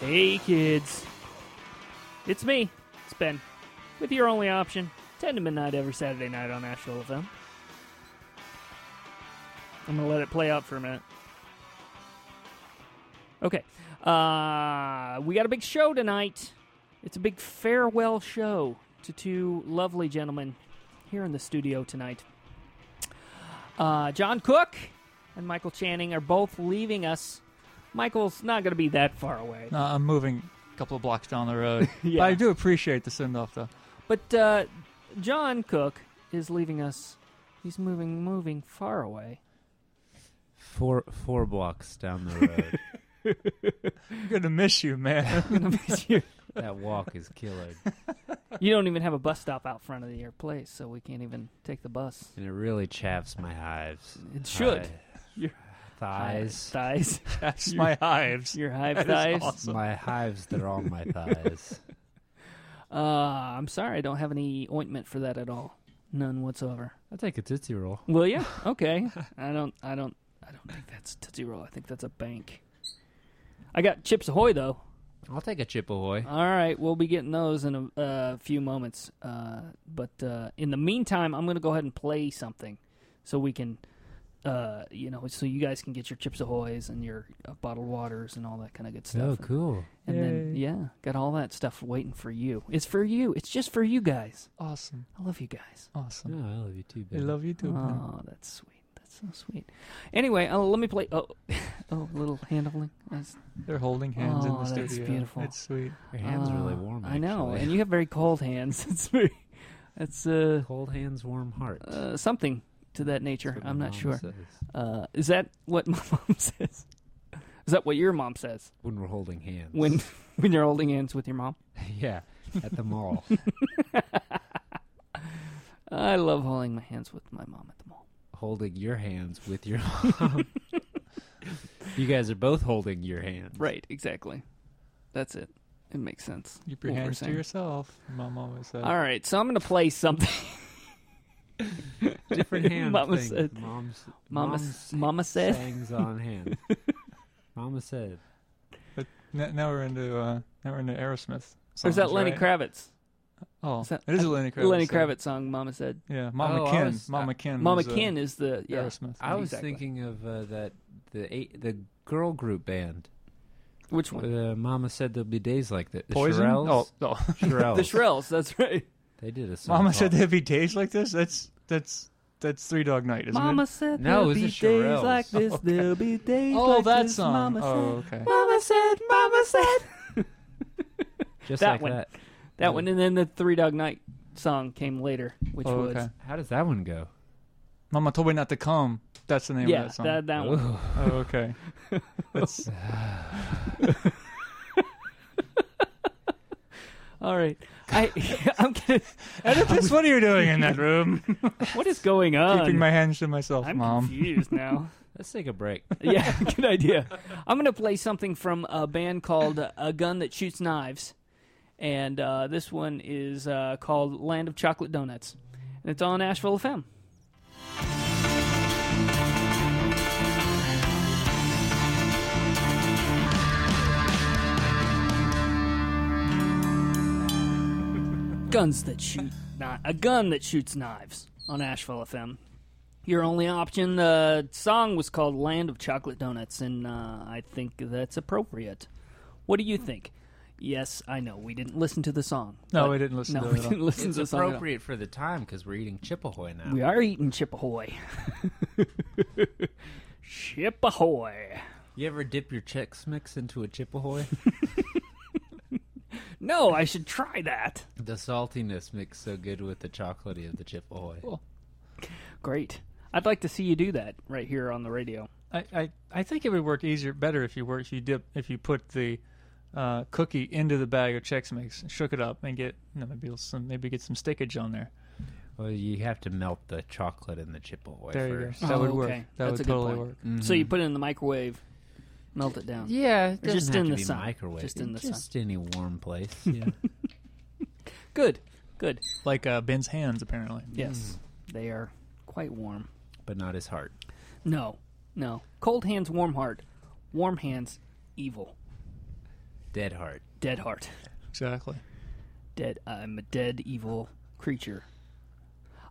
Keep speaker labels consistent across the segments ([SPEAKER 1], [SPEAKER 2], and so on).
[SPEAKER 1] Hey, kids. It's me, it's Ben, with your only option 10 to midnight every Saturday night on Asheville FM. I'm going to let it play out for a minute. Okay. Uh, we got a big show tonight. It's a big farewell show to two lovely gentlemen here in the studio tonight. Uh, John Cook and Michael Channing are both leaving us. Michael's not going to be that far away.
[SPEAKER 2] No, I'm moving a couple of blocks down the road.
[SPEAKER 1] Yeah.
[SPEAKER 2] But I do appreciate the send off, though.
[SPEAKER 1] But uh, John Cook is leaving us. He's moving, moving far away.
[SPEAKER 3] Four four blocks down the road.
[SPEAKER 2] I'm gonna miss you, man.
[SPEAKER 1] Gonna miss you.
[SPEAKER 3] that walk is killer,
[SPEAKER 1] You don't even have a bus stop out front of your place, so we can't even take the bus.
[SPEAKER 3] and it really chaps my hives.
[SPEAKER 1] It should.
[SPEAKER 3] Hi-
[SPEAKER 1] Your
[SPEAKER 3] thighs,
[SPEAKER 1] thighs,
[SPEAKER 2] That's my hives.
[SPEAKER 1] your hive
[SPEAKER 2] That is
[SPEAKER 1] thighs.
[SPEAKER 2] awesome.
[SPEAKER 3] my hives that are on my thighs.
[SPEAKER 1] Uh, I'm sorry, I don't have any ointment for that at all. None whatsoever.
[SPEAKER 3] I'll take a tootsie roll.
[SPEAKER 1] Will you? Okay. I don't. I don't. I don't think that's Tootsie Roll. I think that's a bank. I got Chips Ahoy though.
[SPEAKER 3] I'll take a chip ahoy.
[SPEAKER 1] All right, we'll be getting those in a uh, few moments. Uh, but uh, in the meantime, I'm going to go ahead and play something so we can, uh, you know, so you guys can get your Chips Ahoy's and your uh, bottled waters and all that kind of good
[SPEAKER 3] oh,
[SPEAKER 1] stuff.
[SPEAKER 3] cool.
[SPEAKER 1] And then,
[SPEAKER 2] Yay.
[SPEAKER 1] yeah, got all that stuff waiting for you. It's for you. It's just for you guys.
[SPEAKER 2] Awesome,
[SPEAKER 1] I love you guys.
[SPEAKER 2] awesome.
[SPEAKER 3] No, Oh, I love you too,
[SPEAKER 2] I
[SPEAKER 3] baby.
[SPEAKER 2] love you too. man.
[SPEAKER 1] Oh, that's sweet. That's so sweet. Anyway, uh, let me play. Oh, oh, little handling. That's-
[SPEAKER 2] They're holding hands in
[SPEAKER 1] Oh,
[SPEAKER 2] the studio.
[SPEAKER 1] that's beautiful.
[SPEAKER 2] It's sweet.
[SPEAKER 3] Your hands
[SPEAKER 1] uh,
[SPEAKER 3] really warm.
[SPEAKER 1] I know,
[SPEAKER 3] actually.
[SPEAKER 1] and you have very cold hands. It's very. That's uh.
[SPEAKER 3] cold hands, warm heart.
[SPEAKER 1] uh, something to that
[SPEAKER 3] That's
[SPEAKER 1] nature.
[SPEAKER 3] what my
[SPEAKER 1] I'm not
[SPEAKER 3] mom
[SPEAKER 1] sure.
[SPEAKER 3] says
[SPEAKER 1] Uh, is that what my mom says? Is that what your mom says
[SPEAKER 3] When we're holding hands.
[SPEAKER 1] when when you're holding hands with your mom?
[SPEAKER 3] yeah, at the mall.
[SPEAKER 1] I love holding my hands with my mom at the mall.
[SPEAKER 3] holding your hands with your mom. you guys are both holding your hands.
[SPEAKER 1] Right, exactly. That's it. It makes sense.
[SPEAKER 2] Keep your
[SPEAKER 1] What we're
[SPEAKER 2] hands to
[SPEAKER 1] saying.
[SPEAKER 2] yourself. Mom always said.
[SPEAKER 1] All right, so I'm gonna play something.
[SPEAKER 3] Different hand
[SPEAKER 1] Mama
[SPEAKER 3] thing.
[SPEAKER 1] said-
[SPEAKER 3] Mom's,
[SPEAKER 1] Mama,
[SPEAKER 3] mom
[SPEAKER 1] s- mama said.
[SPEAKER 3] Hangs on hand. Mama said.
[SPEAKER 2] N- now we're into uh, now we're into Aerosmith.
[SPEAKER 1] Or is that
[SPEAKER 2] songs,
[SPEAKER 1] Lenny
[SPEAKER 2] right?
[SPEAKER 1] Kravitz?
[SPEAKER 2] Oh,
[SPEAKER 1] Is that-
[SPEAKER 2] it is a Lenny Kravitz.
[SPEAKER 1] Lenny
[SPEAKER 2] song.
[SPEAKER 1] Kravitz song. Mama said.
[SPEAKER 2] Yeah, Mama
[SPEAKER 3] Oh, I
[SPEAKER 2] Kin.
[SPEAKER 3] was-
[SPEAKER 2] Mama
[SPEAKER 3] I-
[SPEAKER 2] Kin.
[SPEAKER 1] Mama
[SPEAKER 2] was, uh,
[SPEAKER 1] Kin is the yeah.
[SPEAKER 2] Aerosmith.
[SPEAKER 3] I was
[SPEAKER 1] Exactly.
[SPEAKER 3] thinking of uh, that the eight, the girl group band.
[SPEAKER 1] Which one?
[SPEAKER 3] Uh, Mama said there'll be days like that. The
[SPEAKER 2] Poison.
[SPEAKER 3] Shirelles?
[SPEAKER 2] Oh, oh.
[SPEAKER 3] Shirelles.
[SPEAKER 1] The Shrills. That's right.
[SPEAKER 3] They did a song.
[SPEAKER 2] Mama said
[SPEAKER 3] called-
[SPEAKER 2] there'd be days like this. That's that's that's Three Dog Night, isn't
[SPEAKER 1] Mama
[SPEAKER 2] it?
[SPEAKER 1] said
[SPEAKER 3] No,
[SPEAKER 1] there'll
[SPEAKER 3] it's
[SPEAKER 1] be
[SPEAKER 3] the
[SPEAKER 1] days
[SPEAKER 3] Shirelles.
[SPEAKER 1] like this.
[SPEAKER 2] Okay.
[SPEAKER 1] There'll be days
[SPEAKER 2] Oh,
[SPEAKER 1] like
[SPEAKER 2] that
[SPEAKER 1] this,
[SPEAKER 2] song.
[SPEAKER 1] Mama said.
[SPEAKER 2] oh, okay.
[SPEAKER 1] Mama said, Mama said.
[SPEAKER 3] just
[SPEAKER 1] that
[SPEAKER 3] like
[SPEAKER 1] one.
[SPEAKER 3] that.
[SPEAKER 2] Oh.
[SPEAKER 1] That one, and then the Three Dog Night song came later, which
[SPEAKER 2] Oh,
[SPEAKER 1] was
[SPEAKER 2] okay.
[SPEAKER 3] How does that one go?
[SPEAKER 2] Mama told me not to come. That's the name
[SPEAKER 1] yeah,
[SPEAKER 2] of that song.
[SPEAKER 1] that, that one.
[SPEAKER 3] Ooh.
[SPEAKER 2] Oh, okay. That's
[SPEAKER 1] All right, I I'm gonna,
[SPEAKER 2] Oedipus. what are you doing in that room?
[SPEAKER 1] what is going on?
[SPEAKER 2] Keeping my hands to myself,
[SPEAKER 1] I'm
[SPEAKER 2] Mom.
[SPEAKER 1] confused now.
[SPEAKER 3] Let's take a break.
[SPEAKER 1] yeah, good idea. I'm gonna play something from a band called uh, A Gun That Shoots Knives, and uh, this one is uh, called Land of Chocolate Donuts, and it's on Asheville FM. Guns that shoot, not a gun that shoots knives on Asheville FM. Your only option. The song was called "Land of Chocolate Donuts," and uh, I think that's appropriate. What do you think? Yes, I know we didn't listen to the song.
[SPEAKER 2] No,
[SPEAKER 1] but-
[SPEAKER 2] we didn't listen
[SPEAKER 1] No,
[SPEAKER 2] to
[SPEAKER 1] we
[SPEAKER 2] it at all.
[SPEAKER 1] didn't listen
[SPEAKER 3] It's
[SPEAKER 1] to the song. at all.
[SPEAKER 3] appropriate for the time because we're eating Chippehoy now.
[SPEAKER 1] We are eating Chip Ahoy. Chip Ahoy.
[SPEAKER 3] You ever dip your Chex Mix into a Chippehoy?
[SPEAKER 1] No, I should try that.
[SPEAKER 3] the saltiness mixed so good with the chocolatey of the Chippehoy.
[SPEAKER 1] Great. I'd like to see you do that right here on the radio.
[SPEAKER 2] I, I, I think it would work easier, better if you work, if you dip, if you put the uh, cookie into the bag of Chex Mix, and shook it up, and get you know, maybe some, maybe get some stickage on there.
[SPEAKER 3] Well, you have to melt the chocolate in the Chippehoy
[SPEAKER 2] There you go.
[SPEAKER 3] first.
[SPEAKER 2] That
[SPEAKER 1] Oh,
[SPEAKER 2] would work.
[SPEAKER 1] okay.
[SPEAKER 2] That
[SPEAKER 1] That's a
[SPEAKER 2] would
[SPEAKER 1] good
[SPEAKER 2] totally
[SPEAKER 1] point.
[SPEAKER 2] work.
[SPEAKER 1] So you put it in the microwave, melt it down.
[SPEAKER 3] Yeah, it
[SPEAKER 1] Or
[SPEAKER 3] doesn't
[SPEAKER 1] just
[SPEAKER 3] have
[SPEAKER 1] in
[SPEAKER 3] to
[SPEAKER 1] the
[SPEAKER 3] be
[SPEAKER 1] sun.
[SPEAKER 3] microwave.
[SPEAKER 1] Just in the sun.
[SPEAKER 3] Just any warm place. Yeah.
[SPEAKER 1] Good. Good.
[SPEAKER 2] Like uh, Ben's hands, apparently.
[SPEAKER 1] Yes. They are quite warm.
[SPEAKER 3] but not his heart.
[SPEAKER 1] No, no. Cold hands, warm heart. Warm hands, evil.
[SPEAKER 3] Dead heart.
[SPEAKER 1] Dead heart.
[SPEAKER 2] Exactly.
[SPEAKER 1] Dead. I'm a dead evil creature.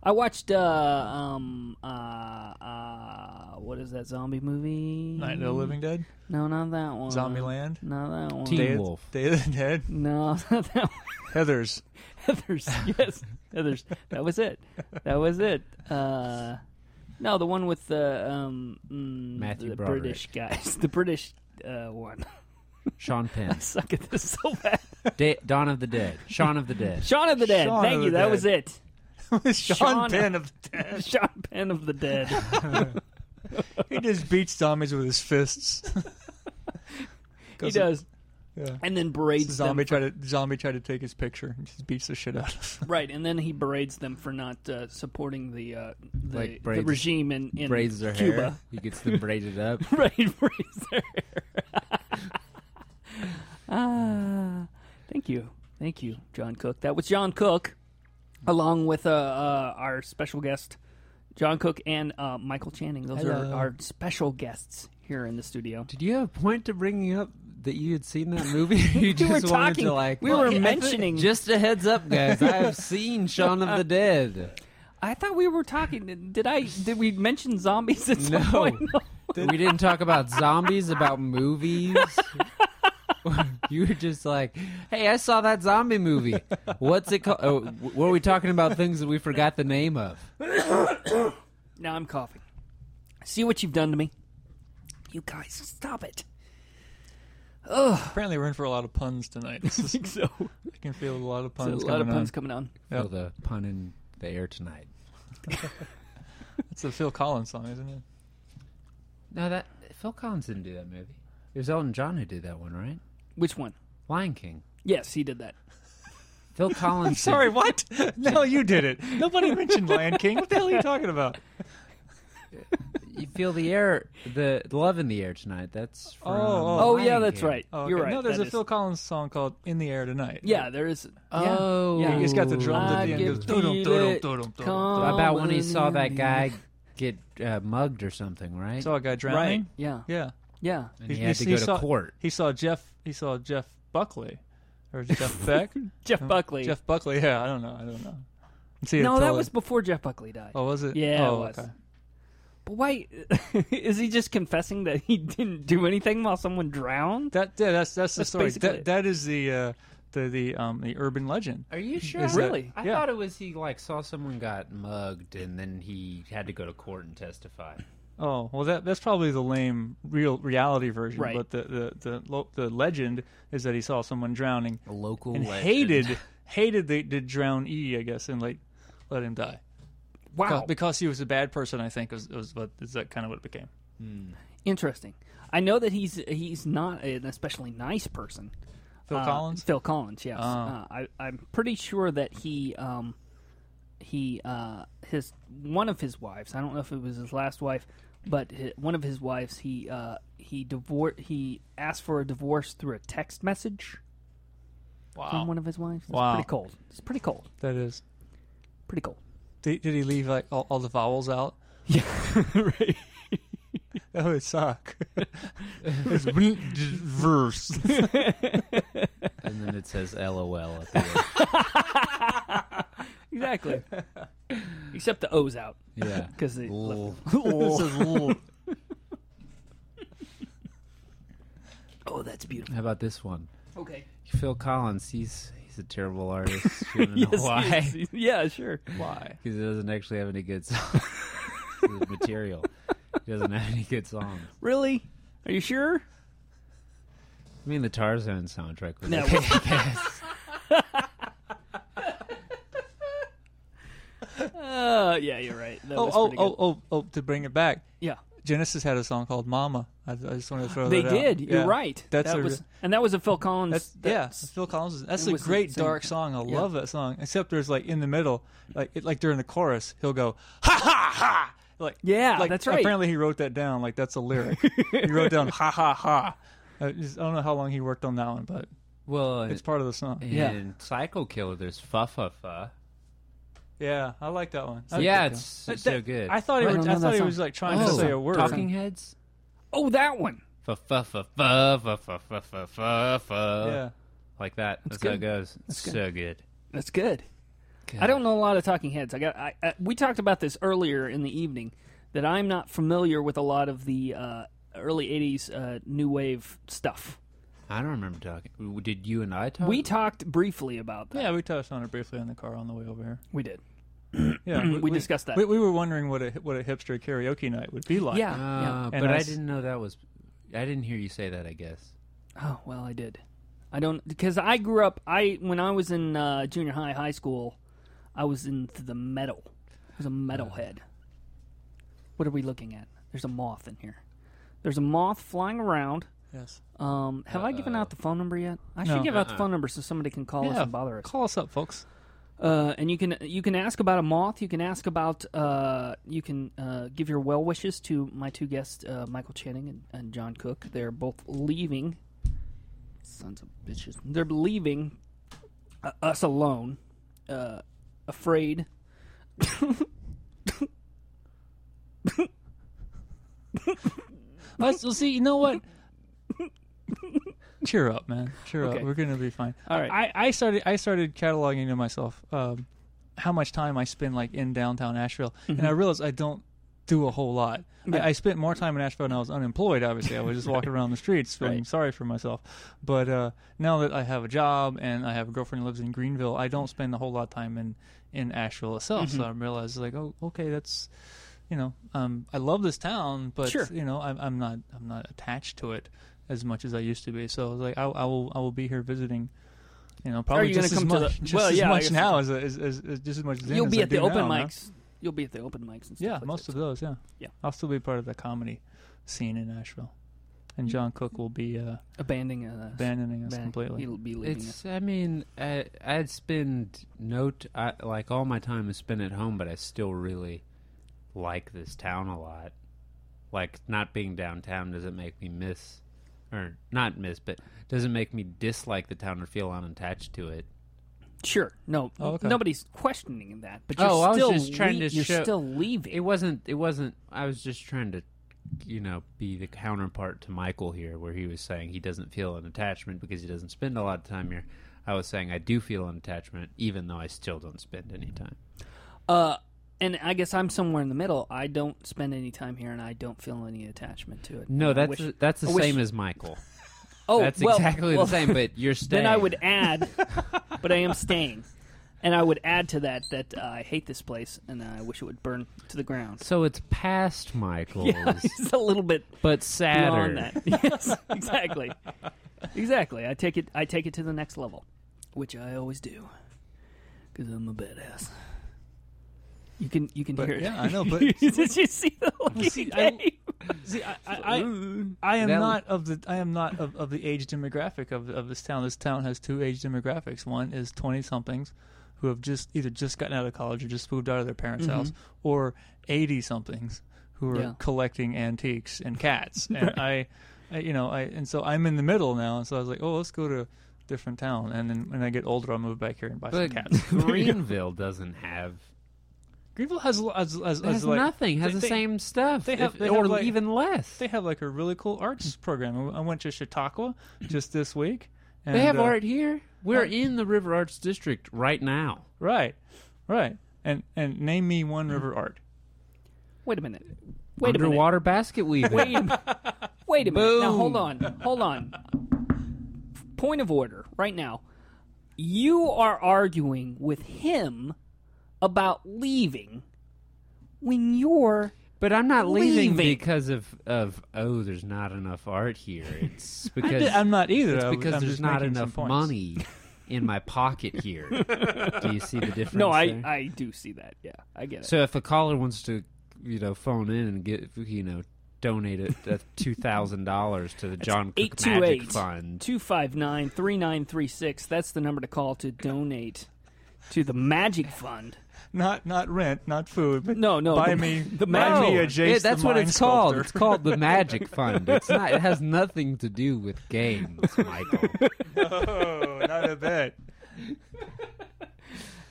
[SPEAKER 1] I watched uh um uh uh what is that zombie movie?
[SPEAKER 2] Night of the Living Dead,
[SPEAKER 1] No, not that one.
[SPEAKER 2] Zombieland,
[SPEAKER 1] Not that one.
[SPEAKER 3] Teen
[SPEAKER 2] Day,
[SPEAKER 3] Wolf.
[SPEAKER 2] Day of the Dead,
[SPEAKER 1] No, not that one.
[SPEAKER 2] Heather's.
[SPEAKER 1] Heather's. Yes, Heather's. That was it. That was it. Uh, no, the one with the um, mm,
[SPEAKER 3] Matthew
[SPEAKER 1] the
[SPEAKER 3] Broderick.
[SPEAKER 1] British guys, the British uh, one.
[SPEAKER 3] Sean
[SPEAKER 1] I
[SPEAKER 3] Penn.
[SPEAKER 1] suck at this so bad.
[SPEAKER 3] Da- Dawn of the Dead. Shaun of the Dead.
[SPEAKER 1] Shaun of the Dead.
[SPEAKER 2] Shaun
[SPEAKER 1] Thank
[SPEAKER 2] of
[SPEAKER 1] you.
[SPEAKER 2] the
[SPEAKER 1] That
[SPEAKER 2] Dead.
[SPEAKER 1] was it.
[SPEAKER 2] Sean,
[SPEAKER 1] Sean-
[SPEAKER 2] Penn of the Dead.
[SPEAKER 1] Sean Penn of the Dead.
[SPEAKER 2] He just beats zombies with his fists.
[SPEAKER 1] he does,
[SPEAKER 2] Yeah.
[SPEAKER 1] and then berates them.
[SPEAKER 2] Zombie tried to zombie tried to take his picture and just beats the shit out of him.
[SPEAKER 1] Right, and then he berates them for not uh, supporting the uh, the,
[SPEAKER 3] Like
[SPEAKER 1] the
[SPEAKER 3] braids-
[SPEAKER 1] regime in, in
[SPEAKER 3] Braids their
[SPEAKER 1] Cuba.
[SPEAKER 3] hair. He gets them braided up.
[SPEAKER 1] right, braids their hair. ah, thank you, thank you, John Cook. That was John Cook, along with uh, uh, our special guest, John Cook and uh, Michael Channing. Those
[SPEAKER 2] Hello.
[SPEAKER 1] are our special guests here in the studio.
[SPEAKER 3] Did you have a point to bringing up that you had seen that movie? you just
[SPEAKER 1] were
[SPEAKER 3] wanted
[SPEAKER 1] talking-
[SPEAKER 3] to like.
[SPEAKER 1] we were
[SPEAKER 3] I thi-
[SPEAKER 1] mentioning-
[SPEAKER 3] Just a heads up, guys. I have seen Shaun of the Dead.
[SPEAKER 1] I thought we were talking. Did I? Did we mention zombies at some
[SPEAKER 3] No.
[SPEAKER 1] point? No.
[SPEAKER 3] we didn't talk about zombies, about movies. you were just like, "Hey, I saw that zombie movie. What's it called? Oh, w- were we talking about things that we forgot the name of?"
[SPEAKER 1] Now I'm coughing. See what you've done to me. You guys, stop it.
[SPEAKER 2] Apparently, we're in for a lot of puns tonight. This is-
[SPEAKER 1] think so.
[SPEAKER 2] I can feel a lot of
[SPEAKER 1] So a
[SPEAKER 2] puns
[SPEAKER 1] lot of
[SPEAKER 2] coming
[SPEAKER 1] puns
[SPEAKER 2] on.
[SPEAKER 1] coming on.
[SPEAKER 2] Yep.
[SPEAKER 3] Feel the pun in the air tonight.
[SPEAKER 2] It's a Phil Collins song, isn't it?
[SPEAKER 3] No, that Phil Collins didn't do that movie. It was Elton John who did that one, right?
[SPEAKER 1] Which one?
[SPEAKER 3] Lion King.
[SPEAKER 1] Yes, he did that.
[SPEAKER 3] Phil Collins. did-
[SPEAKER 2] Sorry, what? no, you did it. Nobody mentioned Lion King. What the hell are you talking about?
[SPEAKER 3] you feel the air, the the love in the air tonight. That's from
[SPEAKER 2] Oh,
[SPEAKER 1] Oh
[SPEAKER 3] Lion
[SPEAKER 1] yeah, that's
[SPEAKER 3] King.
[SPEAKER 1] right.
[SPEAKER 2] Oh,
[SPEAKER 1] You're
[SPEAKER 2] okay.
[SPEAKER 1] right.
[SPEAKER 2] No, there's
[SPEAKER 1] that
[SPEAKER 2] a
[SPEAKER 1] is-
[SPEAKER 2] Phil Collins song called "In the Air Tonight."
[SPEAKER 1] Yeah, there is. yeah.
[SPEAKER 3] Oh,
[SPEAKER 1] Yeah.
[SPEAKER 2] He's got the drums
[SPEAKER 1] I
[SPEAKER 2] at the end.
[SPEAKER 1] can
[SPEAKER 2] Goes,
[SPEAKER 1] feel
[SPEAKER 2] "Dudum, dudum,
[SPEAKER 1] it
[SPEAKER 2] dudum, dudum,
[SPEAKER 1] come."
[SPEAKER 2] dudum."
[SPEAKER 3] About when he
[SPEAKER 1] Someone
[SPEAKER 3] saw that
[SPEAKER 1] in
[SPEAKER 3] guy get uh, mugged or something, right?
[SPEAKER 2] Saw a guy
[SPEAKER 1] Right.
[SPEAKER 2] drowning.
[SPEAKER 1] Yeah.
[SPEAKER 2] Yeah,
[SPEAKER 1] Yeah.
[SPEAKER 3] and he, had to go to
[SPEAKER 2] saw,
[SPEAKER 3] court.
[SPEAKER 2] He saw Jeff. He saw Jeff Buckley, or Jeff Beck.
[SPEAKER 1] Jeff Buckley.
[SPEAKER 2] Jeff Buckley. Yeah, I don't know. I don't know. See,
[SPEAKER 1] no,
[SPEAKER 2] it's
[SPEAKER 1] that
[SPEAKER 2] all-
[SPEAKER 1] was before Jeff Buckley died.
[SPEAKER 2] Oh, was it?
[SPEAKER 1] Yeah, it
[SPEAKER 2] Oh,
[SPEAKER 1] was.
[SPEAKER 2] okay.
[SPEAKER 1] But why is he just confessing that he didn't do anything while someone drowned?
[SPEAKER 2] That yeah, that's that's the
[SPEAKER 1] That's
[SPEAKER 2] story.
[SPEAKER 1] basically it.
[SPEAKER 2] That, that is the uh, the the um the urban legend.
[SPEAKER 3] Are you sure?
[SPEAKER 2] that-
[SPEAKER 1] Really?
[SPEAKER 3] I
[SPEAKER 2] yeah.
[SPEAKER 3] thought it was he like saw someone got mugged and then he had to go to court and testify.
[SPEAKER 2] Oh well, that that's probably the lame real reality version.
[SPEAKER 1] Right.
[SPEAKER 2] But the the the, lo- the legend is that he saw someone drowning
[SPEAKER 3] A local
[SPEAKER 2] and
[SPEAKER 3] legend.
[SPEAKER 2] hated hated the, the drown e I guess and like let him die
[SPEAKER 1] Wow.
[SPEAKER 2] because he was a bad person. I think was was what is that kind of what it became.
[SPEAKER 1] Interesting. I know that he's he's not an especially nice person.
[SPEAKER 2] Phil
[SPEAKER 1] Uh,
[SPEAKER 2] Collins. Oh.
[SPEAKER 1] Phil Collins, yes. Uh, I, I'm pretty sure that he, um, he, uh, his one of his wives. I don't know if it was his last wife, but hi one of his wives. He uh, he divor- He asked for a divorce through a text message from one of his wives. It's
[SPEAKER 2] Wow.
[SPEAKER 1] pretty cold. It's pretty cold.
[SPEAKER 2] That is.
[SPEAKER 1] Pretty cold.
[SPEAKER 2] Did, did he leave like all, all the vowels out?
[SPEAKER 1] right.
[SPEAKER 2] That would suck. It's verse.
[SPEAKER 3] And then it says LOL at the end.
[SPEAKER 1] Exactly. Except the O's out
[SPEAKER 3] Yeah.
[SPEAKER 1] because they
[SPEAKER 3] Lol.
[SPEAKER 1] left them. oh, that's beautiful.
[SPEAKER 3] How about this one?
[SPEAKER 1] Okay.
[SPEAKER 3] Phil Collins, he's he's a terrible artist. You wanna know
[SPEAKER 1] Yes,
[SPEAKER 3] why?
[SPEAKER 1] yes, yes. Yeah, sure.
[SPEAKER 2] Why?
[SPEAKER 3] Because he doesn't actually have any good songs. His material. He doesn't have any good songs.
[SPEAKER 1] Really? Are you sure?
[SPEAKER 3] I mean, the Tarzan soundtrack was
[SPEAKER 1] No.
[SPEAKER 3] okay.
[SPEAKER 1] Uh, yeah, you're right. That
[SPEAKER 2] Oh
[SPEAKER 1] was
[SPEAKER 2] oh
[SPEAKER 1] pretty
[SPEAKER 2] oh
[SPEAKER 1] good.
[SPEAKER 2] oh oh! To bring it back,
[SPEAKER 1] yeah.
[SPEAKER 2] Genesis had a song called "Mama." I, I just wanted to throw
[SPEAKER 1] They
[SPEAKER 2] Oh, that out.
[SPEAKER 1] did. You're
[SPEAKER 2] Yeah.
[SPEAKER 1] right.
[SPEAKER 2] That's
[SPEAKER 1] that
[SPEAKER 2] a,
[SPEAKER 1] was, and that was a Phil Collins.
[SPEAKER 2] that's, yeah.
[SPEAKER 1] that's-
[SPEAKER 2] Phil Collins. is- That's
[SPEAKER 1] it
[SPEAKER 2] a
[SPEAKER 1] was the
[SPEAKER 2] great
[SPEAKER 1] same-
[SPEAKER 2] dark song. I
[SPEAKER 1] yeah.
[SPEAKER 2] love that song. Except there's like in the middle, like it, like during the chorus, he'll go ha ha ha. Like
[SPEAKER 1] Yeah,
[SPEAKER 2] like,
[SPEAKER 1] that's right.
[SPEAKER 2] Apparently he wrote that down. Like that's a lyric. he wrote down ha ha ha. I, just, I don't know how long he worked on that one, but
[SPEAKER 3] Well,
[SPEAKER 2] it's part of the song.
[SPEAKER 1] yeah.
[SPEAKER 3] in Psycho Killer, there's Fa Fa Fa.
[SPEAKER 2] Yeah, I like that one. I
[SPEAKER 3] yeah,
[SPEAKER 2] like that
[SPEAKER 3] it's,
[SPEAKER 2] one.
[SPEAKER 3] it's
[SPEAKER 2] That-
[SPEAKER 3] so good. Oh,
[SPEAKER 2] I thought he
[SPEAKER 1] I
[SPEAKER 2] was,
[SPEAKER 1] don't
[SPEAKER 2] I
[SPEAKER 1] know that
[SPEAKER 2] thought he
[SPEAKER 1] song.
[SPEAKER 2] was like
[SPEAKER 1] I
[SPEAKER 2] trying
[SPEAKER 1] don't
[SPEAKER 2] to
[SPEAKER 1] know
[SPEAKER 2] say
[SPEAKER 1] that
[SPEAKER 2] a
[SPEAKER 1] song.
[SPEAKER 2] word.
[SPEAKER 3] Talking Heads.
[SPEAKER 1] Oh, that one.
[SPEAKER 3] Fa fa fa fa fa fa fa fa fa
[SPEAKER 2] yeah.
[SPEAKER 3] fa. Like that. That's, how
[SPEAKER 1] good.
[SPEAKER 3] it goes. so good.
[SPEAKER 1] That's good. I don't know a lot of Talking Heads. I got. I, I, we talked about this earlier in the evening that I'm not familiar with a lot of the uh, early '80s uh, new wave stuff.
[SPEAKER 3] I don't remember talking. Did you and I talk?
[SPEAKER 1] We talked briefly about that.
[SPEAKER 2] Yeah, we touched on it briefly on the car on the way over here.
[SPEAKER 1] we did.
[SPEAKER 2] Yeah,
[SPEAKER 1] we discussed that.
[SPEAKER 2] We, we were wondering what a what a hipster karaoke night would be like.
[SPEAKER 1] Yeah.
[SPEAKER 3] Uh,
[SPEAKER 1] yeah.
[SPEAKER 3] But
[SPEAKER 2] And
[SPEAKER 3] I
[SPEAKER 2] us-
[SPEAKER 3] didn't know that was. I didn't hear you say that. I guess.
[SPEAKER 1] Oh well, I did. I don't because I grew up. I when I was in uh, junior high, high school, I was into the metal. I was a metalhead. What are we looking at? There's a moth in here. There's a moth flying around.
[SPEAKER 2] Yes.
[SPEAKER 1] Um, have I given out the phone number yet? I should
[SPEAKER 2] No.
[SPEAKER 1] give out the phone number so somebody can call us
[SPEAKER 2] yeah.
[SPEAKER 1] and bother us.
[SPEAKER 2] Call us up, folks.
[SPEAKER 1] Uh, and you can you can ask about a moth. You can ask about uh, you can uh, give your well wishes to my two guests, uh, Michael Channing and, and John Cook. They're both leaving. Sons of bitches! They're leaving uh, us alone, uh, afraid.
[SPEAKER 2] Let's, let's see. You know what? Cheer up, man. Cheer
[SPEAKER 1] Okay.
[SPEAKER 2] up. We're gonna be fine.
[SPEAKER 1] All right.
[SPEAKER 2] I, I started I started cataloging to myself um, how much time I spend like in downtown Asheville, and I realized I don't do a whole lot. I, I spent more time in Asheville when I was unemployed. Obviously, I was just walking around the streets, feeling sorry for myself. But uh, now that I have a job and I have a girlfriend who lives in Greenville, I don't spend a whole lot of time in in Asheville itself.
[SPEAKER 1] Mm-hmm.
[SPEAKER 2] So I realized like, oh, okay, that's you know, um, I love this town, but
[SPEAKER 1] Sure.
[SPEAKER 2] you know, I'm, I'm not I'm not attached to it as much as I used to be. So I was like, I, I will I will be here visiting. You know, probably
[SPEAKER 1] you
[SPEAKER 2] just
[SPEAKER 1] gonna
[SPEAKER 2] as
[SPEAKER 1] come to
[SPEAKER 2] much,
[SPEAKER 1] the-
[SPEAKER 2] just
[SPEAKER 1] well,
[SPEAKER 2] as
[SPEAKER 1] yeah, I
[SPEAKER 2] much
[SPEAKER 1] guess-
[SPEAKER 2] now as, as, as, as just as much. Then
[SPEAKER 1] You'll
[SPEAKER 2] as
[SPEAKER 1] be
[SPEAKER 2] I
[SPEAKER 1] at the
[SPEAKER 2] do
[SPEAKER 1] open
[SPEAKER 2] now, man.
[SPEAKER 1] mics. You'll be at the open mics and stuff.
[SPEAKER 2] Yeah,
[SPEAKER 1] like
[SPEAKER 2] most
[SPEAKER 1] that.
[SPEAKER 2] of those. Yeah,
[SPEAKER 1] Yeah.
[SPEAKER 2] I'll still be part of the comedy scene in Nashville, and John Cook will be uh,
[SPEAKER 1] abandoning uh,
[SPEAKER 2] abandoning us
[SPEAKER 1] ban-
[SPEAKER 2] completely.
[SPEAKER 1] He'll be leaving. us.
[SPEAKER 3] It's. I mean, I, I'd spend note. I, like all my time is spent at home, but I still really like this town a lot. Like not being downtown doesn't make me miss, or not miss, but doesn't make me dislike the town or feel unattached to it.
[SPEAKER 1] Sure. No.
[SPEAKER 2] Oh, okay.
[SPEAKER 1] Nobody's questioning that. But you're
[SPEAKER 3] Oh, I was
[SPEAKER 1] still
[SPEAKER 3] just trying
[SPEAKER 1] lea-
[SPEAKER 3] to
[SPEAKER 1] you're
[SPEAKER 3] show-
[SPEAKER 1] still leaving.
[SPEAKER 3] It wasn't. It wasn't. I was just trying to, you know, be the counterpart to Michael here, where he was saying he doesn't feel an attachment because he doesn't spend a lot of time here. I was saying I do feel an attachment, even though I still don't spend any time.
[SPEAKER 1] Uh, and I guess I'm somewhere in the middle. I don't spend any time here, and I don't feel any attachment to it.
[SPEAKER 3] No,
[SPEAKER 1] And I
[SPEAKER 3] that's
[SPEAKER 1] wish-
[SPEAKER 3] that's the
[SPEAKER 1] I wish-
[SPEAKER 3] same as Michael.
[SPEAKER 1] oh,
[SPEAKER 3] That's
[SPEAKER 1] well,
[SPEAKER 3] exactly
[SPEAKER 1] well,
[SPEAKER 3] the same, but you're staying.
[SPEAKER 1] Then I would add, but I am staying, and I would add to that that uh, I hate this place, and I wish it would burn to the ground.
[SPEAKER 3] So it's past Michael's,
[SPEAKER 1] It's a little bit
[SPEAKER 3] but sadder.
[SPEAKER 1] beyond that. Yes, exactly, exactly. I take it. I take it to the next level, which I always do, because I'm a badass. You can you can
[SPEAKER 2] But,
[SPEAKER 1] hear it.
[SPEAKER 2] yeah, I know, but-
[SPEAKER 1] did you see the look
[SPEAKER 2] See,
[SPEAKER 1] he
[SPEAKER 2] I-
[SPEAKER 1] gave?
[SPEAKER 2] See, I, I, I, I am
[SPEAKER 3] That-
[SPEAKER 2] not of the I am not of, of the age demographic of of this town. This town has two age demographics. One is twenty somethings who have just either just gotten out of college or just moved out of their parents' house, or eighty somethings who are
[SPEAKER 1] Yeah.
[SPEAKER 2] collecting antiques and cats. And I, I, you know, I and so I'm in the middle now. And so I was like, oh, let's go to a different town. And then when I get older, I'll move back here and buy
[SPEAKER 3] But
[SPEAKER 2] some cats.
[SPEAKER 3] Greenville doesn't have.
[SPEAKER 2] Greenville has a lo- has, has,
[SPEAKER 3] Has
[SPEAKER 2] has like,
[SPEAKER 3] nothing. Has
[SPEAKER 2] they-
[SPEAKER 3] the
[SPEAKER 2] they-
[SPEAKER 3] same stuff,
[SPEAKER 2] they have-
[SPEAKER 3] if-
[SPEAKER 2] they
[SPEAKER 3] or
[SPEAKER 2] have, like-
[SPEAKER 3] even less.
[SPEAKER 2] They have like a really cool
[SPEAKER 3] Hmm.
[SPEAKER 2] arts program. I went to Chautauqua just this week. And,
[SPEAKER 3] They have
[SPEAKER 2] uh,
[SPEAKER 3] art here. We're
[SPEAKER 1] uh,
[SPEAKER 3] in the River Arts District right now.
[SPEAKER 2] Right, right. And and name me one
[SPEAKER 3] Hmm.
[SPEAKER 2] river art.
[SPEAKER 1] Wait a minute. Wait a minute.
[SPEAKER 3] Underwater basket weaving.
[SPEAKER 1] Wait, a- wait a minute. Now
[SPEAKER 3] Boom.
[SPEAKER 1] hold on, hold on. Point of order, right now. You are arguing with him about leaving when you're
[SPEAKER 3] But I'm not
[SPEAKER 1] Leaving.
[SPEAKER 3] leaving, because of, of oh, there's not enough art here. It's
[SPEAKER 2] I
[SPEAKER 3] because
[SPEAKER 2] am not either.
[SPEAKER 3] it's
[SPEAKER 2] I was-
[SPEAKER 3] because
[SPEAKER 2] I'm
[SPEAKER 3] there's
[SPEAKER 2] just
[SPEAKER 3] not
[SPEAKER 2] making some
[SPEAKER 3] enough
[SPEAKER 2] points.
[SPEAKER 3] money in my pocket here. Do you see the difference?
[SPEAKER 1] no. I
[SPEAKER 3] there?
[SPEAKER 1] I do see that. Yeah, I get it.
[SPEAKER 3] So if a caller wants to, you know, phone in and get you know, donate a, a two thousand dollars to the John Cook Magic
[SPEAKER 1] 828
[SPEAKER 3] Fund.
[SPEAKER 1] 259 3936. That's the number to call to donate to the Magic Fund.
[SPEAKER 2] Not not rent, not food. But
[SPEAKER 1] No, no,
[SPEAKER 2] Buy
[SPEAKER 1] the-
[SPEAKER 2] me
[SPEAKER 1] the
[SPEAKER 2] buy
[SPEAKER 1] magic-
[SPEAKER 2] me
[SPEAKER 1] No,
[SPEAKER 2] a Jace
[SPEAKER 3] Oh, Yeah, that's
[SPEAKER 2] the
[SPEAKER 3] what
[SPEAKER 2] Mind
[SPEAKER 3] it's called.
[SPEAKER 2] Sculptor.
[SPEAKER 3] It's called the Magic Fund. It's not. It has nothing to do with games, Michael.
[SPEAKER 2] oh, not a bit.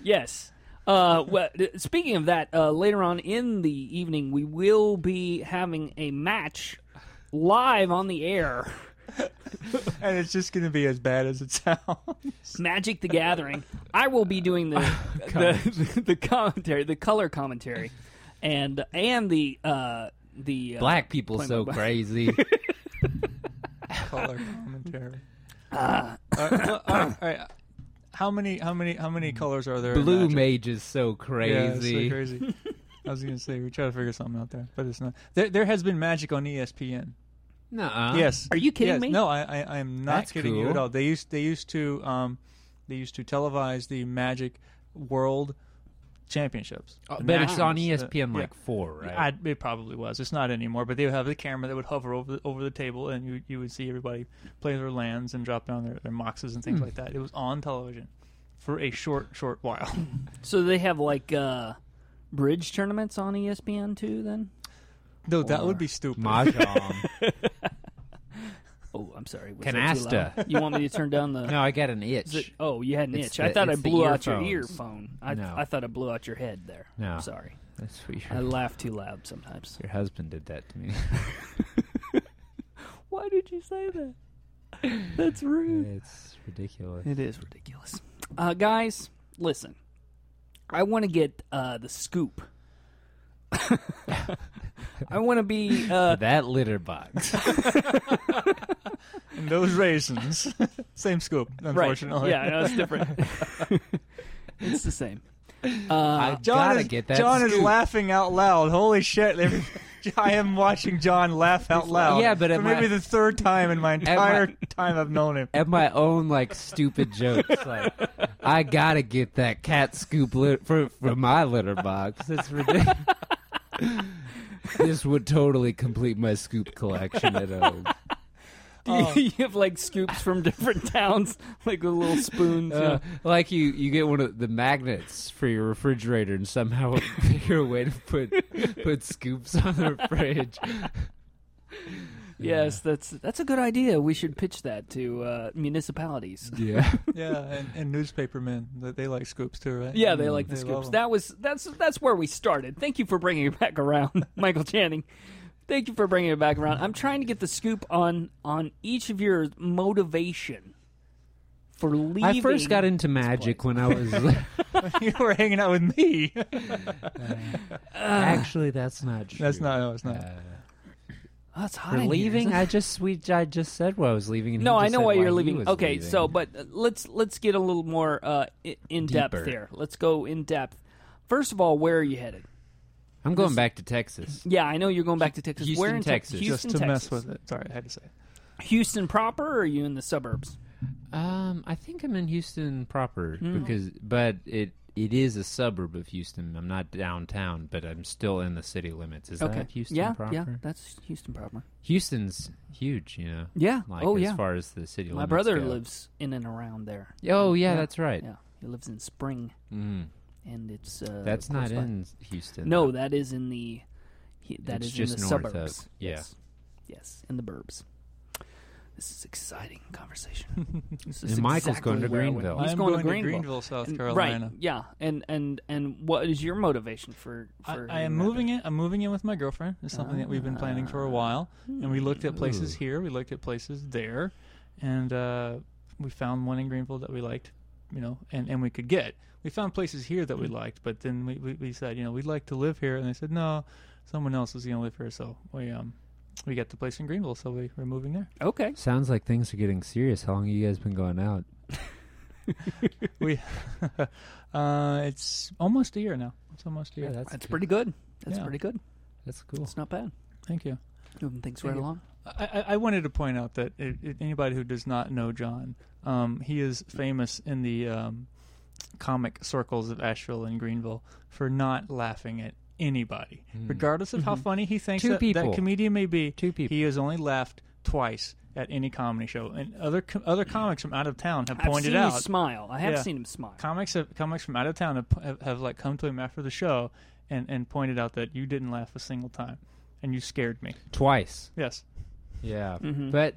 [SPEAKER 1] Yes. Uh, well, th- speaking of that, uh, later on in the evening, we will be having a match live on the air.
[SPEAKER 2] and it's just going to be as bad as it sounds.
[SPEAKER 1] Magic the Gathering. I will be doing the
[SPEAKER 3] Oh,
[SPEAKER 1] the, the, the commentary, the color commentary, and and the uh, the uh,
[SPEAKER 3] Black people so
[SPEAKER 1] by-
[SPEAKER 3] crazy.
[SPEAKER 2] Color commentary. all right, well, Uh, all right, all right. How many? How many? How many colors are there? in
[SPEAKER 3] Hmm. Blue
[SPEAKER 2] Magic?
[SPEAKER 3] mage is so crazy.
[SPEAKER 2] Yeah, it's so crazy. I was gonna say we try to figure something out there, but it's not. There, there has been magic on E ESPN.
[SPEAKER 3] Nuh-uh.
[SPEAKER 2] Yes.
[SPEAKER 1] Are you kidding
[SPEAKER 2] Yes.
[SPEAKER 1] me?
[SPEAKER 2] No, I, I, I am not
[SPEAKER 3] That's
[SPEAKER 2] kidding you
[SPEAKER 3] cool.
[SPEAKER 2] at all. They used they used to um, they used to televise the Magic World Championships.
[SPEAKER 3] Oh,
[SPEAKER 2] The
[SPEAKER 3] but
[SPEAKER 2] Masters,
[SPEAKER 3] it's on
[SPEAKER 2] the-
[SPEAKER 3] ESPN
[SPEAKER 2] uh, yeah.
[SPEAKER 3] like four, right?
[SPEAKER 2] I, it probably was. It's not anymore, but they would have the camera that would hover over the, over the table, and you you would see everybody play their lands and drop down their, their moxes and things
[SPEAKER 3] Hmm.
[SPEAKER 2] like that. It was on television for a short short while.
[SPEAKER 1] So they have like uh, bridge tournaments on E ESPN too. Then.
[SPEAKER 2] no, that
[SPEAKER 3] Or
[SPEAKER 2] would be stupid.
[SPEAKER 3] Mahjong.
[SPEAKER 1] Oh, I'm sorry. Was
[SPEAKER 3] Canasta.
[SPEAKER 1] That too loud? You want me to turn down the?
[SPEAKER 3] no, I got an itch.
[SPEAKER 1] Is it- oh, you had an
[SPEAKER 3] It's
[SPEAKER 1] itch.
[SPEAKER 3] the-
[SPEAKER 1] I thought I
[SPEAKER 3] it's the
[SPEAKER 1] blew out your earphone.
[SPEAKER 3] earphones.
[SPEAKER 1] I,
[SPEAKER 3] No.
[SPEAKER 1] I thought I blew out your head there.
[SPEAKER 3] No.
[SPEAKER 1] I'm sorry.
[SPEAKER 3] That's weird.
[SPEAKER 1] I laugh too loud sometimes.
[SPEAKER 3] Your husband did that to me.
[SPEAKER 1] Why did you say that? That's rude.
[SPEAKER 3] it's ridiculous.
[SPEAKER 1] It is ridiculous. Uh, guys, listen. I want to get uh, the scoop. I want to be. Uh,
[SPEAKER 3] That litter box.
[SPEAKER 2] And those raisins, same scoop. Unfortunately,
[SPEAKER 1] Right. Yeah, no, it's different. it's the same. Uh,
[SPEAKER 3] I
[SPEAKER 2] John
[SPEAKER 3] gotta
[SPEAKER 2] is,
[SPEAKER 3] get that.
[SPEAKER 2] John is
[SPEAKER 3] scoop.
[SPEAKER 2] laughing out loud. Holy shit! Every- I am watching John laugh out loud.
[SPEAKER 3] Yeah, but
[SPEAKER 2] for
[SPEAKER 3] at my-
[SPEAKER 2] maybe the third time in my
[SPEAKER 3] my-
[SPEAKER 2] entire time I've known him.
[SPEAKER 3] at my own like stupid jokes. Like I gotta get that cat scoop lit- for for my litter box. It's ridiculous. this would totally complete my scoop collection at home.
[SPEAKER 1] do you,
[SPEAKER 3] um,
[SPEAKER 1] you have like scoops from different towns, like with little spoons. you know?
[SPEAKER 3] Uh, like you, you get one of the magnets for your refrigerator, and somehow figure a way to put put scoops on the fridge.
[SPEAKER 1] Yes, that's that's a good idea. We should pitch that to uh, municipalities.
[SPEAKER 3] Yeah,
[SPEAKER 2] Yeah, and, and newspaper men that they like scoops too, right?
[SPEAKER 1] Yeah, they like the
[SPEAKER 2] Mm, They
[SPEAKER 1] scoops.
[SPEAKER 2] love 'em.
[SPEAKER 1] That was that's that's where we started. Thank you for bringing it back around, Michael Channing. Thank you for bringing it back around. I'm trying to get the scoop on on each of your motivation for leaving.
[SPEAKER 3] I first got into magic when I was.
[SPEAKER 2] you were hanging out with me.
[SPEAKER 3] Actually, that's not true.
[SPEAKER 2] That's not. No, it's not.
[SPEAKER 3] Uh,
[SPEAKER 1] Oh, it's hot
[SPEAKER 3] For
[SPEAKER 1] in here,
[SPEAKER 3] leaving,
[SPEAKER 1] isn't it?
[SPEAKER 3] I just we I just said why I was leaving. And
[SPEAKER 1] no, I
[SPEAKER 3] he just
[SPEAKER 1] know
[SPEAKER 3] said
[SPEAKER 1] why you're
[SPEAKER 3] he
[SPEAKER 1] leaving.
[SPEAKER 3] was
[SPEAKER 1] Okay,
[SPEAKER 3] leaving.
[SPEAKER 1] so but uh, let's let's get a little more uh, i- in depth
[SPEAKER 3] Deeper.
[SPEAKER 1] here. Let's go in depth. First of all, where are you headed?
[SPEAKER 3] I'm going back to Texas.
[SPEAKER 1] Yeah, I know you're going back to Texas.
[SPEAKER 3] Houston,
[SPEAKER 1] where in Tex-
[SPEAKER 3] Texas.
[SPEAKER 1] Houston,
[SPEAKER 2] Just to
[SPEAKER 1] Texas.
[SPEAKER 2] mess with it. Sorry, I had to say.
[SPEAKER 1] Houston proper, or are you in the suburbs?
[SPEAKER 3] Um, I think I'm in Houston proper
[SPEAKER 1] Hmm.
[SPEAKER 3] because, but it it is a suburb of Houston. I'm not downtown, but I'm still in the city limits. Is
[SPEAKER 1] Okay,
[SPEAKER 3] that Houston
[SPEAKER 1] yeah,
[SPEAKER 3] proper?
[SPEAKER 1] yeah, that's Houston proper.
[SPEAKER 3] Houston's huge, you know.
[SPEAKER 1] Yeah.
[SPEAKER 3] Like
[SPEAKER 1] oh
[SPEAKER 3] as
[SPEAKER 1] yeah.
[SPEAKER 3] far as the city
[SPEAKER 1] My
[SPEAKER 3] limits
[SPEAKER 1] brother
[SPEAKER 3] go.
[SPEAKER 1] lives in and around there.
[SPEAKER 3] Oh yeah,
[SPEAKER 1] Yeah.
[SPEAKER 3] that's right.
[SPEAKER 1] Yeah, he lives in Spring,
[SPEAKER 3] Mm.
[SPEAKER 1] and it's uh,
[SPEAKER 3] That's not
[SPEAKER 1] close by.
[SPEAKER 3] in Houston.
[SPEAKER 1] No, that is in the he, that
[SPEAKER 3] It's
[SPEAKER 1] is
[SPEAKER 3] just
[SPEAKER 1] in the
[SPEAKER 3] north of-
[SPEAKER 1] suburbs.
[SPEAKER 3] yeah.
[SPEAKER 1] Yes. Yes, in the burbs. This is exciting conversation. This is
[SPEAKER 3] And Michael's going to
[SPEAKER 1] exactly where I went.
[SPEAKER 3] Greenville.
[SPEAKER 1] He's
[SPEAKER 2] I'm
[SPEAKER 1] going, to
[SPEAKER 2] Greenville,
[SPEAKER 1] Greenville.
[SPEAKER 2] South
[SPEAKER 1] And-
[SPEAKER 2] Carolina.
[SPEAKER 1] Right. Yeah. And and and what is your motivation for? for
[SPEAKER 2] I, I
[SPEAKER 1] heading that
[SPEAKER 2] am moving
[SPEAKER 1] way?
[SPEAKER 2] in. I'm moving in with my girlfriend. It's something that we've been planning
[SPEAKER 1] Ah.
[SPEAKER 2] for a while, and we looked at places
[SPEAKER 3] Ooh.
[SPEAKER 2] here. We looked at places there, and uh, we found one in Greenville that we liked, you know, and, and we could get. We found places here that we liked, but then we, we, we said, you know, we'd like to live here, and they said, no, someone else is going to live here, so we um we got the place in Greenville, so we we're moving there.
[SPEAKER 1] Okay.
[SPEAKER 3] Sounds like things are getting serious. How long have you guys been going out?
[SPEAKER 2] we uh, it's almost a year now. It's almost a year.
[SPEAKER 3] that's
[SPEAKER 1] That's pretty good. That's
[SPEAKER 2] Yeah.
[SPEAKER 1] pretty good.
[SPEAKER 3] That's cool.
[SPEAKER 1] It's not bad.
[SPEAKER 2] Thank you.
[SPEAKER 1] Moving things
[SPEAKER 2] Thank
[SPEAKER 1] right
[SPEAKER 2] you.
[SPEAKER 1] along.
[SPEAKER 2] I, I- I wanted to point out that i i anybody who does not know John, um, he is famous in the um, comic circles of Asheville and Greenville for not laughing at anybody, regardless of how funny he thinks
[SPEAKER 3] Mm-hmm. Two
[SPEAKER 2] that, that
[SPEAKER 3] people.
[SPEAKER 2] comedian may be.
[SPEAKER 3] Mm. Two people.
[SPEAKER 2] He has only laughed twice at any comedy show, and other co- other comics from out of town have
[SPEAKER 1] I've
[SPEAKER 2] pointed
[SPEAKER 1] seen
[SPEAKER 2] out
[SPEAKER 1] you smile. I have
[SPEAKER 2] Yeah.
[SPEAKER 1] seen him smile.
[SPEAKER 2] comics have, comics from out of town have, p- have, have like come to him after the show and and pointed out that you didn't laugh a single time, and you scared me.
[SPEAKER 3] Twice.
[SPEAKER 2] Yes.
[SPEAKER 3] Yeah.
[SPEAKER 1] Mm-hmm.
[SPEAKER 3] But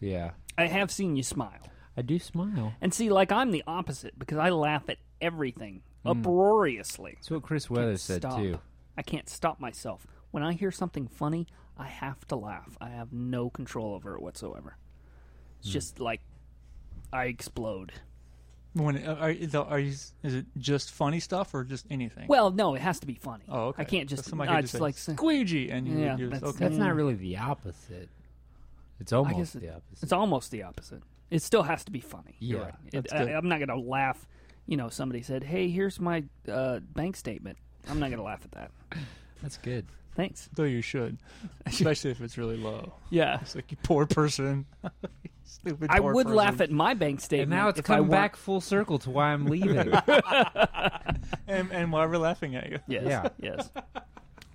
[SPEAKER 3] yeah,
[SPEAKER 1] I have seen you smile.
[SPEAKER 3] I do smile.
[SPEAKER 1] And see, like I'm the opposite because I laugh at
[SPEAKER 2] Hmm.
[SPEAKER 1] everything uproariously.
[SPEAKER 3] That's what Chris Weather said
[SPEAKER 1] Stop.
[SPEAKER 3] too.
[SPEAKER 1] I can't stop myself. When I hear something funny, I have to laugh. I have no control over it whatsoever. It's
[SPEAKER 2] Hmm.
[SPEAKER 1] just like I explode.
[SPEAKER 2] When uh, are, are you- are you? Is it just funny stuff or just anything?
[SPEAKER 1] Well, no, it has to be funny.
[SPEAKER 2] oh, okay.
[SPEAKER 1] I can't just.
[SPEAKER 2] So somebody
[SPEAKER 1] I
[SPEAKER 2] could
[SPEAKER 1] just
[SPEAKER 2] say,
[SPEAKER 1] like say-
[SPEAKER 2] squeegee, and you
[SPEAKER 1] Yeah,
[SPEAKER 2] would use
[SPEAKER 1] that's-
[SPEAKER 2] okay.
[SPEAKER 3] That's not really the opposite. It's almost
[SPEAKER 1] Mm. guess it-
[SPEAKER 3] the opposite.
[SPEAKER 1] It's almost the opposite. It still has to be funny. You're
[SPEAKER 3] Yeah,
[SPEAKER 1] right. It-
[SPEAKER 2] that's
[SPEAKER 1] I,
[SPEAKER 2] good.
[SPEAKER 1] am not going to laugh. You know, somebody said, "Hey, here's my uh, bank statement." I'm not going to laugh at that.
[SPEAKER 3] That's good.
[SPEAKER 1] Thanks.
[SPEAKER 2] Though you should, especially if it's really low.
[SPEAKER 1] Yeah,
[SPEAKER 2] It's like you poor person. Stupid.
[SPEAKER 1] I
[SPEAKER 2] poor
[SPEAKER 1] would
[SPEAKER 2] person.
[SPEAKER 1] laugh at my bank statement.
[SPEAKER 3] And now it's
[SPEAKER 1] if I
[SPEAKER 3] come
[SPEAKER 1] weren't-
[SPEAKER 3] back full circle to why I'm leaving.
[SPEAKER 2] and, and why we're laughing at you.
[SPEAKER 1] Yes.
[SPEAKER 3] Yeah.
[SPEAKER 1] Yes.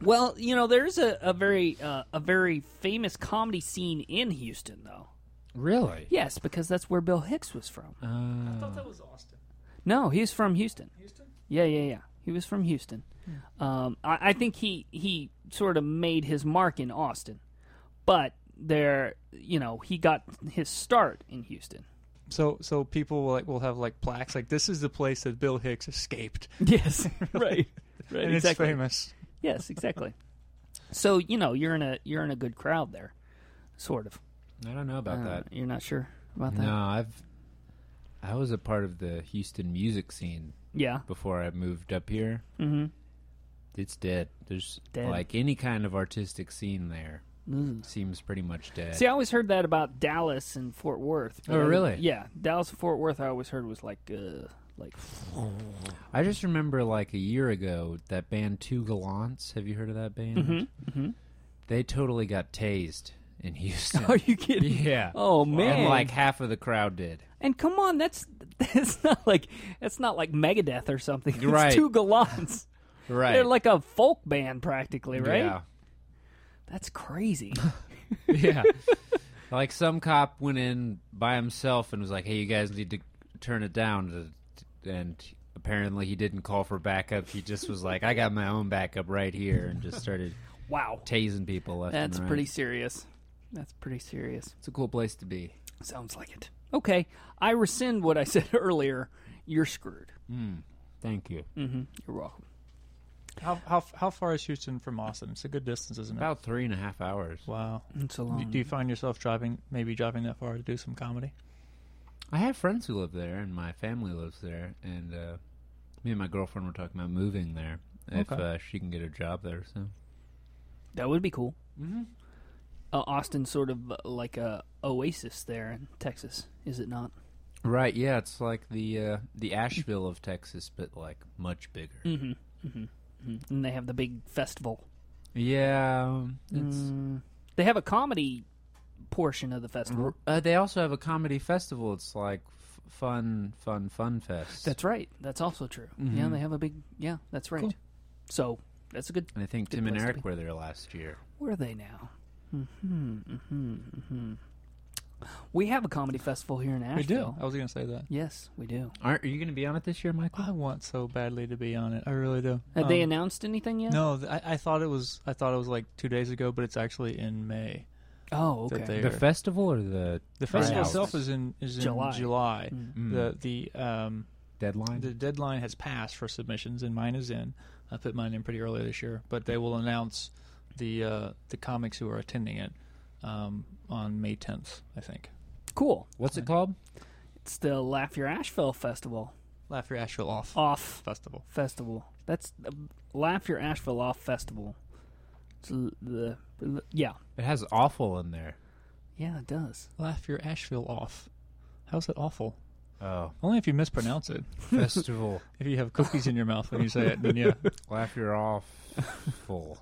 [SPEAKER 1] Well, you know, there's a, a very uh, a very famous comedy scene in Houston, though.
[SPEAKER 3] really?
[SPEAKER 1] Yes, because that's where Bill Hicks was from.
[SPEAKER 3] Uh,
[SPEAKER 2] I thought that was Austin.
[SPEAKER 1] No, he's from Houston.
[SPEAKER 2] Houston.
[SPEAKER 1] Yeah, yeah, yeah. He was from Houston.
[SPEAKER 3] Hmm.
[SPEAKER 1] Um, I, I think he he sort of made his mark in Austin, but there, you know, he got his start in Houston.
[SPEAKER 2] So so people will like will have like plaques like this is the place that Bill Hicks escaped.
[SPEAKER 1] Yes, right, right,
[SPEAKER 2] and it's famous.
[SPEAKER 1] Yes, exactly. so you know, you're in a you're in a good crowd there, sort of.
[SPEAKER 3] I don't know about
[SPEAKER 1] Uh,
[SPEAKER 3] that.
[SPEAKER 1] You're not sure about that?
[SPEAKER 3] No, I've I was a part of the Houston music scene
[SPEAKER 1] Yeah.
[SPEAKER 3] before I moved up here.
[SPEAKER 1] Mm-hmm.
[SPEAKER 3] It's dead. There's
[SPEAKER 1] Dead.
[SPEAKER 3] like any kind of artistic scene there seems pretty much dead.
[SPEAKER 1] See, I always heard that about Dallas and Fort Worth. but
[SPEAKER 3] Oh,
[SPEAKER 1] I-
[SPEAKER 3] really?
[SPEAKER 1] Yeah, Dallas and Fort Worth. I always heard was like, uh, like,
[SPEAKER 3] I just remember like a year ago that band Two Gallants. Have you heard of that band?
[SPEAKER 1] mhm.
[SPEAKER 3] They totally got tased in Houston.
[SPEAKER 1] are you kidding?
[SPEAKER 3] yeah.
[SPEAKER 1] Oh man!
[SPEAKER 3] And like half of the crowd did.
[SPEAKER 1] and come on, that's that's not like that's not like Megadeth or something. It's
[SPEAKER 3] Right.
[SPEAKER 1] two gallants.
[SPEAKER 3] Right.
[SPEAKER 1] They're like a folk band practically, right?
[SPEAKER 3] Yeah.
[SPEAKER 1] That's crazy.
[SPEAKER 3] yeah. Like some cop went in by himself and was like, "Hey, you guys need to turn it down." Uh, And apparently, he didn't call for backup. He just was like, "I got my own backup right here," and just started
[SPEAKER 1] wow,
[SPEAKER 3] tasing people left.
[SPEAKER 1] that's
[SPEAKER 3] and right.
[SPEAKER 1] pretty serious. That's pretty serious.
[SPEAKER 3] It's a cool place to be.
[SPEAKER 1] Sounds like it. Okay, I rescind what I said earlier. You're screwed.
[SPEAKER 3] Thank you.
[SPEAKER 1] hmm You're welcome.
[SPEAKER 2] How how how far is Houston from Austin? It's a good distance, isn't it?
[SPEAKER 3] About three and a half hours.
[SPEAKER 2] wow.
[SPEAKER 1] It's a
[SPEAKER 2] Do,
[SPEAKER 1] long.
[SPEAKER 2] do you find yourself driving maybe driving that far to do some comedy?
[SPEAKER 3] I have friends who live there, and my family lives there. And uh, me and my girlfriend were talking about moving there if
[SPEAKER 2] Okay.
[SPEAKER 3] uh, she can get a job there. So
[SPEAKER 1] That would be cool.
[SPEAKER 2] Mm-hmm.
[SPEAKER 1] Uh, Austin's sort of uh, like a oasis there in Texas, is it not?
[SPEAKER 3] right, yeah, it's like the uh, the Asheville of Texas, but like much bigger.
[SPEAKER 2] Hmm.
[SPEAKER 1] And they have the big festival.
[SPEAKER 3] Yeah, um, it's.
[SPEAKER 1] Mm. They have a comedy portion of the festival.
[SPEAKER 3] Uh, they also have a comedy festival. It's like f- fun, fun, fun fest.
[SPEAKER 1] That's right. That's also true. Yeah, they have a big. Yeah, that's right.
[SPEAKER 2] Mm-hmm.
[SPEAKER 1] So
[SPEAKER 2] Cool.
[SPEAKER 1] that's a good.
[SPEAKER 3] and I think
[SPEAKER 1] Good
[SPEAKER 3] Tim and
[SPEAKER 1] place to
[SPEAKER 3] Eric
[SPEAKER 1] be.
[SPEAKER 3] were there last year.
[SPEAKER 1] Where are they now? Hmm. Hmm. Hmm. We have a comedy festival here in Asheville.
[SPEAKER 2] We do. I was gonna say that.
[SPEAKER 1] Yes, we do.
[SPEAKER 3] Aren't are you going to be on it this year, Michael?
[SPEAKER 2] I want so badly to be on it. I really do.
[SPEAKER 1] Have they
[SPEAKER 2] Um,
[SPEAKER 1] announced anything yet?
[SPEAKER 2] No, th- I, I thought it was I thought it was like two days ago, but it's actually in May.
[SPEAKER 1] Oh,
[SPEAKER 2] that
[SPEAKER 1] okay.
[SPEAKER 2] they-
[SPEAKER 3] The
[SPEAKER 2] There.
[SPEAKER 3] festival or the
[SPEAKER 2] The festival
[SPEAKER 3] Right.
[SPEAKER 2] itself is in is in
[SPEAKER 1] July.
[SPEAKER 2] July. Hmm.
[SPEAKER 1] Mm.
[SPEAKER 2] The the um
[SPEAKER 3] deadline?
[SPEAKER 2] the deadline has passed for submissions, and mine is in. I put mine in pretty early this year, but they will announce the uh, the comics who are attending it um, on May 10th, I think.
[SPEAKER 1] Cool.
[SPEAKER 3] What's it called?
[SPEAKER 1] It's the Laugh Your Asheville Festival
[SPEAKER 2] Laugh your Asheville off
[SPEAKER 1] off
[SPEAKER 2] festival.
[SPEAKER 1] festival. That's uh, Laugh Your Asheville off festival. It's l- the, the yeah
[SPEAKER 3] It has awful in there.
[SPEAKER 1] yeah it does.
[SPEAKER 2] Laugh your Asheville off. How's that awful?
[SPEAKER 3] Oh,
[SPEAKER 2] Only if you mispronounce it.
[SPEAKER 3] festival.
[SPEAKER 2] If you have cookies in your mouth when you say it, then yeah.
[SPEAKER 3] Laugh your off. Full.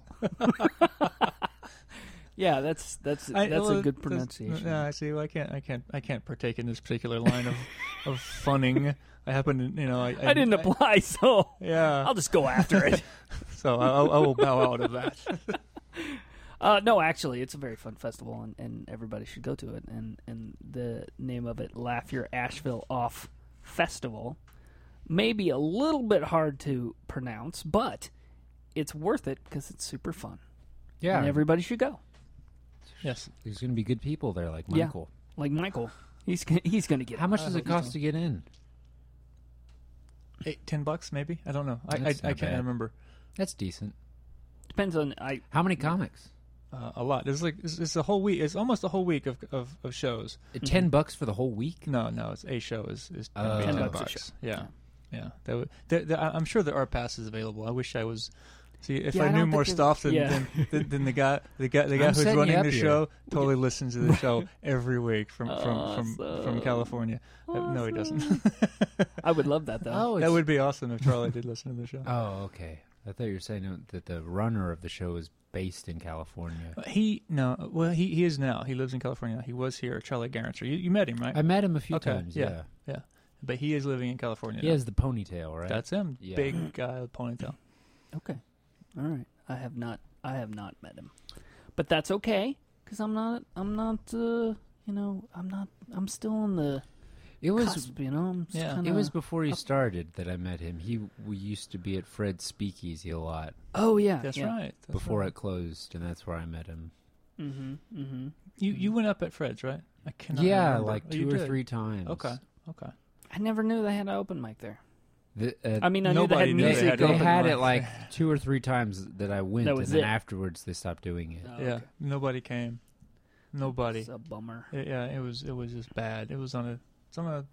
[SPEAKER 1] Yeah, that's that's
[SPEAKER 2] I-
[SPEAKER 1] that's
[SPEAKER 2] well,
[SPEAKER 1] a good pronunciation.
[SPEAKER 2] No, I see. Well, I can't. I can't. I can't partake in this particular line of of funning. I happen to, you know, I,
[SPEAKER 1] I didn't apply, so
[SPEAKER 2] yeah.
[SPEAKER 1] I'll just go after it.
[SPEAKER 2] so I, I will bow out of that.
[SPEAKER 1] Uh, no, actually, it's a very fun festival, and, and everybody should go to it. And and the name of it, Laugh Your Asheville Off Festival, may be a little bit hard to pronounce, but it's worth it because it's super fun,
[SPEAKER 3] Yeah,
[SPEAKER 1] and everybody should go.
[SPEAKER 2] Yes.
[SPEAKER 3] there's going to be good people there, like
[SPEAKER 1] Yeah.
[SPEAKER 3] Michael.
[SPEAKER 1] Like Michael, he's gonna, he's going to get
[SPEAKER 3] How
[SPEAKER 1] it.
[SPEAKER 3] much
[SPEAKER 2] I
[SPEAKER 3] does it
[SPEAKER 2] hope so.
[SPEAKER 3] cost to get in?
[SPEAKER 2] Eight, ten bucks maybe. I don't know. I I, I
[SPEAKER 3] That's not
[SPEAKER 2] can't
[SPEAKER 3] bad.
[SPEAKER 2] remember.
[SPEAKER 3] That's decent.
[SPEAKER 1] Depends on I.
[SPEAKER 3] How many comics?
[SPEAKER 2] uh, a lot. It's like it's, it's a whole week. It's almost a whole week of of, of shows.
[SPEAKER 3] Ten bucks for the whole week.
[SPEAKER 2] No, no, it's a show is is
[SPEAKER 3] Oh.
[SPEAKER 1] 10
[SPEAKER 2] ten, bucks.
[SPEAKER 1] bucks a show.
[SPEAKER 2] Yeah, yeah. That would, there, there, I- I'm sure there are passes available. I wish I was. See, if
[SPEAKER 1] Yeah, I
[SPEAKER 2] I knew
[SPEAKER 1] don't
[SPEAKER 2] more
[SPEAKER 1] think it-
[SPEAKER 2] stuff than,
[SPEAKER 1] yeah.
[SPEAKER 2] than, than, than the guy, the guy, the guy
[SPEAKER 3] I'm
[SPEAKER 2] who's
[SPEAKER 3] setting you
[SPEAKER 2] running
[SPEAKER 3] up
[SPEAKER 2] the
[SPEAKER 3] here.
[SPEAKER 2] show totally listens to the show every week from from from,
[SPEAKER 1] Awesome.
[SPEAKER 2] from California. Uh, No, he doesn't.
[SPEAKER 1] I would love that though.
[SPEAKER 3] Oh,
[SPEAKER 2] that would be awesome if Charlie did listen to the show.
[SPEAKER 3] Oh, okay. I thought you were saying that the runner of the show is based in California.
[SPEAKER 2] He no, well he, he is now. He lives in California. now. He was here. Charlie Garanter. You, you met him right?
[SPEAKER 3] I met him a few
[SPEAKER 2] Okay,
[SPEAKER 3] times. Yeah.
[SPEAKER 2] yeah. but he is living in California.
[SPEAKER 3] he
[SPEAKER 2] now.
[SPEAKER 3] has the ponytail, right?
[SPEAKER 2] That's him.
[SPEAKER 3] Yeah.
[SPEAKER 2] Big guy with ponytail.
[SPEAKER 1] Okay.
[SPEAKER 3] Oh.
[SPEAKER 1] All right. I have not. I have not met him, but that's okay because I'm not. I'm not. Uh, you know. I'm not. I'm still in the
[SPEAKER 3] it was.
[SPEAKER 1] cusp. You know. I'm just
[SPEAKER 2] Yeah.
[SPEAKER 1] Kinda,
[SPEAKER 3] It was before he started that I met him. He we used to be at Fred's Speakeasy a lot
[SPEAKER 1] Oh yeah.
[SPEAKER 2] That's
[SPEAKER 1] yeah.
[SPEAKER 2] right. That's
[SPEAKER 3] before
[SPEAKER 2] right.
[SPEAKER 3] it closed, and that's where I met him.
[SPEAKER 1] Mm-hmm. Mm-hmm.
[SPEAKER 2] you you went up at Fred's, right? I cannot.
[SPEAKER 3] yeah,
[SPEAKER 2] remember.
[SPEAKER 3] like
[SPEAKER 2] Oh, you
[SPEAKER 3] two or
[SPEAKER 2] did.
[SPEAKER 3] three times.
[SPEAKER 2] Okay. Okay.
[SPEAKER 1] I never knew they had an open mic there.
[SPEAKER 3] The, uh,
[SPEAKER 1] I mean, I
[SPEAKER 2] Nobody
[SPEAKER 1] knew
[SPEAKER 2] knew
[SPEAKER 1] they
[SPEAKER 3] they,
[SPEAKER 1] had
[SPEAKER 2] they
[SPEAKER 1] music. Oh,
[SPEAKER 2] had open
[SPEAKER 3] they had
[SPEAKER 2] mic.
[SPEAKER 3] it like two or three times that I went,
[SPEAKER 1] That
[SPEAKER 3] and
[SPEAKER 1] was
[SPEAKER 3] then
[SPEAKER 1] it.
[SPEAKER 3] afterwards they stopped doing it.
[SPEAKER 1] Oh,
[SPEAKER 2] yeah.
[SPEAKER 1] okay.
[SPEAKER 2] Nobody came. Nobody.
[SPEAKER 1] It's a bummer.
[SPEAKER 2] It- yeah. It was it was just bad. It was on a it's on a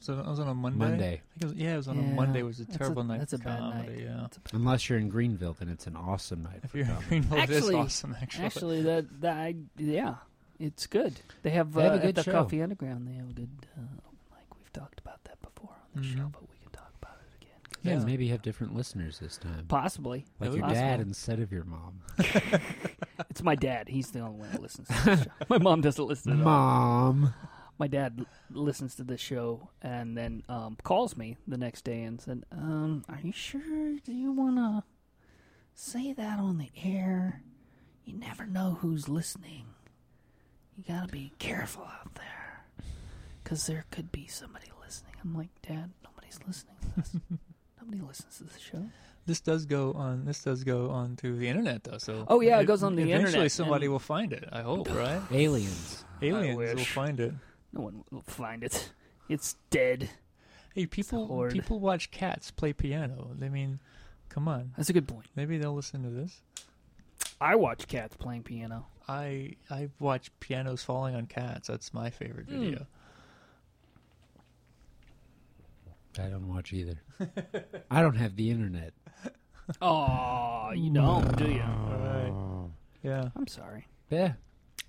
[SPEAKER 2] so it was on a Monday.
[SPEAKER 3] Monday,
[SPEAKER 2] I think it was, yeah, it was on
[SPEAKER 1] Yeah.
[SPEAKER 2] a Monday. It was a
[SPEAKER 1] That's a-
[SPEAKER 2] terrible night.
[SPEAKER 1] that's
[SPEAKER 2] for
[SPEAKER 1] a bad
[SPEAKER 2] comedy,
[SPEAKER 1] night.
[SPEAKER 2] Yeah.
[SPEAKER 3] unless you're in Greenville, then it's an awesome night.
[SPEAKER 2] If
[SPEAKER 3] for
[SPEAKER 2] you're in
[SPEAKER 3] comedy.
[SPEAKER 2] Greenville, it is
[SPEAKER 1] Actually-
[SPEAKER 2] awesome. Actually,
[SPEAKER 1] Actually, that that I, yeah, it's good. They have,
[SPEAKER 3] They have
[SPEAKER 1] uh,
[SPEAKER 3] a
[SPEAKER 1] at
[SPEAKER 3] good
[SPEAKER 1] the
[SPEAKER 3] show.
[SPEAKER 1] Coffee Underground. They have a good uh, open mic. We've talked about that before on the show,
[SPEAKER 2] Mhm.
[SPEAKER 1] but we can talk about it again.
[SPEAKER 2] Yeah.
[SPEAKER 3] Mm-hmm. yeah, maybe you have different listeners this time.
[SPEAKER 1] Possibly.
[SPEAKER 3] Like
[SPEAKER 2] That
[SPEAKER 3] your
[SPEAKER 1] would be
[SPEAKER 3] dad
[SPEAKER 1] possible.
[SPEAKER 3] instead of your mom.
[SPEAKER 1] It's my dad. He's the only one that listens to this show. My mom doesn't listen at all.
[SPEAKER 3] Mom.
[SPEAKER 1] My dad l- listens to this show and then um, calls me the next day and said, um, Are you sure? Do you want to say that on the air? You never know who's listening. You got to be careful out there because there could be somebody listening. I'm like, Dad, nobody's listening to this. Nobody listens to this show.
[SPEAKER 2] this does go on. This does go on to the internet, though. So
[SPEAKER 1] Oh, yeah, it goes on the
[SPEAKER 2] eventually
[SPEAKER 1] internet,
[SPEAKER 2] somebody
[SPEAKER 1] and-
[SPEAKER 2] will find it. I hope, right?
[SPEAKER 3] Aliens.
[SPEAKER 2] Aliens will
[SPEAKER 1] wish.
[SPEAKER 2] find it.
[SPEAKER 1] No one will find it. It's dead.
[SPEAKER 2] Hey,
[SPEAKER 1] a
[SPEAKER 2] people!
[SPEAKER 1] horde.
[SPEAKER 2] People watch cats play piano. I mean, come on.
[SPEAKER 1] That's a good point.
[SPEAKER 2] Maybe they'll listen to this.
[SPEAKER 1] I watch cats playing piano.
[SPEAKER 2] I I watch pianos falling on cats. That's my favorite
[SPEAKER 1] Mm.
[SPEAKER 2] video.
[SPEAKER 3] I don't watch either. I don't have the internet.
[SPEAKER 1] Oh, you don't, do you?
[SPEAKER 2] All right. Yeah.
[SPEAKER 1] I'm sorry.
[SPEAKER 3] Yeah.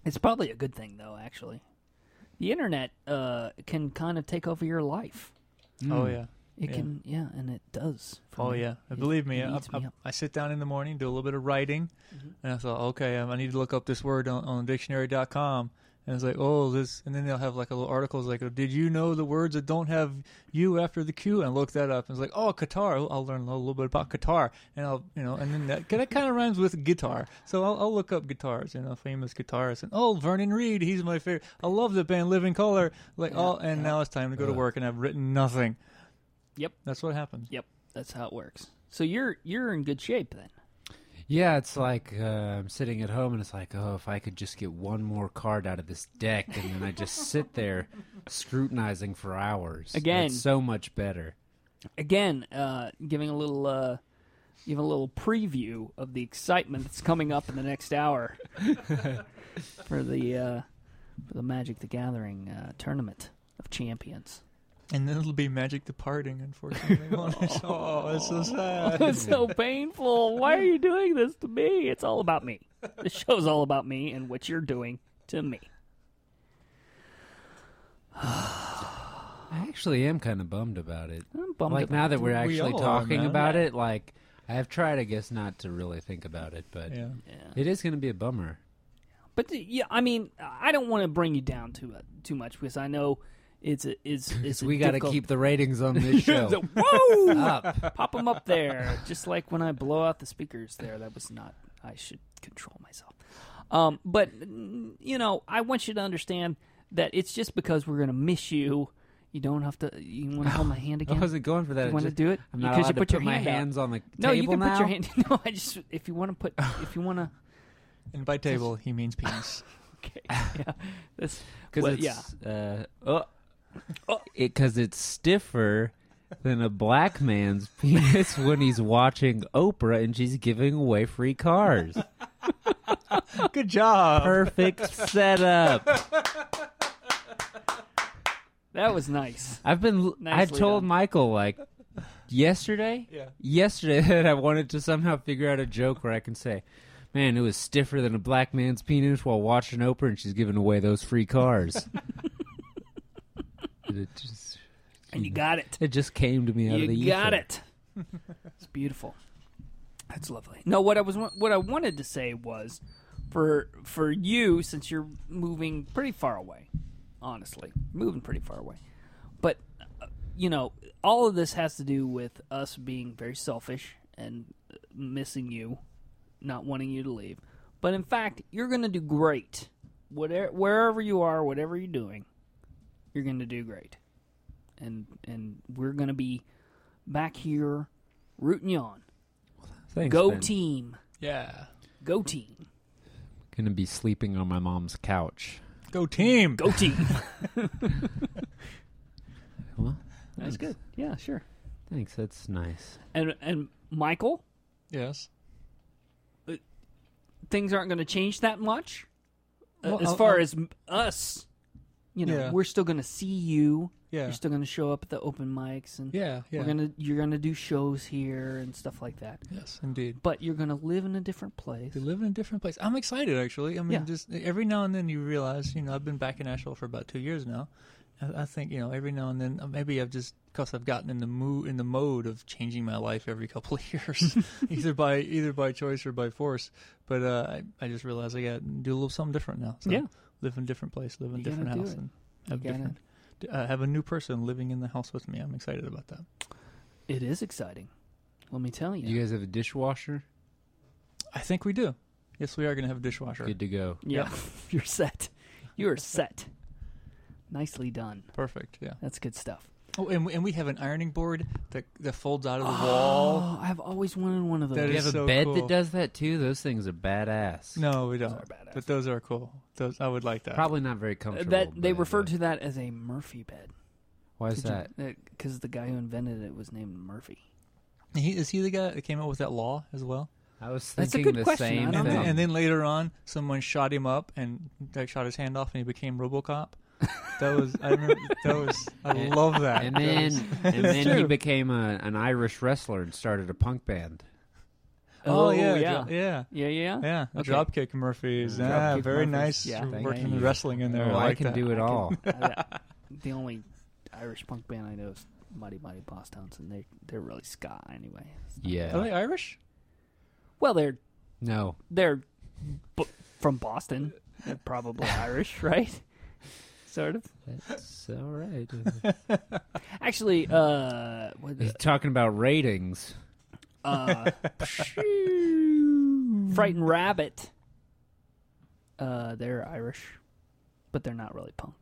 [SPEAKER 1] It's probably a good thing, though, actually. The internet uh, can kind of take over your life.
[SPEAKER 2] Oh
[SPEAKER 3] Mm.
[SPEAKER 2] yeah.
[SPEAKER 1] It
[SPEAKER 2] Yeah.
[SPEAKER 1] can, yeah, and it does. for
[SPEAKER 2] Oh
[SPEAKER 1] me.
[SPEAKER 2] yeah.
[SPEAKER 1] It-
[SPEAKER 2] Believe me,
[SPEAKER 1] it
[SPEAKER 2] I,
[SPEAKER 1] eats
[SPEAKER 2] I,
[SPEAKER 1] me up.
[SPEAKER 2] I sit down in the morning, do a little bit of writing,
[SPEAKER 1] Mhm.
[SPEAKER 2] and I thought, okay, um, I need to look up this word on, on dictionary.com. And it's like, oh, this, and then they'll have like a little articles like, oh, did you know the words that don't have you after the Q? And I look that up, and it's like, oh, Qatar. I'll learn a little, little bit about Qatar, and I'll, you know, and then that, 'cause that kind of rhymes with guitar. So I'll, I'll look up guitars, you know, famous guitarists, and oh, Vernon Reed, he's my favorite. I love the band Living Color. Like, oh, and now it's time to go to
[SPEAKER 3] Uh.
[SPEAKER 2] work, and I've written nothing.
[SPEAKER 1] Yep.
[SPEAKER 2] That's what happens.
[SPEAKER 1] Yep, that's how it works. So you're you're in good shape then.
[SPEAKER 3] Yeah, it's like uh, I'm sitting at home and it's like, oh, if I could just get one more card out of this deck, and then I just sit there scrutinizing for hours.
[SPEAKER 1] Again.
[SPEAKER 3] It's so much better.
[SPEAKER 1] Again, uh, giving a little uh, giving a little preview of the excitement that's coming up in the next hour for the uh, for the Magic the Gathering uh, tournament of champions.
[SPEAKER 2] And then it'll be Magic Departing, unfortunately. oh, it's so sad.
[SPEAKER 1] it's so painful. Why are you doing this to me? It's all about me. This show's all about me and what you're doing to me.
[SPEAKER 3] I actually am kind of bummed about it.
[SPEAKER 1] I'm bummed.
[SPEAKER 3] like
[SPEAKER 1] about
[SPEAKER 3] now that we're actually
[SPEAKER 2] all are,
[SPEAKER 3] talking
[SPEAKER 2] man.
[SPEAKER 3] about it, like I have tried, I guess, not to really think about it, but
[SPEAKER 2] Yeah.
[SPEAKER 1] Yeah.
[SPEAKER 3] it is going to be a bummer.
[SPEAKER 1] But yeah, I mean, I don't want to bring you down too uh, too much because I know it's a, it's it's a
[SPEAKER 3] we got to
[SPEAKER 1] difficult-
[SPEAKER 3] keep the ratings on this show
[SPEAKER 1] Whoa!
[SPEAKER 3] up.
[SPEAKER 1] Pop them up there, just like when I blow out the speakers. There, that was not. I should control myself. Um, but mm, you know, I want you to understand that it's just because we're gonna miss you. You don't have to. You want to hold my hand again?
[SPEAKER 3] I wasn't going for that.
[SPEAKER 1] You
[SPEAKER 3] It
[SPEAKER 1] want to
[SPEAKER 3] just-
[SPEAKER 1] do it
[SPEAKER 3] I'm not
[SPEAKER 1] because
[SPEAKER 3] allowed
[SPEAKER 1] you put
[SPEAKER 3] to
[SPEAKER 1] your
[SPEAKER 3] put my
[SPEAKER 1] hand out.
[SPEAKER 3] hands on the
[SPEAKER 1] No, you
[SPEAKER 3] table
[SPEAKER 1] can
[SPEAKER 3] now.
[SPEAKER 1] put your hand. No, I just if you want to put if you want to.
[SPEAKER 2] And by table, he means penis.
[SPEAKER 1] Okay, yeah, that's
[SPEAKER 3] because
[SPEAKER 1] well, yeah.
[SPEAKER 3] uh, it's uh, oh, because it's stiffer than a black man's penis when he's watching Oprah and she's giving away free cars.
[SPEAKER 2] Good job.
[SPEAKER 3] Perfect setup.
[SPEAKER 1] That was nice.
[SPEAKER 3] I've been. I
[SPEAKER 1] Nicely
[SPEAKER 3] told
[SPEAKER 1] done.
[SPEAKER 3] Michael like yesterday.
[SPEAKER 2] Yeah.
[SPEAKER 3] Yesterday that I wanted to somehow figure out a joke where I can say, "Man, it was stiffer than a black man's penis while watching Oprah, and she's giving away those free cars." And it just.
[SPEAKER 1] And you got it.
[SPEAKER 3] It just came to me out of the
[SPEAKER 1] You got
[SPEAKER 3] ether.
[SPEAKER 1] it. It's beautiful. That's lovely. No, what I was what I wanted to say was for for you since you're moving pretty far away. Honestly, moving pretty far away. But uh, you know, all of this has to do with us being very selfish and uh, missing you, not wanting you to leave. But in fact, you're going to do great. Whatever wherever you are, whatever you're doing, you're going to do great. And and we're going to be back here rooting you on.
[SPEAKER 3] Thanks,
[SPEAKER 1] Go
[SPEAKER 3] Ben.
[SPEAKER 1] team.
[SPEAKER 2] Yeah.
[SPEAKER 1] Go team.
[SPEAKER 3] Gonna be sleeping on my mom's couch.
[SPEAKER 2] Go team.
[SPEAKER 1] Go team.
[SPEAKER 3] Well,
[SPEAKER 1] That's good. Yeah, sure.
[SPEAKER 3] thanks. That's nice.
[SPEAKER 1] And and Michael,
[SPEAKER 2] Yes.
[SPEAKER 1] things aren't going to change that much Uh,
[SPEAKER 2] Well,
[SPEAKER 1] as
[SPEAKER 2] I'll-
[SPEAKER 1] far
[SPEAKER 2] I'll-
[SPEAKER 1] as m- us. You know,
[SPEAKER 2] Yeah.
[SPEAKER 1] we're still going to see you.
[SPEAKER 2] Yeah.
[SPEAKER 1] You're still going to show up at the open mics and
[SPEAKER 2] Yeah. Yeah.
[SPEAKER 1] we're going to you're going to do shows here and stuff like that.
[SPEAKER 2] yes, indeed.
[SPEAKER 1] But you're going to live in a different place.
[SPEAKER 2] We live in a different place. I'm excited, actually. I mean,
[SPEAKER 1] Yeah.
[SPEAKER 2] just every now and then you realize, you know, I've been back in Nashville for about two years now. I, I think, you know, every now and then, uh, maybe I've just because I've gotten in the mood, in the mode of changing my life every couple of years, either by either by choice or by force. But uh, I, I just realized I got to do a little something different now. So
[SPEAKER 1] Yeah.
[SPEAKER 2] live in a different place, live in a
[SPEAKER 1] You gotta
[SPEAKER 2] different
[SPEAKER 1] do
[SPEAKER 2] house,
[SPEAKER 1] it.
[SPEAKER 2] and
[SPEAKER 1] You
[SPEAKER 2] have
[SPEAKER 1] gotta-
[SPEAKER 2] different. d- Uh, have a new person living in the house with me. I'm excited about that.
[SPEAKER 1] It is exciting. Let me tell you.
[SPEAKER 3] You guys have a dishwasher?
[SPEAKER 2] I think we do. Yes, we are going to have a dishwasher.
[SPEAKER 3] Good to go.
[SPEAKER 1] yeah. you're set. You're set. Nicely done.
[SPEAKER 2] Perfect. Yeah.
[SPEAKER 1] That's good stuff.
[SPEAKER 2] Oh, and, we- and we have an ironing board that that folds out of the wall.
[SPEAKER 1] Oh, I've always wanted one of those.
[SPEAKER 2] That
[SPEAKER 3] Do you
[SPEAKER 2] is-
[SPEAKER 3] have a
[SPEAKER 2] so
[SPEAKER 3] bed
[SPEAKER 2] cool.
[SPEAKER 3] that does that too? Those things are badass.
[SPEAKER 2] No, we
[SPEAKER 1] are
[SPEAKER 2] don't.
[SPEAKER 1] badass.
[SPEAKER 2] But those are cool. Those I would like that.
[SPEAKER 3] Probably not very
[SPEAKER 1] Uh,
[SPEAKER 3] comfortable.
[SPEAKER 1] that they
[SPEAKER 3] but-
[SPEAKER 1] refer to that as a Murphy bed.
[SPEAKER 3] Why is that?
[SPEAKER 1] Because the guy who invented it was named Murphy.
[SPEAKER 2] He, is he the guy that came up with that law as well?
[SPEAKER 3] I was
[SPEAKER 1] That's a
[SPEAKER 3] thinking
[SPEAKER 1] good
[SPEAKER 3] the
[SPEAKER 1] question. I
[SPEAKER 3] same
[SPEAKER 1] don't
[SPEAKER 2] And
[SPEAKER 3] thing.
[SPEAKER 2] then,
[SPEAKER 1] know.
[SPEAKER 2] and then later on, someone shot him up and like, shot his hand off, and he became RoboCop. That was I remember. That was I
[SPEAKER 3] And-
[SPEAKER 2] love that.
[SPEAKER 3] and
[SPEAKER 2] That
[SPEAKER 3] then,
[SPEAKER 2] was-
[SPEAKER 3] and
[SPEAKER 2] It's
[SPEAKER 3] then he
[SPEAKER 2] true.
[SPEAKER 3] became a, an Irish wrestler and started a punk band.
[SPEAKER 2] oh,
[SPEAKER 1] yeah,
[SPEAKER 2] yeah, yeah, yeah.
[SPEAKER 1] yeah, yeah.
[SPEAKER 2] Yeah,
[SPEAKER 1] Okay.
[SPEAKER 2] dropkick Murphys.
[SPEAKER 3] Dropkick
[SPEAKER 2] Yeah, very
[SPEAKER 1] Murphys.
[SPEAKER 2] nice.
[SPEAKER 1] Yeah.
[SPEAKER 3] Thank
[SPEAKER 2] working
[SPEAKER 3] you.
[SPEAKER 2] wrestling in there.
[SPEAKER 3] Oh,
[SPEAKER 2] I, like
[SPEAKER 3] I can
[SPEAKER 2] that.
[SPEAKER 3] do it all.
[SPEAKER 1] I- the only Irish punk band I know is Mighty Mighty Boss and they they're really ska anyway.
[SPEAKER 2] Are
[SPEAKER 3] yeah.
[SPEAKER 2] they Irish?
[SPEAKER 1] Well, they're
[SPEAKER 3] No.
[SPEAKER 1] they're b- from Boston, they're probably Irish, right? Sort of.
[SPEAKER 3] That's all right.
[SPEAKER 1] Actually, uh, what,
[SPEAKER 3] He's talking about ratings.
[SPEAKER 1] uh, Frightened Rabbit. Uh, they're Irish, but they're not really punk.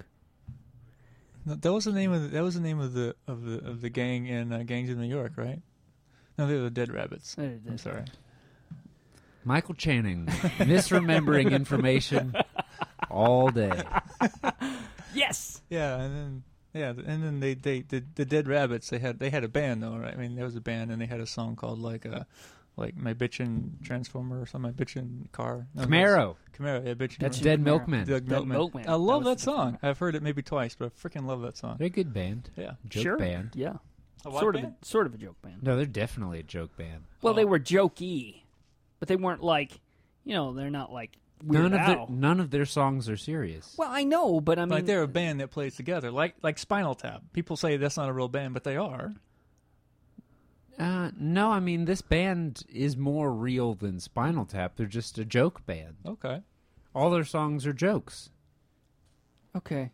[SPEAKER 2] No, that was the name of the, that was the name of the of the of the gang in uh, Gangs of New York, right? No, they were the Dead Rabbits.
[SPEAKER 1] They're- Uh, they're-
[SPEAKER 2] I'm sorry.
[SPEAKER 3] Michael Channing misremembering information all day.
[SPEAKER 1] Yes.
[SPEAKER 2] Yeah, and then yeah, th- and then they they the, the Dead Rabbits they had they had a band though, right? I mean, there was a band and they had a song called like uh like my bitchin' transformer or something, my bitchin' car No,
[SPEAKER 3] Camaro.
[SPEAKER 2] that's- Camaro, yeah, bitchin'
[SPEAKER 1] That's
[SPEAKER 2] Camaro.
[SPEAKER 3] Dead
[SPEAKER 1] Camaro.
[SPEAKER 3] Milkman.
[SPEAKER 2] Doug
[SPEAKER 1] Dead
[SPEAKER 2] Milkman.
[SPEAKER 1] Milkman.
[SPEAKER 2] I love
[SPEAKER 1] That
[SPEAKER 2] that,
[SPEAKER 1] was the
[SPEAKER 2] song.
[SPEAKER 1] Camaro.
[SPEAKER 2] I've heard it maybe twice, but I freaking love that song.
[SPEAKER 3] They're a good band.
[SPEAKER 2] Yeah,
[SPEAKER 3] Joke
[SPEAKER 1] sure.
[SPEAKER 3] band.
[SPEAKER 1] Yeah.
[SPEAKER 2] a
[SPEAKER 1] Sort of. A, sort of a joke band.
[SPEAKER 3] No, they're definitely a joke band.
[SPEAKER 1] Well, they
[SPEAKER 2] Oh.
[SPEAKER 1] were jokey, but they weren't like, you know, they're not like Weird
[SPEAKER 3] None of their
[SPEAKER 1] Al.
[SPEAKER 3] none of their songs are serious.
[SPEAKER 1] Well, I know, but I mean,
[SPEAKER 2] like they're a band that plays together, like like Spinal Tap. People say that's not a real band, but they are.
[SPEAKER 3] Uh, no, I mean this band is more real than Spinal Tap. They're just a joke band.
[SPEAKER 2] Okay.
[SPEAKER 3] All their songs are jokes.
[SPEAKER 1] okay.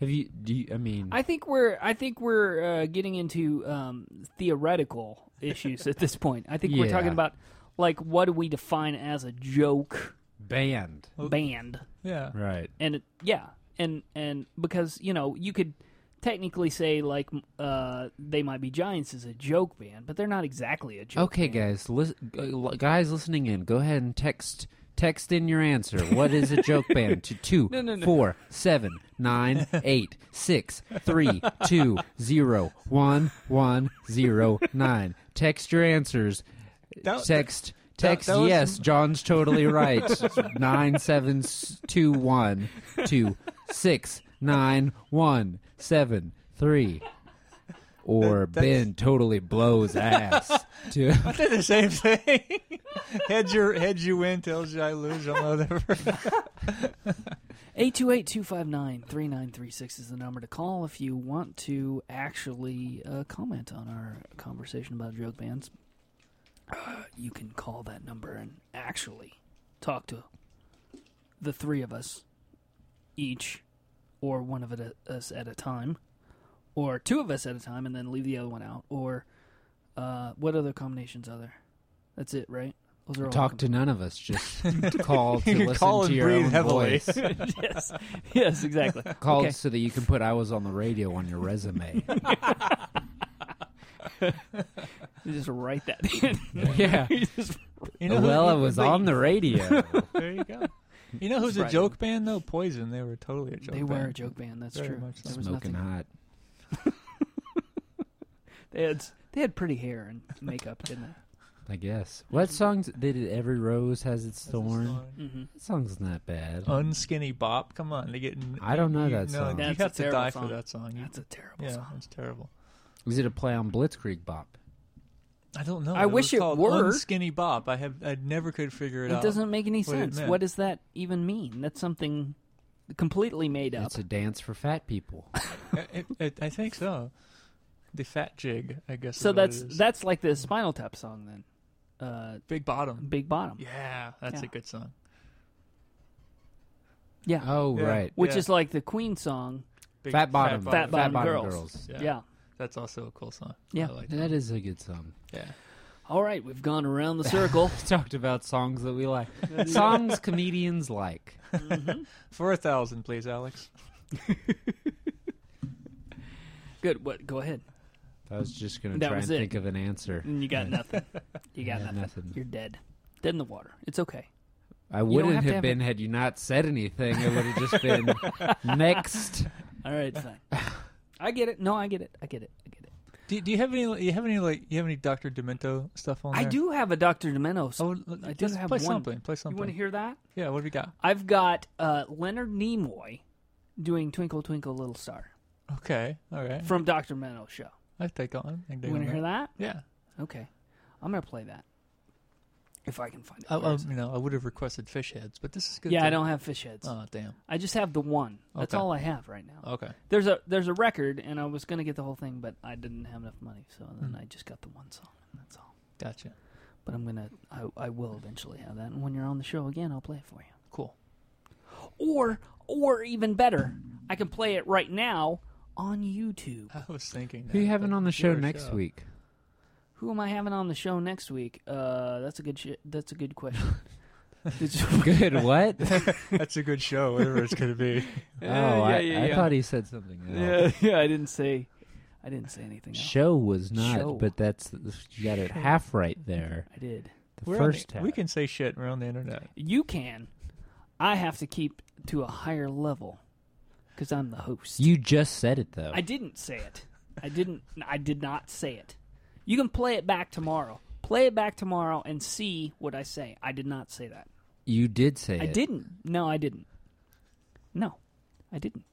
[SPEAKER 3] Have you? Do you, I mean?
[SPEAKER 1] I think we're I think we're uh, getting into um, theoretical issues at this point. I think we're
[SPEAKER 3] Yeah.
[SPEAKER 1] talking about like what do we define as a joke
[SPEAKER 3] band.
[SPEAKER 1] band?
[SPEAKER 2] Yeah.
[SPEAKER 3] Right.
[SPEAKER 1] and it, yeah and and because you know you could technically say like m- uh they might be giants is a joke band but they're not exactly a joke
[SPEAKER 3] Okay,
[SPEAKER 1] band.
[SPEAKER 3] guys. Lis- uh, guys listening in, go ahead and text Text in your answer. What is a joke band to two
[SPEAKER 1] No, no, no.
[SPEAKER 3] four seven nine eight six three two zero one one zero nine. Text your answers.
[SPEAKER 2] That- that-
[SPEAKER 3] text text
[SPEAKER 2] that was-
[SPEAKER 3] yes. John's totally right. nine seven s- two one two six nine one seven three. Or
[SPEAKER 2] That- that's-
[SPEAKER 3] Ben totally blows ass. to
[SPEAKER 2] I did the same thing. heads your heads you win, tails you I lose. I'm whatever.
[SPEAKER 1] 828-259-3936 is the number to call if you want to actually uh, comment on our conversation about joke bands. Uh, you can call that number and actually talk to the three of us each or one of it- uh, us at a time or two of us at a time and then leave the other one out or uh, what other combinations are there? That's it, right? Those are all
[SPEAKER 3] Talk to none of us. Just call to
[SPEAKER 2] You can
[SPEAKER 3] listen
[SPEAKER 2] call
[SPEAKER 3] to
[SPEAKER 2] and
[SPEAKER 3] your
[SPEAKER 2] breathe
[SPEAKER 3] own
[SPEAKER 2] heavily.
[SPEAKER 3] voice.
[SPEAKER 1] yes. Yes, exactly.
[SPEAKER 3] Call
[SPEAKER 1] Okay.
[SPEAKER 3] so that you can put "I was on the radio" on your resume.
[SPEAKER 1] You just write that in.
[SPEAKER 3] yeah.
[SPEAKER 1] You just-
[SPEAKER 2] You know who-
[SPEAKER 3] Well, I
[SPEAKER 2] you-
[SPEAKER 3] was
[SPEAKER 2] but
[SPEAKER 3] on the radio.
[SPEAKER 2] There you go. You know who's a
[SPEAKER 1] Right.
[SPEAKER 2] joke band though? Poison. They were totally a joke.
[SPEAKER 1] they
[SPEAKER 2] band.
[SPEAKER 1] were a joke band. That's
[SPEAKER 2] Very
[SPEAKER 1] true.
[SPEAKER 2] much so.
[SPEAKER 1] There was
[SPEAKER 3] Smoking
[SPEAKER 1] nothing.
[SPEAKER 3] hot.
[SPEAKER 1] They had they had pretty hair and makeup, didn't
[SPEAKER 3] I guess. What songs they did? Every rose has its thorn.
[SPEAKER 1] they? Mm-hmm.
[SPEAKER 3] That song's not bad.
[SPEAKER 2] Oh, Unskinny Bop. Come on, they get.
[SPEAKER 3] I don't know
[SPEAKER 2] you-
[SPEAKER 3] that
[SPEAKER 2] no,
[SPEAKER 3] song.
[SPEAKER 2] You
[SPEAKER 1] That's a
[SPEAKER 2] have to
[SPEAKER 1] terrible
[SPEAKER 2] die
[SPEAKER 1] song.
[SPEAKER 2] for that song. You-
[SPEAKER 1] That's a terrible
[SPEAKER 2] yeah,
[SPEAKER 1] song.
[SPEAKER 2] it's terrible.
[SPEAKER 3] Is it a play on Blitzkrieg Bop?
[SPEAKER 2] I don't know.
[SPEAKER 1] I wish
[SPEAKER 2] was
[SPEAKER 1] it
[SPEAKER 2] called
[SPEAKER 1] were.
[SPEAKER 2] Unskinny Bop. I have. I never could figure it,
[SPEAKER 1] It
[SPEAKER 2] out.
[SPEAKER 1] doesn't make any
[SPEAKER 2] Wait,
[SPEAKER 1] sense.
[SPEAKER 2] man.
[SPEAKER 1] What does that even mean? That's something completely made up.
[SPEAKER 3] It's a dance for fat people.
[SPEAKER 2] I- it, it, I think so. The fat jig. I guess.
[SPEAKER 1] so
[SPEAKER 2] is what it
[SPEAKER 1] that's
[SPEAKER 2] is.
[SPEAKER 1] that's like the Spinal Tap song then, uh,
[SPEAKER 2] Big Bottom.
[SPEAKER 1] Big Bottom.
[SPEAKER 2] Yeah, that's
[SPEAKER 1] Yeah.
[SPEAKER 2] a good song.
[SPEAKER 1] Yeah,
[SPEAKER 3] Oh
[SPEAKER 2] Yeah.
[SPEAKER 3] right,
[SPEAKER 1] which
[SPEAKER 2] yeah.
[SPEAKER 1] is like the Queen song.
[SPEAKER 2] Big
[SPEAKER 3] fat bottom,
[SPEAKER 1] Fat Bottom Girls. Yeah.
[SPEAKER 2] That's also a cool song.
[SPEAKER 1] Yeah.
[SPEAKER 2] I like that.
[SPEAKER 3] That is a good song.
[SPEAKER 2] Yeah.
[SPEAKER 1] All right, we've gone around the circle.
[SPEAKER 3] Talked about songs that we like. songs comedians like.
[SPEAKER 2] For a thousand, please, Alex.
[SPEAKER 1] Good. What? Go ahead.
[SPEAKER 3] I was just gonna
[SPEAKER 1] That
[SPEAKER 3] try
[SPEAKER 1] was
[SPEAKER 3] and
[SPEAKER 1] it.
[SPEAKER 3] think of an answer.
[SPEAKER 1] And you got nothing. You got
[SPEAKER 3] Yeah,
[SPEAKER 1] nothing. You're dead. Dead in the water. It's okay.
[SPEAKER 3] I
[SPEAKER 1] don't
[SPEAKER 3] wouldn't
[SPEAKER 1] have
[SPEAKER 3] have,
[SPEAKER 1] to have
[SPEAKER 3] been had you not said anything. It would have just been next.
[SPEAKER 1] All right, fine. I get it. No, I get it. I get it. I get it.
[SPEAKER 2] Do, do you have any? You have any like? You have any Doctor Demento stuff on
[SPEAKER 1] I
[SPEAKER 2] there?
[SPEAKER 1] do have a Dr. Demento.
[SPEAKER 2] Oh,
[SPEAKER 1] So
[SPEAKER 2] l-
[SPEAKER 1] I do
[SPEAKER 2] just
[SPEAKER 1] have
[SPEAKER 2] play
[SPEAKER 1] one.
[SPEAKER 2] something. Play
[SPEAKER 1] you want to
[SPEAKER 2] something.
[SPEAKER 1] hear that?
[SPEAKER 2] Yeah. What do we got?
[SPEAKER 1] I've got uh, Leonard Nimoy doing Twinkle Twinkle Little Star
[SPEAKER 2] Okay. All right.
[SPEAKER 1] from Dr. Demento show.
[SPEAKER 2] I take that one. I can dig
[SPEAKER 1] You want
[SPEAKER 2] on
[SPEAKER 1] to hear that?
[SPEAKER 2] Yeah.
[SPEAKER 1] Okay. I'm going to play that if I can find it.
[SPEAKER 2] I, I,
[SPEAKER 1] Where is it?
[SPEAKER 2] you know, I would have requested fish heads, but this is Oh, good.
[SPEAKER 1] yeah,
[SPEAKER 2] too.
[SPEAKER 1] I don't have fish heads.
[SPEAKER 2] Oh damn.
[SPEAKER 1] I just have the one. That's
[SPEAKER 2] Okay. Oh.
[SPEAKER 1] all I have right now.
[SPEAKER 2] Okay.
[SPEAKER 1] There's a there's a record and I was going to get the whole thing but I didn't have enough money. So then
[SPEAKER 2] Mm.
[SPEAKER 1] I just got the one song. And that's all.
[SPEAKER 2] Gotcha.
[SPEAKER 1] But I'm gonna, I, I will eventually have that. And when you're on the show again, I'll play it for you.
[SPEAKER 2] Cool.
[SPEAKER 1] Or, or even better, I can play it right now on YouTube.
[SPEAKER 2] I was thinking.
[SPEAKER 3] Who you
[SPEAKER 2] that,
[SPEAKER 3] having
[SPEAKER 2] but
[SPEAKER 3] on the show
[SPEAKER 2] your
[SPEAKER 3] next week?
[SPEAKER 1] Who am I having on the show next week? Uh, that's a good, sh- that's a good question. Did you-
[SPEAKER 3] Good. What?
[SPEAKER 2] That's a good show, whatever it's going to be.
[SPEAKER 1] Uh,
[SPEAKER 3] oh, I, I thought he said something. Else.
[SPEAKER 1] yeah, yeah. I didn't say, I didn't say anything. Else.
[SPEAKER 3] Show was not,
[SPEAKER 1] Show.
[SPEAKER 3] but that's you got it half right there.
[SPEAKER 1] I did.
[SPEAKER 3] The
[SPEAKER 2] We're on
[SPEAKER 3] first
[SPEAKER 2] the-
[SPEAKER 3] half.
[SPEAKER 2] we can say shit. We're on the internet.
[SPEAKER 1] You can. I have to keep to a higher level because I'm the host.
[SPEAKER 3] You just said it though.
[SPEAKER 1] I didn't say it. I didn't. I did not say it. You can play it back tomorrow. Play it back tomorrow and see what I say. I did not say that.
[SPEAKER 3] you did say
[SPEAKER 1] I
[SPEAKER 3] it.
[SPEAKER 1] didn't. No, I didn't. No, I didn't.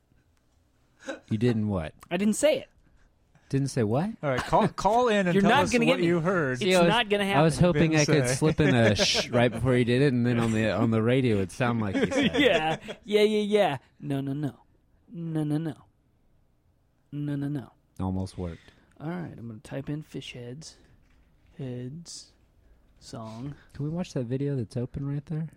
[SPEAKER 3] You didn't what?
[SPEAKER 1] I didn't say it.
[SPEAKER 3] Didn't say what?
[SPEAKER 2] All right, call call in and
[SPEAKER 1] You're
[SPEAKER 2] tell
[SPEAKER 1] not
[SPEAKER 2] us
[SPEAKER 1] gonna get
[SPEAKER 2] what
[SPEAKER 1] me.
[SPEAKER 2] you heard.
[SPEAKER 1] It's
[SPEAKER 3] I was-
[SPEAKER 1] not gonna happen.
[SPEAKER 3] I was hoping
[SPEAKER 2] Didn't
[SPEAKER 3] I could
[SPEAKER 2] say.
[SPEAKER 3] slip in a shh right before you did it, and then on the on the radio it'd sound like you said. it.
[SPEAKER 1] yeah, yeah, yeah, yeah. No, no, no, no, no, no, no, no, no.
[SPEAKER 3] Almost worked.
[SPEAKER 1] All right, I'm gonna type in fish heads, heads, song.
[SPEAKER 3] Can we watch that video that's open right there?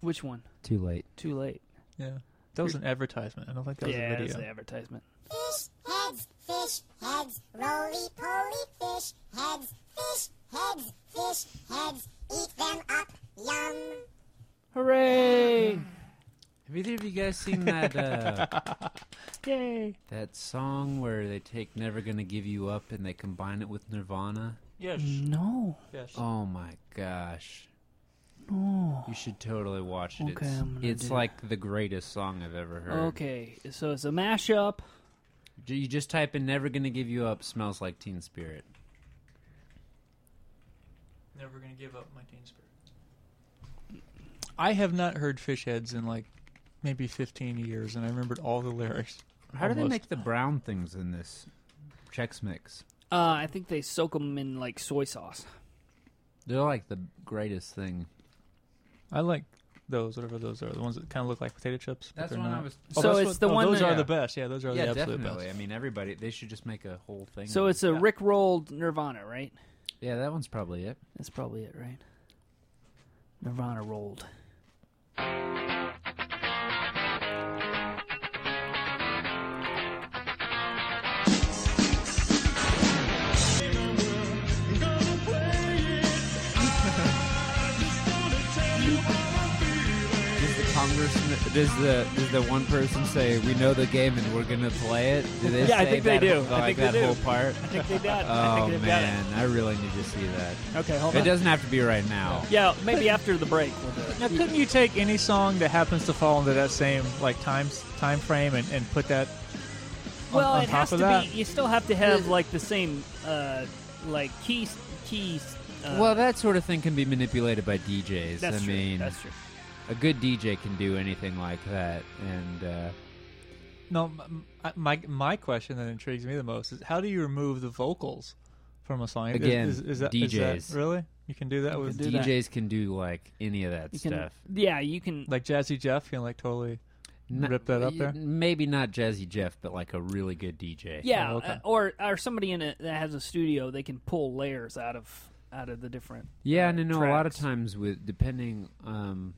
[SPEAKER 1] Which one?
[SPEAKER 3] Too late.
[SPEAKER 1] Too late.
[SPEAKER 2] yeah, that was an advertisement. I don't think that was
[SPEAKER 1] yeah,
[SPEAKER 2] a
[SPEAKER 1] that's the
[SPEAKER 2] video.
[SPEAKER 1] advertisement.
[SPEAKER 4] Fish heads, fish heads, roly poly fish heads, fish heads, fish heads, eat them up, yum.
[SPEAKER 1] Hooray!
[SPEAKER 3] Have either of you guys seen that uh,
[SPEAKER 1] Yay!
[SPEAKER 3] that song where they take "Never Gonna Give You Up" and they
[SPEAKER 1] Mm.
[SPEAKER 3] combine it with Nirvana?
[SPEAKER 1] Oh.
[SPEAKER 2] Yes,
[SPEAKER 1] No.
[SPEAKER 2] yes.
[SPEAKER 3] Oh my gosh!
[SPEAKER 1] know.
[SPEAKER 3] You should totally watch it.
[SPEAKER 1] Okay,
[SPEAKER 3] it's
[SPEAKER 1] I'm gonna
[SPEAKER 3] it's
[SPEAKER 1] do
[SPEAKER 3] like the greatest song I've ever heard.
[SPEAKER 1] Okay, so it's a mashup.
[SPEAKER 3] J- You just type in "Never Gonna Give You Up" smells like Teen Spirit.
[SPEAKER 2] Never gonna give up my teen spirit. I have not heard fish heads in like maybe 15 years, and I remembered all the lyrics.
[SPEAKER 3] How do they
[SPEAKER 2] Almost.
[SPEAKER 3] make the brown things in this Chex Mix?
[SPEAKER 1] Uh, I think they soak them in like soy sauce.
[SPEAKER 3] They're like the greatest thing.
[SPEAKER 2] I like those, whatever those are, the ones that kind of look like potato chips. but
[SPEAKER 3] That's
[SPEAKER 2] they're
[SPEAKER 3] one I
[SPEAKER 2] not.
[SPEAKER 3] was-
[SPEAKER 2] Oh,
[SPEAKER 1] so
[SPEAKER 2] that's
[SPEAKER 1] it's
[SPEAKER 2] what-
[SPEAKER 1] the
[SPEAKER 2] oh,
[SPEAKER 1] one
[SPEAKER 2] Those
[SPEAKER 1] that-
[SPEAKER 2] are the best. Yeah, Oh, those are
[SPEAKER 3] Yeah,
[SPEAKER 2] the absolute
[SPEAKER 3] definitely. I
[SPEAKER 2] best.
[SPEAKER 3] mean, everybody. They should just make a whole thing.
[SPEAKER 1] So
[SPEAKER 3] of
[SPEAKER 1] it's a
[SPEAKER 3] that.
[SPEAKER 1] Rick rolled Nirvana, right?
[SPEAKER 3] Yeah, that one's probably it.
[SPEAKER 1] That's probably it, right? Nirvana rolled.
[SPEAKER 3] Does the congressman? Does the does the one person say we know the game and we're gonna play it? Do they
[SPEAKER 1] Yeah, I
[SPEAKER 3] say
[SPEAKER 1] think they
[SPEAKER 3] that
[SPEAKER 1] do.
[SPEAKER 3] whole-
[SPEAKER 1] I think
[SPEAKER 3] Like
[SPEAKER 1] they
[SPEAKER 3] that
[SPEAKER 1] do.
[SPEAKER 3] whole part.
[SPEAKER 1] I think they did.
[SPEAKER 3] Oh man, I really need to see that.
[SPEAKER 1] Okay, hold
[SPEAKER 3] It doesn't have to be right now.
[SPEAKER 1] Yeah, maybe after the break we'll do it.
[SPEAKER 2] Now, couldn't you take any song that happens to fall into that same like time time frame and, and put that? on-
[SPEAKER 1] Well,
[SPEAKER 2] on
[SPEAKER 1] it
[SPEAKER 2] top
[SPEAKER 1] has
[SPEAKER 2] of
[SPEAKER 1] to
[SPEAKER 2] that?
[SPEAKER 1] be. You still have to have like the same, uh, like keys, keys. Uh,
[SPEAKER 3] Well, that sort of thing can be manipulated by DJs.
[SPEAKER 1] that's
[SPEAKER 3] I
[SPEAKER 1] true.
[SPEAKER 3] mean,
[SPEAKER 1] that's true.
[SPEAKER 3] a good DJ can do anything like that. And uh,
[SPEAKER 2] No, m- m- my my question that intrigues me the most is how do you remove the vocals from a song? Is-
[SPEAKER 3] Again,
[SPEAKER 2] is, is that, is that-
[SPEAKER 3] DJs.
[SPEAKER 2] really? You can do that with
[SPEAKER 1] do that.
[SPEAKER 3] DJs can do like any of that
[SPEAKER 1] You can,
[SPEAKER 3] stuff.
[SPEAKER 1] yeah, you can.
[SPEAKER 2] like Jazzy Jeff can like totally rip that up
[SPEAKER 3] y-
[SPEAKER 2] there?
[SPEAKER 3] Maybe not Jazzy Jeff, but like a really good DJ.
[SPEAKER 1] Yeah,
[SPEAKER 2] Oh, okay.
[SPEAKER 1] uh, or or somebody in it that has a studio, they can pull layers out of out of the different.
[SPEAKER 3] Yeah,
[SPEAKER 1] uh,
[SPEAKER 3] and I know a lot of
[SPEAKER 1] tracks.
[SPEAKER 3] times with depending, um,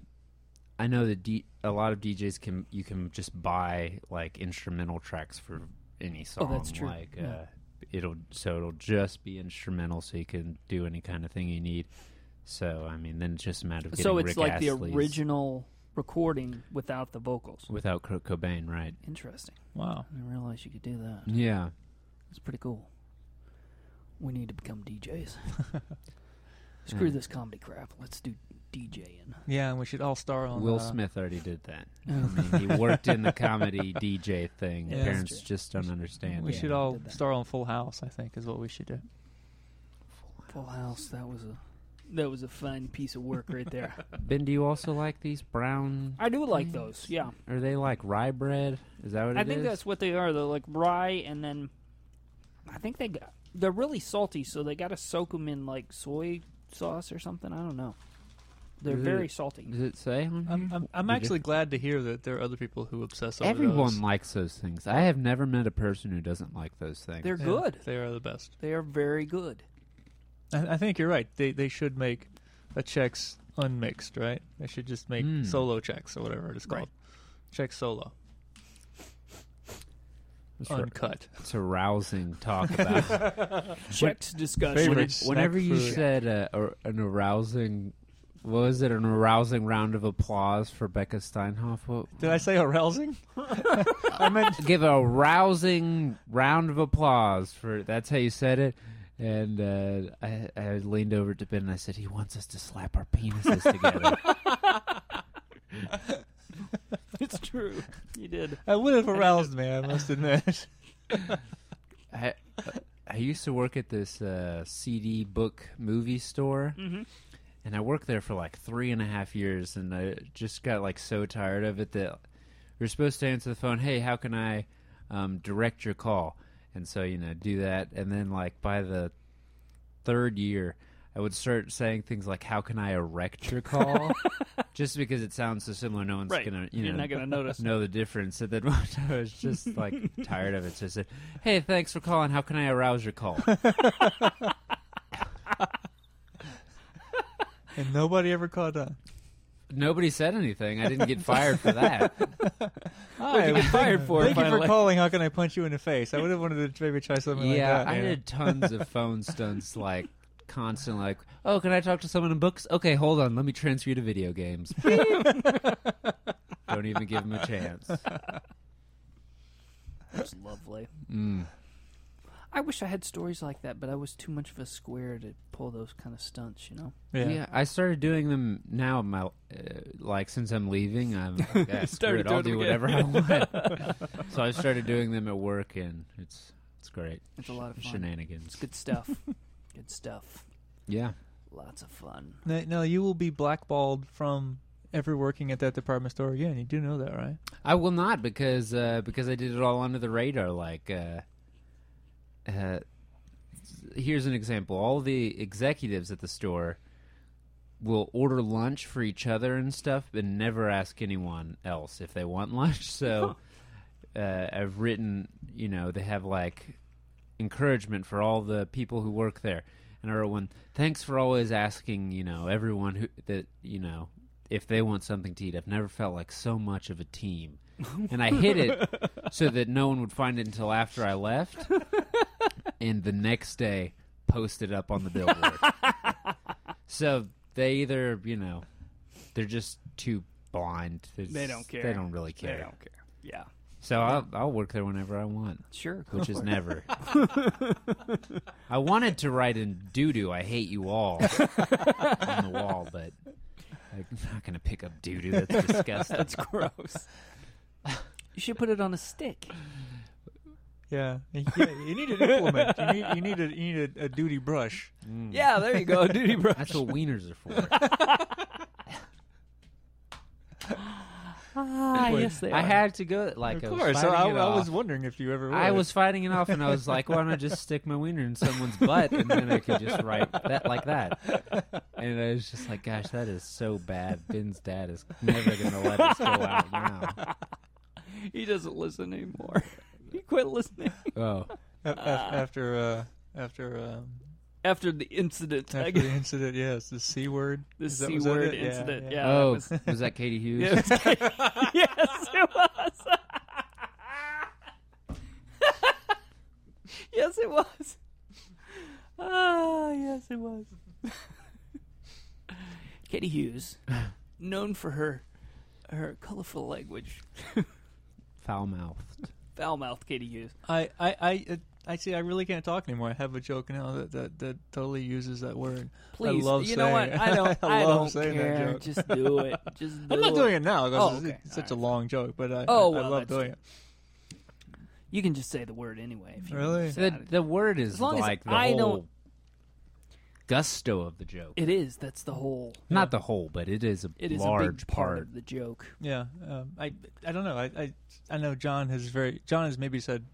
[SPEAKER 3] I know that D- a lot of DJs can you can just buy like instrumental tracks for any song.
[SPEAKER 1] Oh, that's true.
[SPEAKER 3] Like
[SPEAKER 1] Yeah.
[SPEAKER 3] uh, it'll so it'll just be instrumental, so you can do any kind of thing you need. So I mean, then it's just a matter of getting
[SPEAKER 1] So it's
[SPEAKER 3] Rick
[SPEAKER 1] like
[SPEAKER 3] Astley's
[SPEAKER 1] the original recording without the vocals.
[SPEAKER 3] without Kurt Cobain, right?
[SPEAKER 1] Interesting.
[SPEAKER 2] Wow.
[SPEAKER 1] I didn't realize you could do that.
[SPEAKER 3] Yeah,
[SPEAKER 1] It's pretty cool. We need to become DJs.
[SPEAKER 3] Hmm.
[SPEAKER 1] Screw this comedy crap. Let's do DJing.
[SPEAKER 2] Yeah, and we should all star on
[SPEAKER 3] Will
[SPEAKER 2] uh,
[SPEAKER 3] Smith already did that. I mean, he worked in the comedy DJ thing.
[SPEAKER 2] Yeah, that's
[SPEAKER 3] Parents
[SPEAKER 1] true.
[SPEAKER 3] just don't understand.
[SPEAKER 2] We
[SPEAKER 3] it.
[SPEAKER 2] should all
[SPEAKER 1] did that.
[SPEAKER 2] star on Full House. I think is what we should do.
[SPEAKER 1] Full House. That was a that was a fun piece of work right there.
[SPEAKER 3] Ben, do you also like these brown
[SPEAKER 1] I do like those. Yeah,
[SPEAKER 3] Are they like rye bread? Is that what it
[SPEAKER 1] I
[SPEAKER 3] is?
[SPEAKER 1] think that's what they are. They're like rye, and then I think they got, they're really salty, so they got to soak them in like soy sauce or something. I don't know. They're
[SPEAKER 3] Is it-
[SPEAKER 1] very salty.
[SPEAKER 3] Does it say? on here?
[SPEAKER 2] I'm, I'm, I'm
[SPEAKER 3] Did you-
[SPEAKER 2] actually glad to hear that there are other people who obsess over
[SPEAKER 3] Everyone
[SPEAKER 2] those.
[SPEAKER 3] likes those things. I have never met a person who doesn't like those things.
[SPEAKER 1] They're
[SPEAKER 2] Yeah,
[SPEAKER 1] good.
[SPEAKER 2] They are the best.
[SPEAKER 1] They are very good.
[SPEAKER 2] I, I think you're right. They they should make a checks unmixed, right? They should just make
[SPEAKER 3] Mm.
[SPEAKER 2] solo checks or whatever it's called.
[SPEAKER 1] Right.
[SPEAKER 2] Check solo,
[SPEAKER 3] it's, r-
[SPEAKER 2] uncut.
[SPEAKER 3] it's a rousing talk about.
[SPEAKER 1] Checks discussion.
[SPEAKER 2] Favorite snack
[SPEAKER 3] Whenever you
[SPEAKER 2] food.
[SPEAKER 3] said uh, a, an arousing, what was it? An arousing round of applause for Becca Steinhoff. What,
[SPEAKER 2] Did I say arousing? I meant
[SPEAKER 3] give a rousing round of applause for that's how you said it. And uh, I, I leaned over to Ben and I said, "He wants us to slap our penises together."
[SPEAKER 1] It's true. You did.
[SPEAKER 2] I would have aroused me. I must admit.
[SPEAKER 3] I I used to work at this uh, CD book movie store,
[SPEAKER 1] Mhm.
[SPEAKER 3] and I worked there for like three and a half years, and I just got like so tired of it that we are supposed to answer the phone. Hey, how can I um, direct your call? And so you know, do that, and then like by the third year, I would start saying things like, "How can I erect your call?" just because it sounds so similar, no one's
[SPEAKER 1] Right.
[SPEAKER 3] gonna you
[SPEAKER 1] You're
[SPEAKER 3] know
[SPEAKER 1] not gonna notice.
[SPEAKER 3] know the difference. At that point, I was just like tired of it. So I said, "Hey, thanks for calling. How can I arouse your call?"
[SPEAKER 2] And nobody ever caught on.
[SPEAKER 3] Nobody said anything. I didn't get fired for that.
[SPEAKER 1] Ah,
[SPEAKER 2] Hi,
[SPEAKER 3] get fired for
[SPEAKER 2] Thank you for
[SPEAKER 3] finally?
[SPEAKER 2] calling. How can I punch you in the face? I would have wanted to maybe try something
[SPEAKER 3] yeah,
[SPEAKER 2] like that.
[SPEAKER 3] I
[SPEAKER 2] you know?
[SPEAKER 3] did tons of phone stunts, like constant, like, "Oh, can I talk to someone in books?" Okay, hold on. Let me transfer you to video games. Don't even give them a chance.
[SPEAKER 1] That's lovely.
[SPEAKER 3] Mm.
[SPEAKER 1] I wish I had stories like that, but I was too much of a square to pull those kind of stunts. You know.
[SPEAKER 2] Yeah.
[SPEAKER 3] Yeah. I started doing them now. My uh, like since I'm leaving, I'm like, "Ah, screw
[SPEAKER 2] Started
[SPEAKER 3] it, I'll do
[SPEAKER 2] doing
[SPEAKER 3] whatever I want. so I started doing them at work, and it's it's great.
[SPEAKER 1] It's a lot of fun.
[SPEAKER 3] Shenanigans.
[SPEAKER 1] Good stuff. Good stuff.
[SPEAKER 3] Yeah.
[SPEAKER 1] Lots of fun.
[SPEAKER 2] No, no, you will be blackballed from ever working at that department store again. You do know that, right?
[SPEAKER 3] I will not because uh, because I did it all under the radar. Like, uh, uh, here's an example: all the executives at the store will order lunch for each other and stuff, and never ask anyone else if they want lunch. So uh, I've written, you know, they have like encouragement for all the people who work there. And I wrote one, thanks for always asking, you know, everyone who that, you know, if they want something to eat. I've never felt like so much of a team. and I hid it so that no one would find it until after I left. and the next day posted up on the billboard. so they either, you know, they're just too blind. It's-
[SPEAKER 1] They don't care.
[SPEAKER 3] They don't really care.
[SPEAKER 1] They don't care. Yeah.
[SPEAKER 3] So I'll, I'll work there whenever I want
[SPEAKER 1] Sure. go
[SPEAKER 3] which
[SPEAKER 1] for
[SPEAKER 3] is
[SPEAKER 1] it.
[SPEAKER 3] never. I wanted to write in doo doo, I hate you all on the wall, but I'm not going to pick up doo doo. That's disgusting.
[SPEAKER 1] That's gross. you should put it on a stick.
[SPEAKER 2] Yeah. yeah you need an implement. You need you need a you need a, a duty brush.
[SPEAKER 1] Yeah, there you go, duty bro.
[SPEAKER 3] Mm. That's what wieners are for.
[SPEAKER 1] Ah, yes, they
[SPEAKER 3] I
[SPEAKER 1] are.
[SPEAKER 3] had to go,
[SPEAKER 2] of
[SPEAKER 3] like, I was
[SPEAKER 2] course. So
[SPEAKER 3] fighting
[SPEAKER 2] I,
[SPEAKER 3] it
[SPEAKER 2] I was
[SPEAKER 3] off.
[SPEAKER 2] wondering if you ever. Would.
[SPEAKER 3] I was fighting it off, and I was like, "Why don't I just stick my wiener in someone's butt, and then I could just write that like that?" And I was just like, "Gosh, that is so bad." Ben's dad is never going to let us go out now.
[SPEAKER 1] he doesn't listen anymore. he quit listening
[SPEAKER 3] Oh,
[SPEAKER 2] A- a- after uh, after um,
[SPEAKER 1] after the incident. I
[SPEAKER 2] after
[SPEAKER 1] guess.
[SPEAKER 2] the incident. Yes, the c word.
[SPEAKER 1] The
[SPEAKER 2] Is that-
[SPEAKER 1] c
[SPEAKER 2] was that
[SPEAKER 1] word
[SPEAKER 2] it? Yeah,
[SPEAKER 1] incident. Yeah.
[SPEAKER 2] yeah.
[SPEAKER 1] that
[SPEAKER 3] oh,
[SPEAKER 1] was-
[SPEAKER 3] was, that Katie Hughes?
[SPEAKER 1] yeah, it was- yes, it was. yes, it was. Ah, yes, it was. Katie Hughes, known for her her colorful language.
[SPEAKER 3] Foul mouthed.
[SPEAKER 1] Foul mouthed Katie Hughes.
[SPEAKER 2] I I I. uh, I see. I really can't talk anymore. I have a joke now that that, that totally uses that word.
[SPEAKER 1] Please,
[SPEAKER 2] I love
[SPEAKER 1] you know what?
[SPEAKER 2] saying-
[SPEAKER 1] I don't. I,
[SPEAKER 2] love
[SPEAKER 1] don't
[SPEAKER 2] saying
[SPEAKER 1] care.
[SPEAKER 2] that joke.
[SPEAKER 1] Just do it. Just. Do
[SPEAKER 2] I'm not doing it now because
[SPEAKER 1] Oh,
[SPEAKER 2] it's,
[SPEAKER 1] okay.
[SPEAKER 2] it's such a long joke, but I,
[SPEAKER 1] Oh,
[SPEAKER 2] I, I
[SPEAKER 1] well,
[SPEAKER 2] love
[SPEAKER 1] that's
[SPEAKER 2] doing it.
[SPEAKER 1] You can just say the word anyway. If you
[SPEAKER 2] Really?
[SPEAKER 1] decide
[SPEAKER 3] The, the word is
[SPEAKER 1] As long as
[SPEAKER 3] like the
[SPEAKER 1] I
[SPEAKER 3] whole
[SPEAKER 1] don't-
[SPEAKER 3] gusto of the joke.
[SPEAKER 1] it is. That's the whole.
[SPEAKER 3] Not the whole, but it is a
[SPEAKER 1] It is
[SPEAKER 3] large
[SPEAKER 1] a big part,
[SPEAKER 3] part.
[SPEAKER 1] of the joke.
[SPEAKER 2] Yeah, um, I I don't know. I, I I know John has very John has maybe said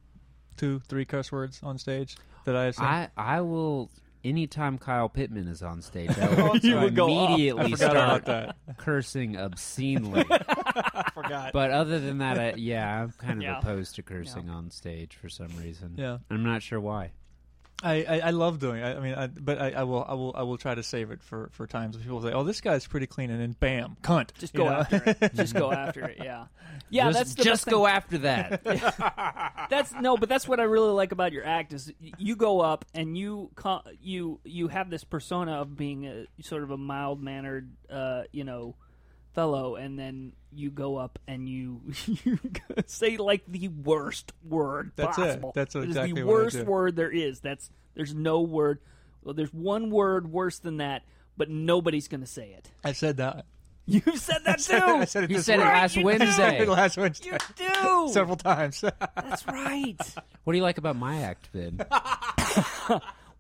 [SPEAKER 2] two, three cuss words on stage that I have seen.
[SPEAKER 3] I I will anytime Kyle Pittman is on stage, I will
[SPEAKER 2] You would
[SPEAKER 1] Oh, go off.
[SPEAKER 2] I
[SPEAKER 3] immediately
[SPEAKER 2] forgot about
[SPEAKER 3] start
[SPEAKER 2] that.
[SPEAKER 3] cursing obscenely.
[SPEAKER 2] I forgot.
[SPEAKER 3] but other than that, I, yeah, I'm kind of
[SPEAKER 1] Yeah.
[SPEAKER 3] opposed to cursing on stage for some reason.
[SPEAKER 2] Yeah.
[SPEAKER 3] I'm not sure why.
[SPEAKER 2] I, I, I love doing. It. I, I mean, I, but I, I will I will I will try to save it for, for times when people say, "Oh, this guy's pretty clean," and then bam, cunt.
[SPEAKER 1] Just
[SPEAKER 2] you
[SPEAKER 1] go
[SPEAKER 2] know?
[SPEAKER 1] after it. Just go after it. Yeah. Yeah.
[SPEAKER 3] just
[SPEAKER 1] that's the
[SPEAKER 3] just
[SPEAKER 1] best
[SPEAKER 3] go after that.
[SPEAKER 1] thing. That's no, but that's what I really like about your act is y- you go up and you co- you you have this persona of being a sort of a mild mannered, uh, you know, fellow, and then you go up and you you say like the worst word
[SPEAKER 2] That's it.
[SPEAKER 1] possible.
[SPEAKER 2] That's
[SPEAKER 1] It is
[SPEAKER 2] exactly
[SPEAKER 1] the
[SPEAKER 2] what I
[SPEAKER 1] worst
[SPEAKER 2] do.
[SPEAKER 1] word there is. That's there's no word. Well, there's one word worse than that, but nobody's going to say it.
[SPEAKER 2] I said that.
[SPEAKER 1] You've said that too.
[SPEAKER 2] I said it
[SPEAKER 3] you
[SPEAKER 2] this
[SPEAKER 3] said it
[SPEAKER 2] week.
[SPEAKER 3] last
[SPEAKER 1] you
[SPEAKER 2] I said
[SPEAKER 3] Wednesday.
[SPEAKER 2] it last Wednesday
[SPEAKER 1] You do.
[SPEAKER 2] several times.
[SPEAKER 1] That's right.
[SPEAKER 3] What do you like about my act, Ben?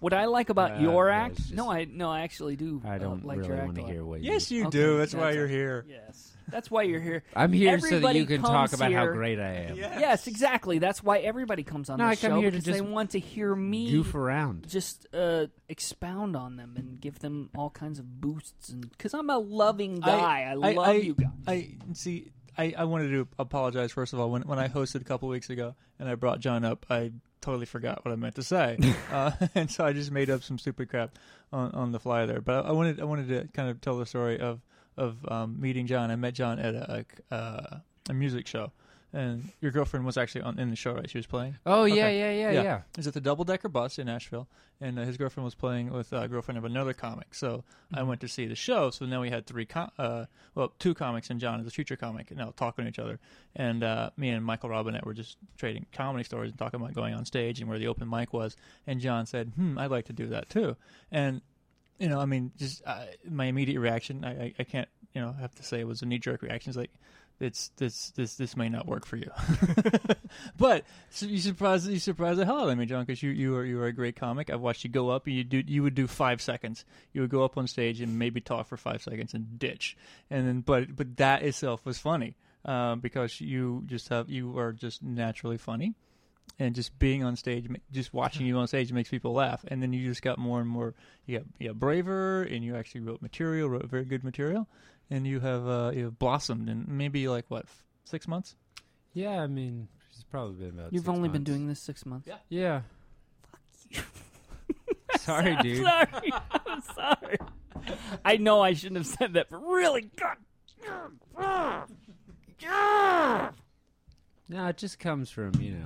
[SPEAKER 1] What I like about
[SPEAKER 3] Uh,
[SPEAKER 1] your
[SPEAKER 3] yeah,
[SPEAKER 1] act?
[SPEAKER 3] it's just-
[SPEAKER 1] No, I no, I actually do.
[SPEAKER 3] I
[SPEAKER 1] uh,
[SPEAKER 3] don't
[SPEAKER 1] like
[SPEAKER 3] really
[SPEAKER 1] your act
[SPEAKER 3] want
[SPEAKER 1] a
[SPEAKER 3] to
[SPEAKER 1] lot.
[SPEAKER 3] hear what you
[SPEAKER 2] yes, you
[SPEAKER 1] Okay,
[SPEAKER 2] do. That's, why
[SPEAKER 1] that's
[SPEAKER 2] you're
[SPEAKER 1] it.
[SPEAKER 2] here.
[SPEAKER 1] Yes, that's why you're here.
[SPEAKER 3] I'm here so that
[SPEAKER 1] Everybody
[SPEAKER 3] you can talk
[SPEAKER 1] comes
[SPEAKER 3] about how
[SPEAKER 1] here-
[SPEAKER 3] great I am.
[SPEAKER 1] Yes, exactly. That's why everybody comes on
[SPEAKER 3] No,
[SPEAKER 1] this
[SPEAKER 3] I come
[SPEAKER 1] show
[SPEAKER 3] here to
[SPEAKER 1] because they
[SPEAKER 3] just
[SPEAKER 1] want to hear me
[SPEAKER 3] Goof around.
[SPEAKER 1] just uh, expound on them and give them all kinds of boosts. And because I'm a loving guy, I, love you guys.
[SPEAKER 2] I see. I, I wanted to apologize first of all when when I hosted a couple weeks ago and I brought John up. I totally forgot what I meant to say, uh, and so I just made up some stupid crap on, on the fly there. But I, I wanted I wanted to kind of tell the story of of um, meeting John. I met John at a, a, uh, a music show. and your girlfriend was actually on in the show, right? She was playing.
[SPEAKER 3] Oh yeah,
[SPEAKER 2] Okay.
[SPEAKER 3] yeah, yeah, yeah.
[SPEAKER 2] It was at the double decker bus in Nashville, and uh, his girlfriend was playing with uh, a girlfriend of another comic. So I
[SPEAKER 3] Mm-hmm.
[SPEAKER 2] went to see the show. So now we had three, com- uh, well, two comics and John is a future comic, you know, talking to each other. And uh, me and Michael Robinette were just trading comedy stories and talking about going on stage and where the open mic was. And John said, "Hmm, I'd like to do that too." And you know, I mean, just uh, my immediate reaction, I, I, I can't, you know, have to say it was a knee jerk reaction. It's like, it's this this this may not work for you, but so you surprise you surprise the hell out of me, John, because you you are you are a great comic. I've watched you go up and you do you would do five seconds. You would go up on stage and maybe talk for five seconds and ditch, and then but but that itself was funny uh, because you just have you are just naturally funny and just being on stage, ma- just watching you on stage makes people laugh. And then you just got more and more, you got, you got braver, and you actually wrote material, wrote very good material, and you have uh, you have blossomed in maybe like what f- six months.
[SPEAKER 3] Yeah, I mean, she's probably been about.
[SPEAKER 1] You've
[SPEAKER 3] six
[SPEAKER 1] only been
[SPEAKER 3] months.
[SPEAKER 1] doing this six months.
[SPEAKER 2] Yeah.
[SPEAKER 3] Yeah. Sorry,
[SPEAKER 1] I'm
[SPEAKER 3] dude.
[SPEAKER 1] sorry. I'm sorry. I know I shouldn't have said that, but really, God.
[SPEAKER 3] No, it just comes from you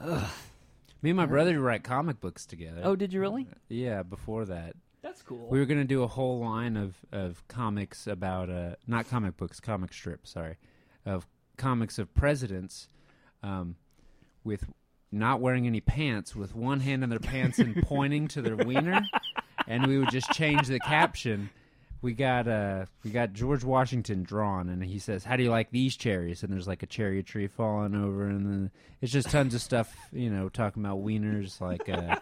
[SPEAKER 3] know. Me and my brother write comic books together.
[SPEAKER 1] Oh, did you really?
[SPEAKER 3] yeah. Before that,
[SPEAKER 1] That's cool.
[SPEAKER 3] we were gonna do a whole line of of comics about uh not comic books, comic strips. Sorry, of comics of presidents, um, with not wearing any pants, with one hand in their pants and pointing to their wiener, and we would just change the caption. We got uh we got George Washington drawn, and he says, "How do you like these cherries?" And there's like a cherry tree falling over, and then it's just tons of stuff, you know, talking about wieners, like. Uh,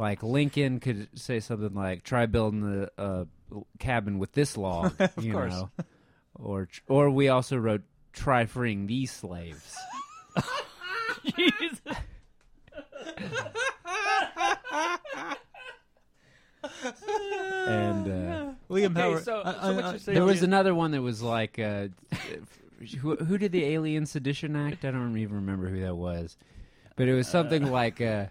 [SPEAKER 3] like Lincoln could say something like try building a, a cabin with this log, you
[SPEAKER 2] course.
[SPEAKER 3] know, or or we also wrote try freeing these slaves.
[SPEAKER 1] Jesus.
[SPEAKER 3] And uh,
[SPEAKER 2] Liam
[SPEAKER 1] Okay,
[SPEAKER 2] Howard.
[SPEAKER 1] so- so what you're saying
[SPEAKER 3] there was
[SPEAKER 1] Yeah.
[SPEAKER 3] another one that was like, uh, who, who did the Alien Sedition Act? I don't even remember who that was, but it was something like, uh,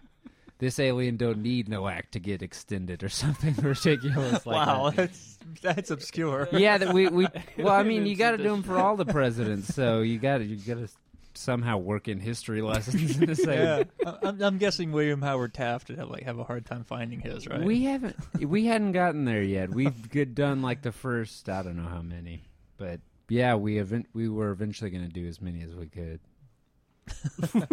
[SPEAKER 3] this alien don't need no act to get extended or something ridiculous like
[SPEAKER 2] wow,
[SPEAKER 3] that.
[SPEAKER 2] that's that's obscure.
[SPEAKER 3] yeah, that we we well, I mean, you
[SPEAKER 1] It's
[SPEAKER 3] got to do them
[SPEAKER 1] additional.
[SPEAKER 3] for all the presidents, so you got to you got to somehow work in history lessons. in the same.
[SPEAKER 2] Yeah, I- I'm, I'm guessing William Howard Taft would have like have a hard time finding his right.
[SPEAKER 3] We haven't we hadn't gotten there yet. We've good, done like the first I don't know how many, but yeah, we event we were eventually going to do as many as we could.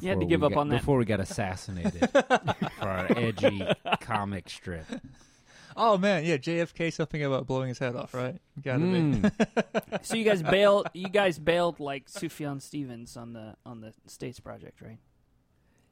[SPEAKER 1] You had to
[SPEAKER 3] Before
[SPEAKER 1] give
[SPEAKER 3] we
[SPEAKER 1] up
[SPEAKER 3] got-
[SPEAKER 1] on that.
[SPEAKER 3] before we got assassinated for our edgy comic strip.
[SPEAKER 2] oh man, yeah, JFK something about blowing his head off, right? Got to
[SPEAKER 1] Hmm.
[SPEAKER 2] be.
[SPEAKER 3] Mm.
[SPEAKER 1] So you guys bailed. You guys bailed like Sufjan Stevens on the on the States Project, right?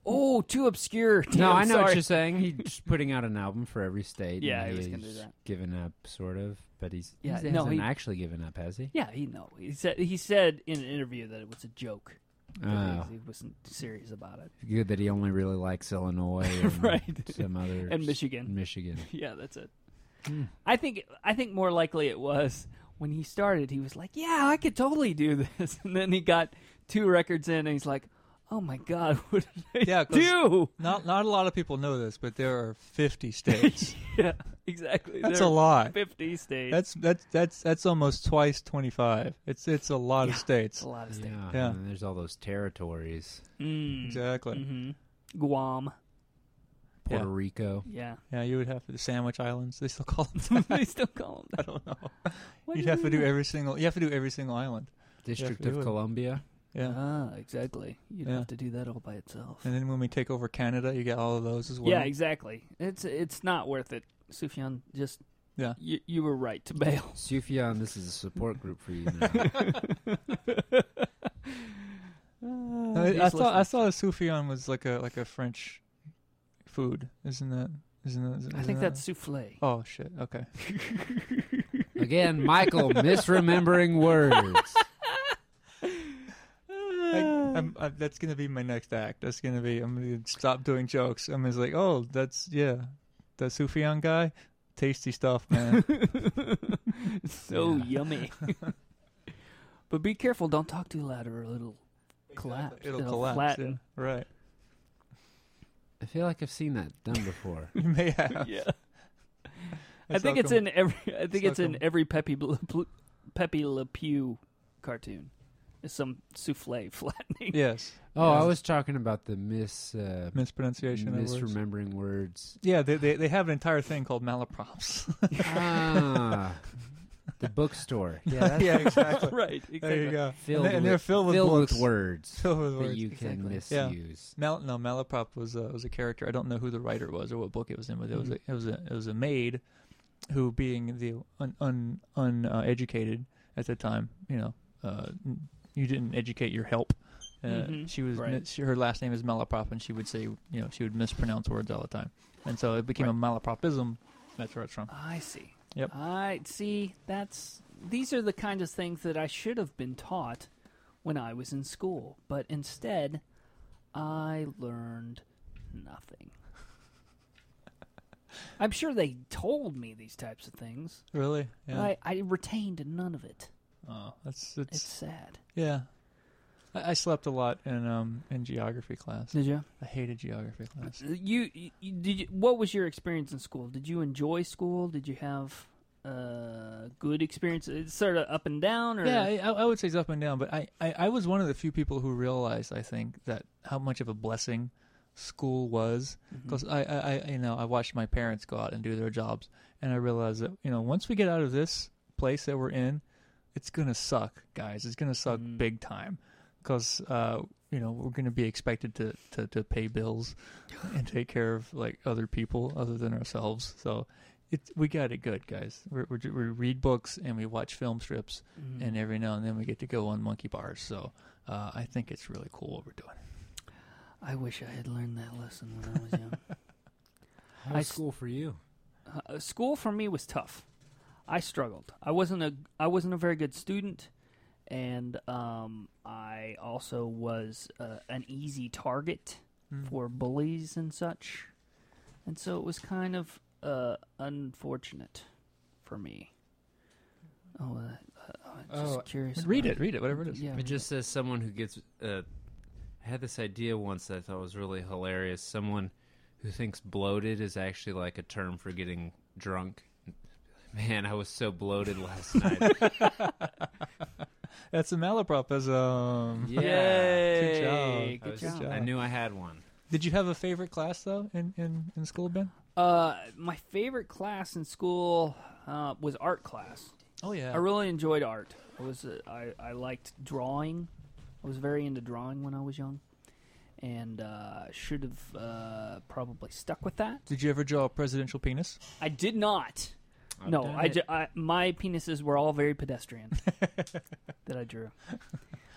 [SPEAKER 1] Oh, too obscure.
[SPEAKER 3] No,
[SPEAKER 1] Damn,
[SPEAKER 3] I know
[SPEAKER 1] sorry.
[SPEAKER 3] what you're saying. He's putting out an album for every state.
[SPEAKER 1] Yeah,
[SPEAKER 3] and
[SPEAKER 1] he was
[SPEAKER 3] he's
[SPEAKER 1] gonna do that.
[SPEAKER 3] Given up, sort of, but he's
[SPEAKER 1] Yeah,
[SPEAKER 3] he
[SPEAKER 1] no,
[SPEAKER 3] hasn't
[SPEAKER 1] he-
[SPEAKER 3] actually given up, has he?
[SPEAKER 1] Yeah, he know. He said he said in an interview that it was a joke. that
[SPEAKER 3] Oh,
[SPEAKER 1] He he wasn't serious about it.
[SPEAKER 3] good that he only really likes Illinois, and
[SPEAKER 1] Right.
[SPEAKER 3] Some other
[SPEAKER 1] And
[SPEAKER 3] s-
[SPEAKER 1] Michigan. Hmm,
[SPEAKER 3] Michigan.
[SPEAKER 1] Yeah, that's it. I think I think more likely it was when he started. He was like, "Yeah, I could totally do this," and then he got two records in, and he's like, "Oh my god, what did I
[SPEAKER 2] Yeah, 'cause-
[SPEAKER 1] do?"
[SPEAKER 2] Not not a lot of people know this, but there are 50 states.
[SPEAKER 1] Yeah, exactly.
[SPEAKER 2] That's
[SPEAKER 1] There
[SPEAKER 2] a
[SPEAKER 1] are
[SPEAKER 2] lot.
[SPEAKER 1] Fifty states.
[SPEAKER 2] That's that's that's that's almost twice 25. It's it's a lot
[SPEAKER 1] Yeah. Mm.
[SPEAKER 2] of states.
[SPEAKER 1] a lot of states.
[SPEAKER 3] Yeah,
[SPEAKER 2] Yeah.
[SPEAKER 3] And there's all those territories.
[SPEAKER 1] Mm.
[SPEAKER 2] Exactly.
[SPEAKER 1] hmm Guam.
[SPEAKER 3] Puerto
[SPEAKER 2] Yeah.
[SPEAKER 3] Rico.
[SPEAKER 1] Yeah,
[SPEAKER 2] Yeah, you would have the Sandwich Islands. They still call them. that.
[SPEAKER 1] they still call them.
[SPEAKER 2] I
[SPEAKER 1] That.
[SPEAKER 2] don't know.
[SPEAKER 1] What
[SPEAKER 2] You'd
[SPEAKER 1] you
[SPEAKER 2] have to do
[SPEAKER 1] mean?
[SPEAKER 2] every single. You have to do every single island.
[SPEAKER 3] District
[SPEAKER 2] they
[SPEAKER 3] of
[SPEAKER 2] would.
[SPEAKER 3] Columbia.
[SPEAKER 2] Yeah.
[SPEAKER 1] Ah, exactly. You'd
[SPEAKER 2] Yeah.
[SPEAKER 1] have to do that all by itself.
[SPEAKER 2] And then when we take over Canada, you get all of those as well.
[SPEAKER 1] Yeah, e exactly. It's it's not worth it, Sufjan. Just
[SPEAKER 2] Yeah.
[SPEAKER 1] you, you were right to bail. Ah,
[SPEAKER 3] Sufjan, this is a support group for you now.
[SPEAKER 2] I, I
[SPEAKER 1] These
[SPEAKER 2] thought I
[SPEAKER 1] listeners.
[SPEAKER 2] thought a Soufion was like a like a French food, isn't that? Isn't that? Isn't
[SPEAKER 1] I think
[SPEAKER 2] that-
[SPEAKER 1] that's souffle.
[SPEAKER 2] Oh shit. Okay.
[SPEAKER 3] Again, Michael misremembering words.
[SPEAKER 2] I,
[SPEAKER 1] Ah.
[SPEAKER 2] I'm, I, that's gonna be my next act. That's gonna be I'm gonna stop doing jokes. I'm just like, oh, that's yeah, that Sufjan guy, tasty stuff, man.
[SPEAKER 1] so
[SPEAKER 3] Yeah.
[SPEAKER 1] yummy. but be careful! Don't talk too loud, or it'll collapse.
[SPEAKER 2] It'll, collapse. yeah.
[SPEAKER 1] flatten.
[SPEAKER 2] Right.
[SPEAKER 3] I feel like I've seen that done before.
[SPEAKER 2] You may have.
[SPEAKER 1] Yeah. I think
[SPEAKER 2] how
[SPEAKER 1] it's
[SPEAKER 2] come-
[SPEAKER 1] in every. I think
[SPEAKER 2] how
[SPEAKER 1] it's in
[SPEAKER 2] come-
[SPEAKER 1] every Pepe Le, Pepe Le Pew cartoon. is some souffle flattening.
[SPEAKER 2] Yes,
[SPEAKER 3] Oh, I was talking about the mis uh,
[SPEAKER 2] mispronunciation of words.
[SPEAKER 3] misremembering words.
[SPEAKER 2] Yeah, they, they they have an entire thing called malaprops.
[SPEAKER 3] ah, the bookstore. Yeah, that's
[SPEAKER 2] yeah, exactly.
[SPEAKER 1] right. Exactly.
[SPEAKER 2] There you go. and,
[SPEAKER 3] filled
[SPEAKER 2] they,
[SPEAKER 3] with,
[SPEAKER 2] and they're filled with
[SPEAKER 3] filled
[SPEAKER 2] books.
[SPEAKER 3] with words
[SPEAKER 2] Filled with
[SPEAKER 3] that
[SPEAKER 2] words.
[SPEAKER 3] you can
[SPEAKER 1] exactly.
[SPEAKER 2] Yeah.
[SPEAKER 3] misuse.
[SPEAKER 2] Mal- no, Malaprop was uh, was a character. I don't know who the writer was or what book it was in, but it was a,
[SPEAKER 1] Mm-hmm.
[SPEAKER 2] it was a it was a maid who, being the un un, un uh, educated at the time, you know, uh, n- you didn't educate your help. Uh,
[SPEAKER 1] Mhm.
[SPEAKER 2] She was
[SPEAKER 1] Right.
[SPEAKER 2] she, her last name is Malaprop, and she would say you know she would mispronounce words all the time, and so it became a malapropism. That's where it's from.
[SPEAKER 1] I see.
[SPEAKER 2] Yep.
[SPEAKER 1] I see. That's these are the kind of things that I should have been taught when I was in school, but instead, I learned nothing. I'm sure they told me these types of things.
[SPEAKER 2] Really?
[SPEAKER 1] but
[SPEAKER 2] Yeah.
[SPEAKER 1] I, I retained none of it.
[SPEAKER 2] Oh, that's it's,
[SPEAKER 1] It's sad.
[SPEAKER 2] yeah. I, I slept a lot in um in geography class.
[SPEAKER 1] Did you?
[SPEAKER 2] I hated geography class.
[SPEAKER 1] Uh, You, you did. You, what was your experience in school? Did you enjoy school? Did you have uh, good experience? It's sort of up and down, or
[SPEAKER 2] Yeah, I, I I would say it's up and down, but I, I, I was one of the few people who realized, I think, that how much of a blessing school
[SPEAKER 1] Mm.
[SPEAKER 2] was.
[SPEAKER 1] Mm-hmm.
[SPEAKER 2] Because I, I, I, you know, I watched my parents go out and do their jobs, and I realized that, you know, once we get out of this place that we're in, it's gonna suck, guys. It's gonna suck big time, because uh, you know we're gonna be expected to, to to pay bills and take care of like other people other than ourselves. So it we got it good, guys. We're, we're, ju- we read books and we watch film strips,
[SPEAKER 1] Mm-hmm.
[SPEAKER 2] and every now and then we get to go on monkey bars. So uh, I think it's really cool what we're doing.
[SPEAKER 1] I wish I had learned that lesson when I was young.
[SPEAKER 3] How
[SPEAKER 1] I
[SPEAKER 3] was
[SPEAKER 1] s-
[SPEAKER 3] school for you?
[SPEAKER 1] uh, school for me was tough. I struggled. I wasn't a I wasn't a very good student, and um, I also was uh, an easy target
[SPEAKER 2] Hmm.
[SPEAKER 1] for bullies and such, and so it was kind of uh, unfortunate for me. Oh, uh, uh, I'm just
[SPEAKER 3] Oh,
[SPEAKER 1] curious.
[SPEAKER 2] Read
[SPEAKER 1] about-
[SPEAKER 2] it, read it, whatever it is.
[SPEAKER 1] Yeah,
[SPEAKER 5] It just says someone who gets. Uh, I had this idea once that I thought was really hilarious. Someone who thinks bloated is actually like a term for getting drunk. Man, I was so bloated last night.
[SPEAKER 2] That's a um, malapropism.
[SPEAKER 1] Yay!
[SPEAKER 5] I,
[SPEAKER 1] Good
[SPEAKER 5] was-
[SPEAKER 1] job.
[SPEAKER 5] I knew I had one.
[SPEAKER 2] Did you have a favorite class though in in, in school, Ben?
[SPEAKER 1] Uh, my favorite class in school uh, was art class.
[SPEAKER 2] Oh yeah,
[SPEAKER 1] I really enjoyed art. I was uh, I, I liked drawing. I was very into drawing when I was young, and uh, should have uh, probably stuck with that.
[SPEAKER 2] Did you ever draw a presidential penis?
[SPEAKER 1] I did not. no,
[SPEAKER 5] done
[SPEAKER 1] I,
[SPEAKER 5] it.
[SPEAKER 1] ju- I my penises were all very pedestrian that I drew.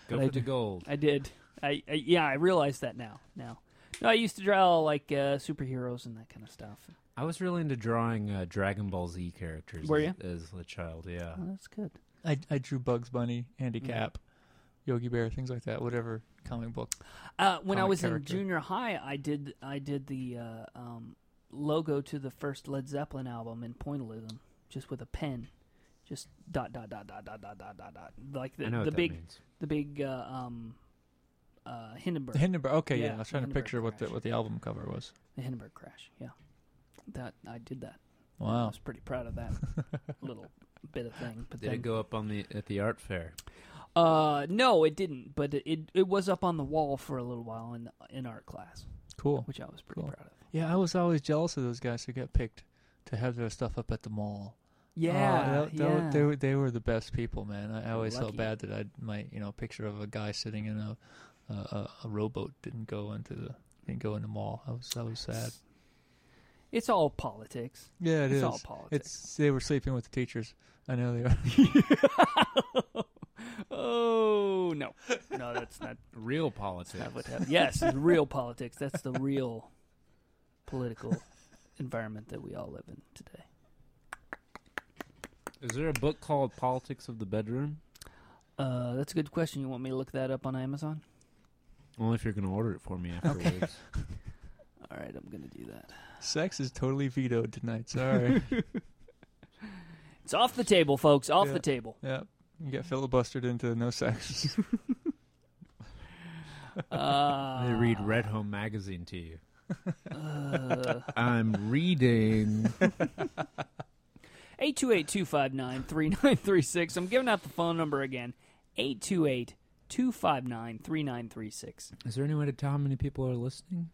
[SPEAKER 5] Go
[SPEAKER 1] I
[SPEAKER 5] for the gold.
[SPEAKER 1] I did. I, I yeah, I realize that now. Now, no, I used to draw like uh, superheroes and that kind of stuff.
[SPEAKER 5] I was really into drawing uh, Dragon Ball Z characters.
[SPEAKER 1] Were
[SPEAKER 5] as, as a child? Yeah.
[SPEAKER 1] Oh, that's good.
[SPEAKER 2] I, I drew Bugs Bunny, Andy Cap, Yogi Bear, things like that. Whatever comic book.
[SPEAKER 1] Uh, when I
[SPEAKER 2] comic
[SPEAKER 1] was in
[SPEAKER 2] character.
[SPEAKER 1] junior high, I did I did the uh, um, logo to the first Led Zeppelin album in pointillism, just with a pen, just dot dot dot dot dot dot dot dot dot, like the
[SPEAKER 5] I know what
[SPEAKER 1] the
[SPEAKER 5] that
[SPEAKER 1] big
[SPEAKER 5] means.
[SPEAKER 1] the big uh, um, uh, Hindenburg
[SPEAKER 2] Hindenburg. Okay, yeah.
[SPEAKER 1] Yeah,
[SPEAKER 2] I was trying to
[SPEAKER 1] Hindenburg
[SPEAKER 2] picture what the
[SPEAKER 1] crash.
[SPEAKER 2] what the album cover was.
[SPEAKER 1] the Hindenburg crash. Yeah, that I did that. I
[SPEAKER 2] Wow.
[SPEAKER 1] was pretty proud of that little bit of thing. But
[SPEAKER 5] Did
[SPEAKER 1] then,
[SPEAKER 5] it go up on the at the art fair?
[SPEAKER 1] Uh, no, it didn't. But it, it it was up on the wall for a little while in in art class,
[SPEAKER 2] Cool.
[SPEAKER 1] which I was pretty
[SPEAKER 2] Cool.
[SPEAKER 1] proud of.
[SPEAKER 2] Yeah, I was always jealous of those guys who got picked to have their stuff up at the mall.
[SPEAKER 1] Yeah,
[SPEAKER 2] Oh, that- that-
[SPEAKER 1] yeah.
[SPEAKER 2] They were they were the best people, man. I, I always
[SPEAKER 1] Lucky.
[SPEAKER 2] felt bad that I my you know picture of a guy sitting in a a, a, a rowboat didn't go into the didn't go in the mall. I was I was sad.
[SPEAKER 1] It's all politics.
[SPEAKER 2] Yeah, it
[SPEAKER 1] It's
[SPEAKER 2] is.
[SPEAKER 1] all politics.
[SPEAKER 2] It's they were sleeping with the teachers. I know they are.
[SPEAKER 1] oh no, no, that's not
[SPEAKER 5] Real politics.
[SPEAKER 1] what happened. Yes, it's real politics. That's the real political environment that we all live in today.
[SPEAKER 5] Is there a book called Politics of the Bedroom?
[SPEAKER 1] Uh, that's a good question. You want me to look that up on Amazon?
[SPEAKER 5] Only if you're going to order it for me afterwards.
[SPEAKER 1] All right, I'm gonna do that.
[SPEAKER 2] Sex is totally vetoed tonight. Sorry.
[SPEAKER 1] It's off the table, folks. Off
[SPEAKER 2] Yeah.
[SPEAKER 1] the table.
[SPEAKER 2] yeah, you get filibustered into no sex.
[SPEAKER 1] Uh,
[SPEAKER 5] They read
[SPEAKER 3] Uh.
[SPEAKER 5] Red Home magazine to you.
[SPEAKER 1] uh,
[SPEAKER 5] I'm reading.
[SPEAKER 1] Eight two eight I'm giving out the phone number again. 828 259 3936.
[SPEAKER 6] Is there any way to tell how many people are listening?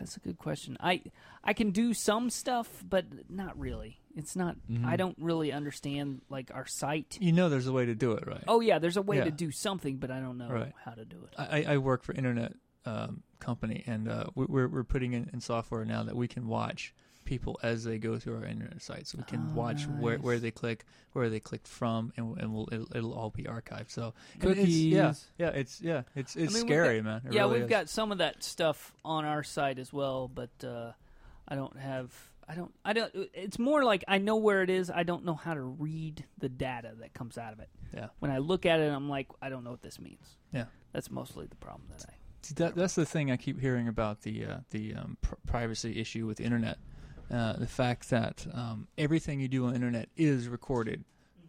[SPEAKER 1] That's a good question. I I can do some stuff, but not really. It's not.
[SPEAKER 2] Mm-hmm.
[SPEAKER 1] I don't really understand like our site.
[SPEAKER 2] You know, there's a way to do it, right?
[SPEAKER 1] Oh yeah, there's a way
[SPEAKER 2] Yeah.
[SPEAKER 1] to do something, but I don't know
[SPEAKER 2] Right.
[SPEAKER 1] how to do it.
[SPEAKER 2] I, I work for internet um, company, and uh, we- we're we're putting in, in software now that we can watch people as they go through our internet site, so we can
[SPEAKER 1] Oh,
[SPEAKER 2] watch where, where they click, where they clicked from, and and we'll, it'll, it'll all be archived. So and it's- yeah,
[SPEAKER 6] Cookies.
[SPEAKER 2] yeah, it's yeah, it's
[SPEAKER 1] I
[SPEAKER 2] it's
[SPEAKER 1] mean, we've
[SPEAKER 2] scary,
[SPEAKER 1] got-
[SPEAKER 2] man. It
[SPEAKER 1] yeah,
[SPEAKER 2] really
[SPEAKER 1] we've
[SPEAKER 2] is.
[SPEAKER 1] got some of that stuff on our site as well, but uh, I don't have. I don't. I don't. It's more like I know where it is. I don't know how to read the data that comes out of it.
[SPEAKER 2] Yeah.
[SPEAKER 1] When I look at it, I'm like, I don't know what this means.
[SPEAKER 2] Yeah.
[SPEAKER 1] That's mostly the problem that I.
[SPEAKER 2] See, that, that's the thing I keep hearing about the uh, the um, pr- privacy issue with the internet. Uh, the fact that um, everything you do on the internet is recorded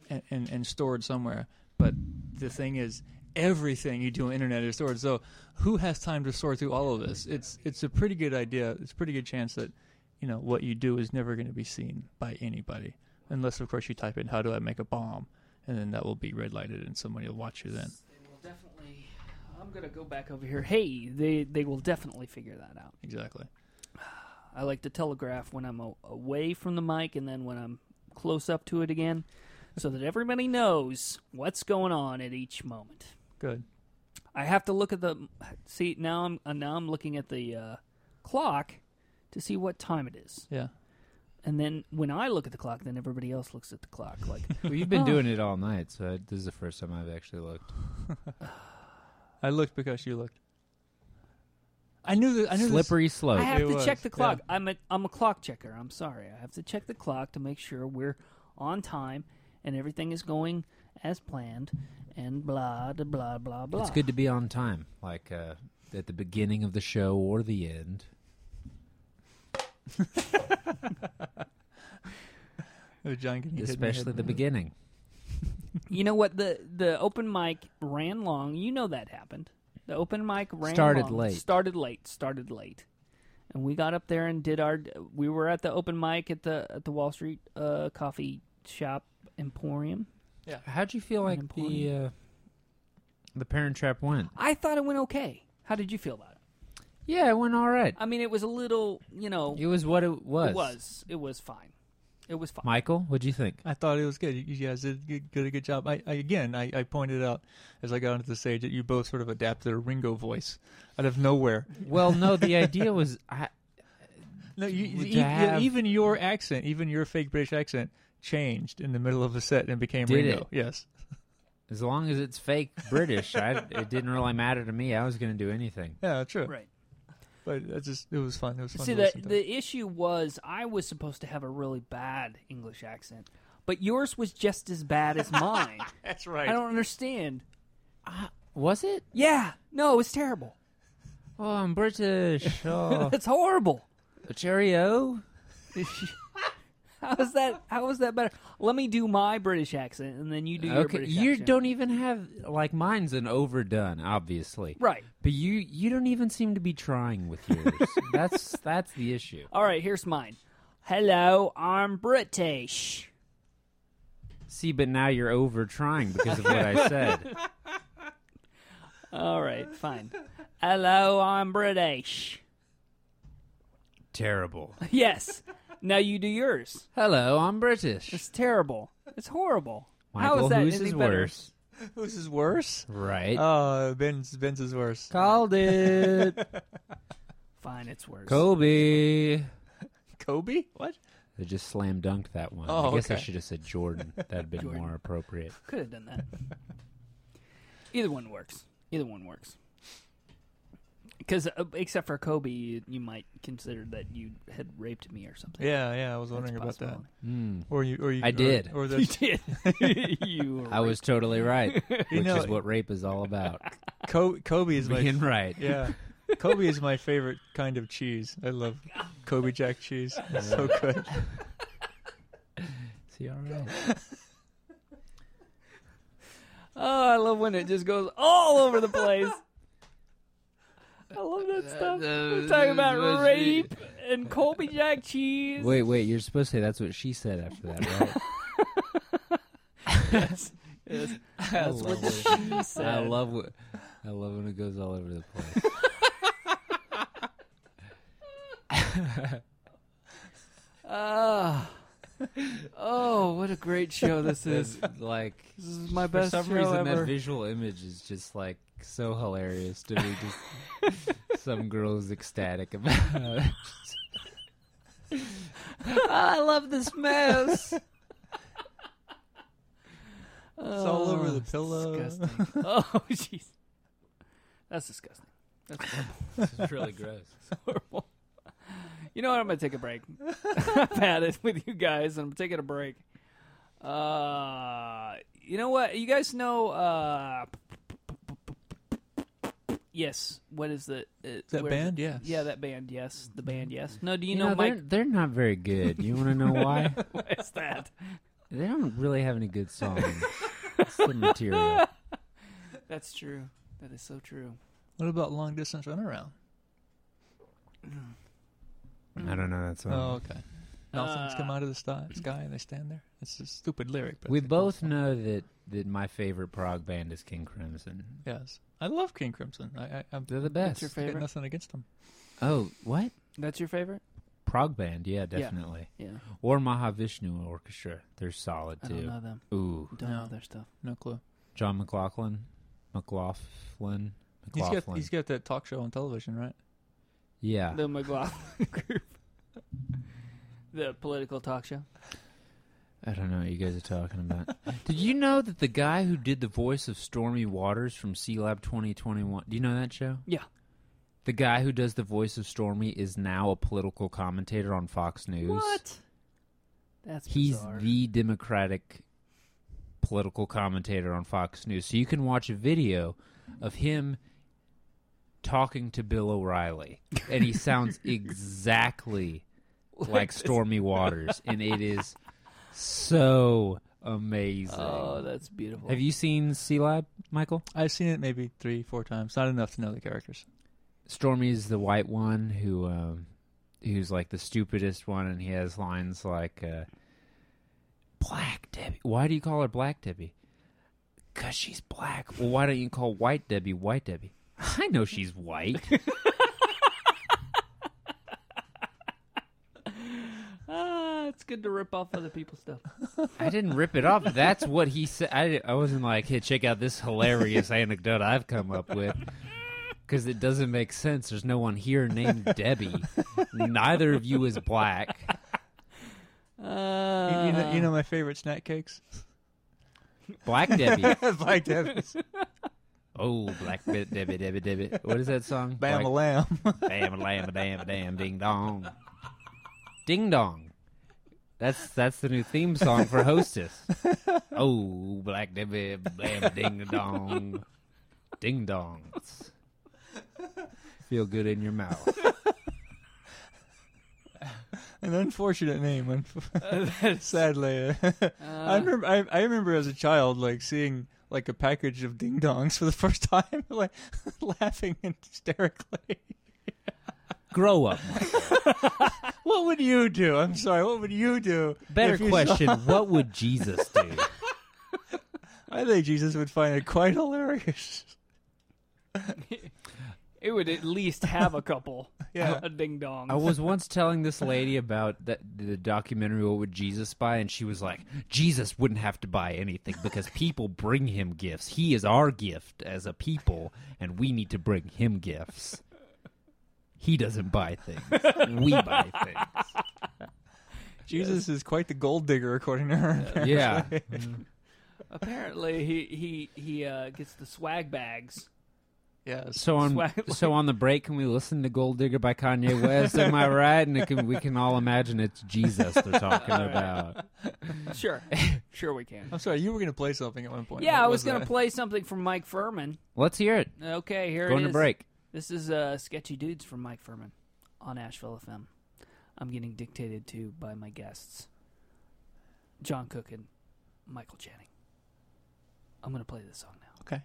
[SPEAKER 2] and, and, and stored somewhere. But the thing is, everything you do on the internet is stored. So who has time to sort through all of this? It's it's a pretty good idea. It's a pretty good chance that you know what you do is never going to be seen by anybody, unless of course you type in "How do I make a bomb," and then that will be red lighted and somebody will watch you then.
[SPEAKER 1] They will definitely. I'm gonna go back over here. Hey, they they will definitely figure that out.
[SPEAKER 2] Exactly.
[SPEAKER 1] I like to telegraph when I'm a- away from the mic and then when I'm close up to it again, so that everybody knows what's going on at each moment.
[SPEAKER 2] Good.
[SPEAKER 1] I have to look at the see now. I'm uh, now I'm looking at the uh, clock to see what time it is,
[SPEAKER 2] Yeah.
[SPEAKER 1] and then when I look at the clock, then everybody else looks at the clock. Like,
[SPEAKER 3] Well, you've been doing it all night, so I, this is the first time I've actually looked.
[SPEAKER 2] I looked because you looked. I knew that. I knew this-
[SPEAKER 3] Slippery slope.
[SPEAKER 1] I have
[SPEAKER 2] it
[SPEAKER 1] to check
[SPEAKER 2] was,
[SPEAKER 1] the clock. I'm a I'm a clock checker. I'm sorry. I have to check the clock to make sure we're on time and everything is going as planned and blah da, blah blah blah.
[SPEAKER 3] It's good to be on time, like uh, at the beginning of the show or the end.
[SPEAKER 2] Oh, John can hit me
[SPEAKER 3] especially
[SPEAKER 2] head
[SPEAKER 3] the
[SPEAKER 2] with it.
[SPEAKER 3] beginning.
[SPEAKER 1] You know what the the open mic ran long. You know that happened. The open mic ran
[SPEAKER 3] Started
[SPEAKER 1] long.
[SPEAKER 3] late.
[SPEAKER 1] Started late. Started late. And we got up there and did our. We were at the open mic at the at the Wall Street uh, coffee shop emporium.
[SPEAKER 3] How'd you feel like the
[SPEAKER 1] important.
[SPEAKER 3] uh, the Parent Trap went?
[SPEAKER 1] I thought it went okay. How did you feel about it?
[SPEAKER 3] Yeah, it went all right.
[SPEAKER 1] I mean, it was a little, you know,
[SPEAKER 3] It was what it was.
[SPEAKER 1] Oh. It was. It was fine. It was fine.
[SPEAKER 3] Michael, what'd you think?
[SPEAKER 2] I thought it was good. You you guys did, good- did a good job. I, I again, I, I pointed out as I got onto the stage that you both sort of adapted a Ringo voice out of nowhere.
[SPEAKER 3] Well, no, the idea was I,
[SPEAKER 2] No, you,
[SPEAKER 3] Would
[SPEAKER 2] e-
[SPEAKER 3] you
[SPEAKER 2] e-
[SPEAKER 3] have-
[SPEAKER 2] even your accent, even your fake British accent, changed in the middle of a set and became
[SPEAKER 3] Did
[SPEAKER 2] Ringo.
[SPEAKER 3] it?
[SPEAKER 2] Yes.
[SPEAKER 3] as long as it's fake British, I, it didn't really matter to me. I was going to do anything.
[SPEAKER 2] Yeah, true.
[SPEAKER 1] right.
[SPEAKER 2] But that's just it was fun. It was fun.
[SPEAKER 1] See,
[SPEAKER 2] to
[SPEAKER 1] the
[SPEAKER 2] listen to.
[SPEAKER 1] the issue was I was supposed to have a really bad English accent, but yours was just as bad as mine.
[SPEAKER 2] that's right.
[SPEAKER 1] I don't understand.
[SPEAKER 3] Was it?
[SPEAKER 1] Yeah. No, it was terrible.
[SPEAKER 3] Oh, I'm British. Oh,
[SPEAKER 1] That's horrible.
[SPEAKER 3] cheerio.
[SPEAKER 1] How is that? How is that better? Let me do my British accent, and then you do your
[SPEAKER 3] okay,
[SPEAKER 1] British
[SPEAKER 3] you
[SPEAKER 1] accent.
[SPEAKER 3] don't even have like mine's an overdone, obviously.
[SPEAKER 1] Right.
[SPEAKER 3] But you you don't even seem to be trying with yours. that's that's the issue.
[SPEAKER 1] All right. Here's mine. Hello, I'm British.
[SPEAKER 3] See, but now you're over trying because of what I said.
[SPEAKER 1] All right. Fine. Hello, I'm British.
[SPEAKER 3] Terrible.
[SPEAKER 1] Yes. Now you do yours.
[SPEAKER 3] Hello, I'm British.
[SPEAKER 1] It's terrible. It's horrible.
[SPEAKER 3] Michael,
[SPEAKER 1] How is that
[SPEAKER 3] whose
[SPEAKER 1] any
[SPEAKER 3] is
[SPEAKER 1] better? Oh.
[SPEAKER 3] worse?
[SPEAKER 2] Whose is worse?
[SPEAKER 3] Right.
[SPEAKER 2] Uh, Ben's Ben's is worse.
[SPEAKER 3] Called it.
[SPEAKER 1] Fine, it's worse.
[SPEAKER 3] Kobe.
[SPEAKER 2] Kobe? What?
[SPEAKER 3] I just slam dunked that one.
[SPEAKER 2] Oh,
[SPEAKER 3] I guess I
[SPEAKER 2] okay.
[SPEAKER 3] should have said Jordan. That'd been
[SPEAKER 1] Jordan.
[SPEAKER 3] more appropriate.
[SPEAKER 1] Could have done that. Either one works. Either one works. Because uh, except for Kobe, you, you might consider that you had raped me or something.
[SPEAKER 2] Yeah, yeah. I was
[SPEAKER 1] That's
[SPEAKER 2] wondering about that.
[SPEAKER 1] possible.
[SPEAKER 2] Or you? Or you?
[SPEAKER 3] I
[SPEAKER 2] or-
[SPEAKER 3] did.
[SPEAKER 2] Or,
[SPEAKER 1] You
[SPEAKER 2] that's
[SPEAKER 1] did. you were
[SPEAKER 3] I was totally right, which
[SPEAKER 2] know-
[SPEAKER 3] is what rape is all about.
[SPEAKER 2] Ko- Kobe is my
[SPEAKER 3] Being right.
[SPEAKER 2] yeah. Kobe is my favorite kind of cheese. I love Kobe Jack cheese. It's so good.
[SPEAKER 3] See, all right.
[SPEAKER 1] Oh, I love when it just goes all over the place. I love
[SPEAKER 3] Uh,
[SPEAKER 1] that stuff. We're talking about rape and Colby Jack cheese.
[SPEAKER 3] Wait, wait. You're supposed to say that's what she said after that, right?
[SPEAKER 1] Yes.
[SPEAKER 3] I
[SPEAKER 1] That's what
[SPEAKER 3] love it.
[SPEAKER 1] she said.
[SPEAKER 3] I love what I love when it goes all over the place.
[SPEAKER 1] Ah. oh, what a great show this is.
[SPEAKER 3] It's like
[SPEAKER 1] This is my
[SPEAKER 3] for
[SPEAKER 1] best
[SPEAKER 3] some
[SPEAKER 1] show
[SPEAKER 3] reason that
[SPEAKER 1] ever.
[SPEAKER 3] visual image is just like so hilarious to me. Just some girl's ecstatic about. it.
[SPEAKER 1] Ah,
[SPEAKER 3] I love this mess.
[SPEAKER 1] Ah.
[SPEAKER 2] It's all over the pillow.
[SPEAKER 1] Oh, Disgusting. oh, jeez. That's disgusting. That's horrible.
[SPEAKER 3] It's really gross.
[SPEAKER 1] horrible. You know what? I'm going to take a break. I've had it with you guys, and I'm taking a break. Uh, you know what? You guys know. Uh, yes. What is the. Uh,
[SPEAKER 2] That
[SPEAKER 1] where is
[SPEAKER 2] band?
[SPEAKER 1] it?
[SPEAKER 2] Yes.
[SPEAKER 1] Yeah, that band. Yes. The band. Yes. No, do you,
[SPEAKER 3] You
[SPEAKER 1] know,
[SPEAKER 3] know,
[SPEAKER 1] Mike?
[SPEAKER 3] they're, they're not very good. You want to know why?
[SPEAKER 1] What is that?
[SPEAKER 3] They don't really have any good songs. It's the material.
[SPEAKER 1] That's true. That is so true.
[SPEAKER 2] What about long distance runaround?
[SPEAKER 1] Mm.
[SPEAKER 5] I don't know. That's
[SPEAKER 2] Oh, okay. Nothing's
[SPEAKER 1] Uh,
[SPEAKER 2] come out of the sky, sky and they stand there. It's a stupid lyric. But
[SPEAKER 3] We
[SPEAKER 2] it's a cool
[SPEAKER 3] both
[SPEAKER 2] song.
[SPEAKER 3] know that, that my favorite prog band is King Crimson.
[SPEAKER 2] Yes, I love King Crimson. I, I, I'm
[SPEAKER 3] They're the
[SPEAKER 1] That's
[SPEAKER 3] best.
[SPEAKER 1] your
[SPEAKER 2] got
[SPEAKER 1] favorite.
[SPEAKER 2] nothing against them.
[SPEAKER 3] Oh, what?
[SPEAKER 1] That's your favorite?
[SPEAKER 3] Prog band, yeah, definitely.
[SPEAKER 1] Yeah.
[SPEAKER 3] Or Mahavishnu Orchestra. They're solid
[SPEAKER 1] I don't
[SPEAKER 3] too.
[SPEAKER 1] know them.
[SPEAKER 3] Ooh.
[SPEAKER 1] Don't
[SPEAKER 2] No.
[SPEAKER 1] know their stuff.
[SPEAKER 2] No clue.
[SPEAKER 3] John McLaughlin. McLaughlin.
[SPEAKER 2] He's
[SPEAKER 3] McLaughlin.
[SPEAKER 2] got he's got that talk show on television, right?
[SPEAKER 3] yeah.
[SPEAKER 1] The McLaughlin group. The political talk show.
[SPEAKER 3] I don't know what you guys are talking about. did you know that the guy who did the voice of Stormy Waters from C Lab 2021? Do you know that show?
[SPEAKER 1] Yeah.
[SPEAKER 3] The guy who does the voice of Stormy is now a political commentator on Fox News.
[SPEAKER 1] That's
[SPEAKER 3] He's
[SPEAKER 1] bizarre.
[SPEAKER 3] the Democratic political commentator on Fox News. So you can watch a video of him talking to Bill O'Reilly, and he sounds exactly like Stormy Waters, and it is so amazing.
[SPEAKER 1] Oh, that's beautiful.
[SPEAKER 3] Have you seen Sea Lab, Michael?
[SPEAKER 2] I've seen it maybe three, four times. Not enough to know the characters.
[SPEAKER 3] Stormy is the white one who um who's like the stupidest one and he has lines like uh Black Debbie. Why do you call her Black Debbie? Cuz she's black. Well, why don't you call White Debbie White Debbie? I know she's white.
[SPEAKER 1] Ah, it's good to rip off other people's stuff.
[SPEAKER 3] I didn't rip it off. That's what he said. I, I wasn't like, "Hey, check out this hilarious anecdote I've come up with." Cuz it doesn't make sense. There's no one here named Debbie. Neither of you is black.
[SPEAKER 2] You-
[SPEAKER 1] Uh,
[SPEAKER 2] you, know, you know my favorite snack cakes.
[SPEAKER 3] Black Debbie.
[SPEAKER 2] Black Devil's.
[SPEAKER 3] Oh, black bit, debit, debit, debit. What is that song?
[SPEAKER 2] Bam a
[SPEAKER 3] Black-
[SPEAKER 2] lamb.
[SPEAKER 3] bam, a lam, a dam, a dam, ding dong, ding dong. That's that's the new theme song for Hostess. Oh, black debit, bam, ding dong, ding dongs. Feel good in your mouth.
[SPEAKER 2] An unfortunate name. unf- Sadly, I
[SPEAKER 1] uh,
[SPEAKER 2] remember. I, I remember as a child, like seeing like a package of ding dongs for the first time, like laughing hysterically.
[SPEAKER 3] Grow up.
[SPEAKER 2] What would you do? I'm sorry. What would you do?
[SPEAKER 3] Better
[SPEAKER 2] if you
[SPEAKER 3] question: What would Jesus do?
[SPEAKER 2] saw- I think Jesus would find it quite hilarious.
[SPEAKER 1] it would at least have a couple.
[SPEAKER 2] Yeah.
[SPEAKER 1] A ding dong.
[SPEAKER 3] I was once telling this lady about that, the documentary "What Would Jesus Buy," and she was like, "Jesus wouldn't have to buy anything because people bring him gifts. He is our gift as a people, and we need to bring him gifts. He doesn't buy things; we buy things."
[SPEAKER 2] Jesus is quite the gold digger, according to her.
[SPEAKER 3] Yeah,
[SPEAKER 1] Apparently, he he he uh, gets the swag bags.
[SPEAKER 2] Yes.
[SPEAKER 3] So on
[SPEAKER 1] Swag
[SPEAKER 3] so on the break, can we listen to "Gold Digger" by Kanye West? Am I right? And it can, we can all imagine it's Jesus they're talking about.
[SPEAKER 1] Sure, sure we can.
[SPEAKER 2] I'm sorry. You were going to play something at one point.
[SPEAKER 1] Yeah,
[SPEAKER 2] What
[SPEAKER 1] I was
[SPEAKER 2] that?
[SPEAKER 1] gonna play something from Mike Furman.
[SPEAKER 3] Let's hear it.
[SPEAKER 1] Okay, here
[SPEAKER 3] Going
[SPEAKER 1] it
[SPEAKER 3] to
[SPEAKER 1] is.
[SPEAKER 3] break.
[SPEAKER 1] This is uh, Sketchy Dudes from Mike Furman on Asheville FM. I'm getting dictated to by my guests, John Cook and Michael Channing. I'm going to play this song now.
[SPEAKER 2] Okay.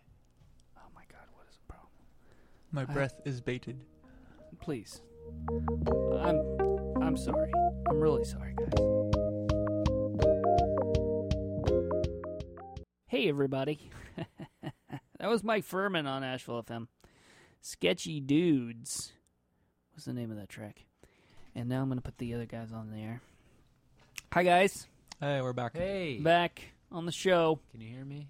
[SPEAKER 1] Oh my God, what is the problem?
[SPEAKER 2] My breath is baited.
[SPEAKER 1] Please. I'm, I'm sorry. I'm really sorry, guys. Hey, everybody. that was Mike Furman on Asheville FM. Sketchy Dudes was the name of that track. And now I'm going to put the other guys on there. Hi, guys.
[SPEAKER 2] Hey, we're back.
[SPEAKER 3] Hey,
[SPEAKER 1] Back on the show.
[SPEAKER 3] can you hear me?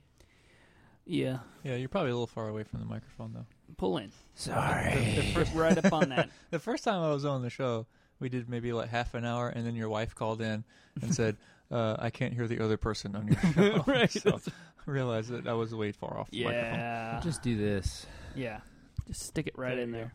[SPEAKER 1] Yeah.
[SPEAKER 2] Yeah, you're probably a little far away from the microphone though.
[SPEAKER 1] Pull in.
[SPEAKER 3] Sorry.
[SPEAKER 1] The first right up on that.
[SPEAKER 2] The first time I was on the show, we did maybe like half an hour, and then your wife called in and said, uh, "I can't hear the other person on your show."
[SPEAKER 1] Right.
[SPEAKER 2] So I realized that I was way far off. The microphone.
[SPEAKER 1] Yeah.
[SPEAKER 3] Just do this.
[SPEAKER 1] yeah. Just stick it right
[SPEAKER 2] There
[SPEAKER 1] in
[SPEAKER 2] you go.
[SPEAKER 1] there.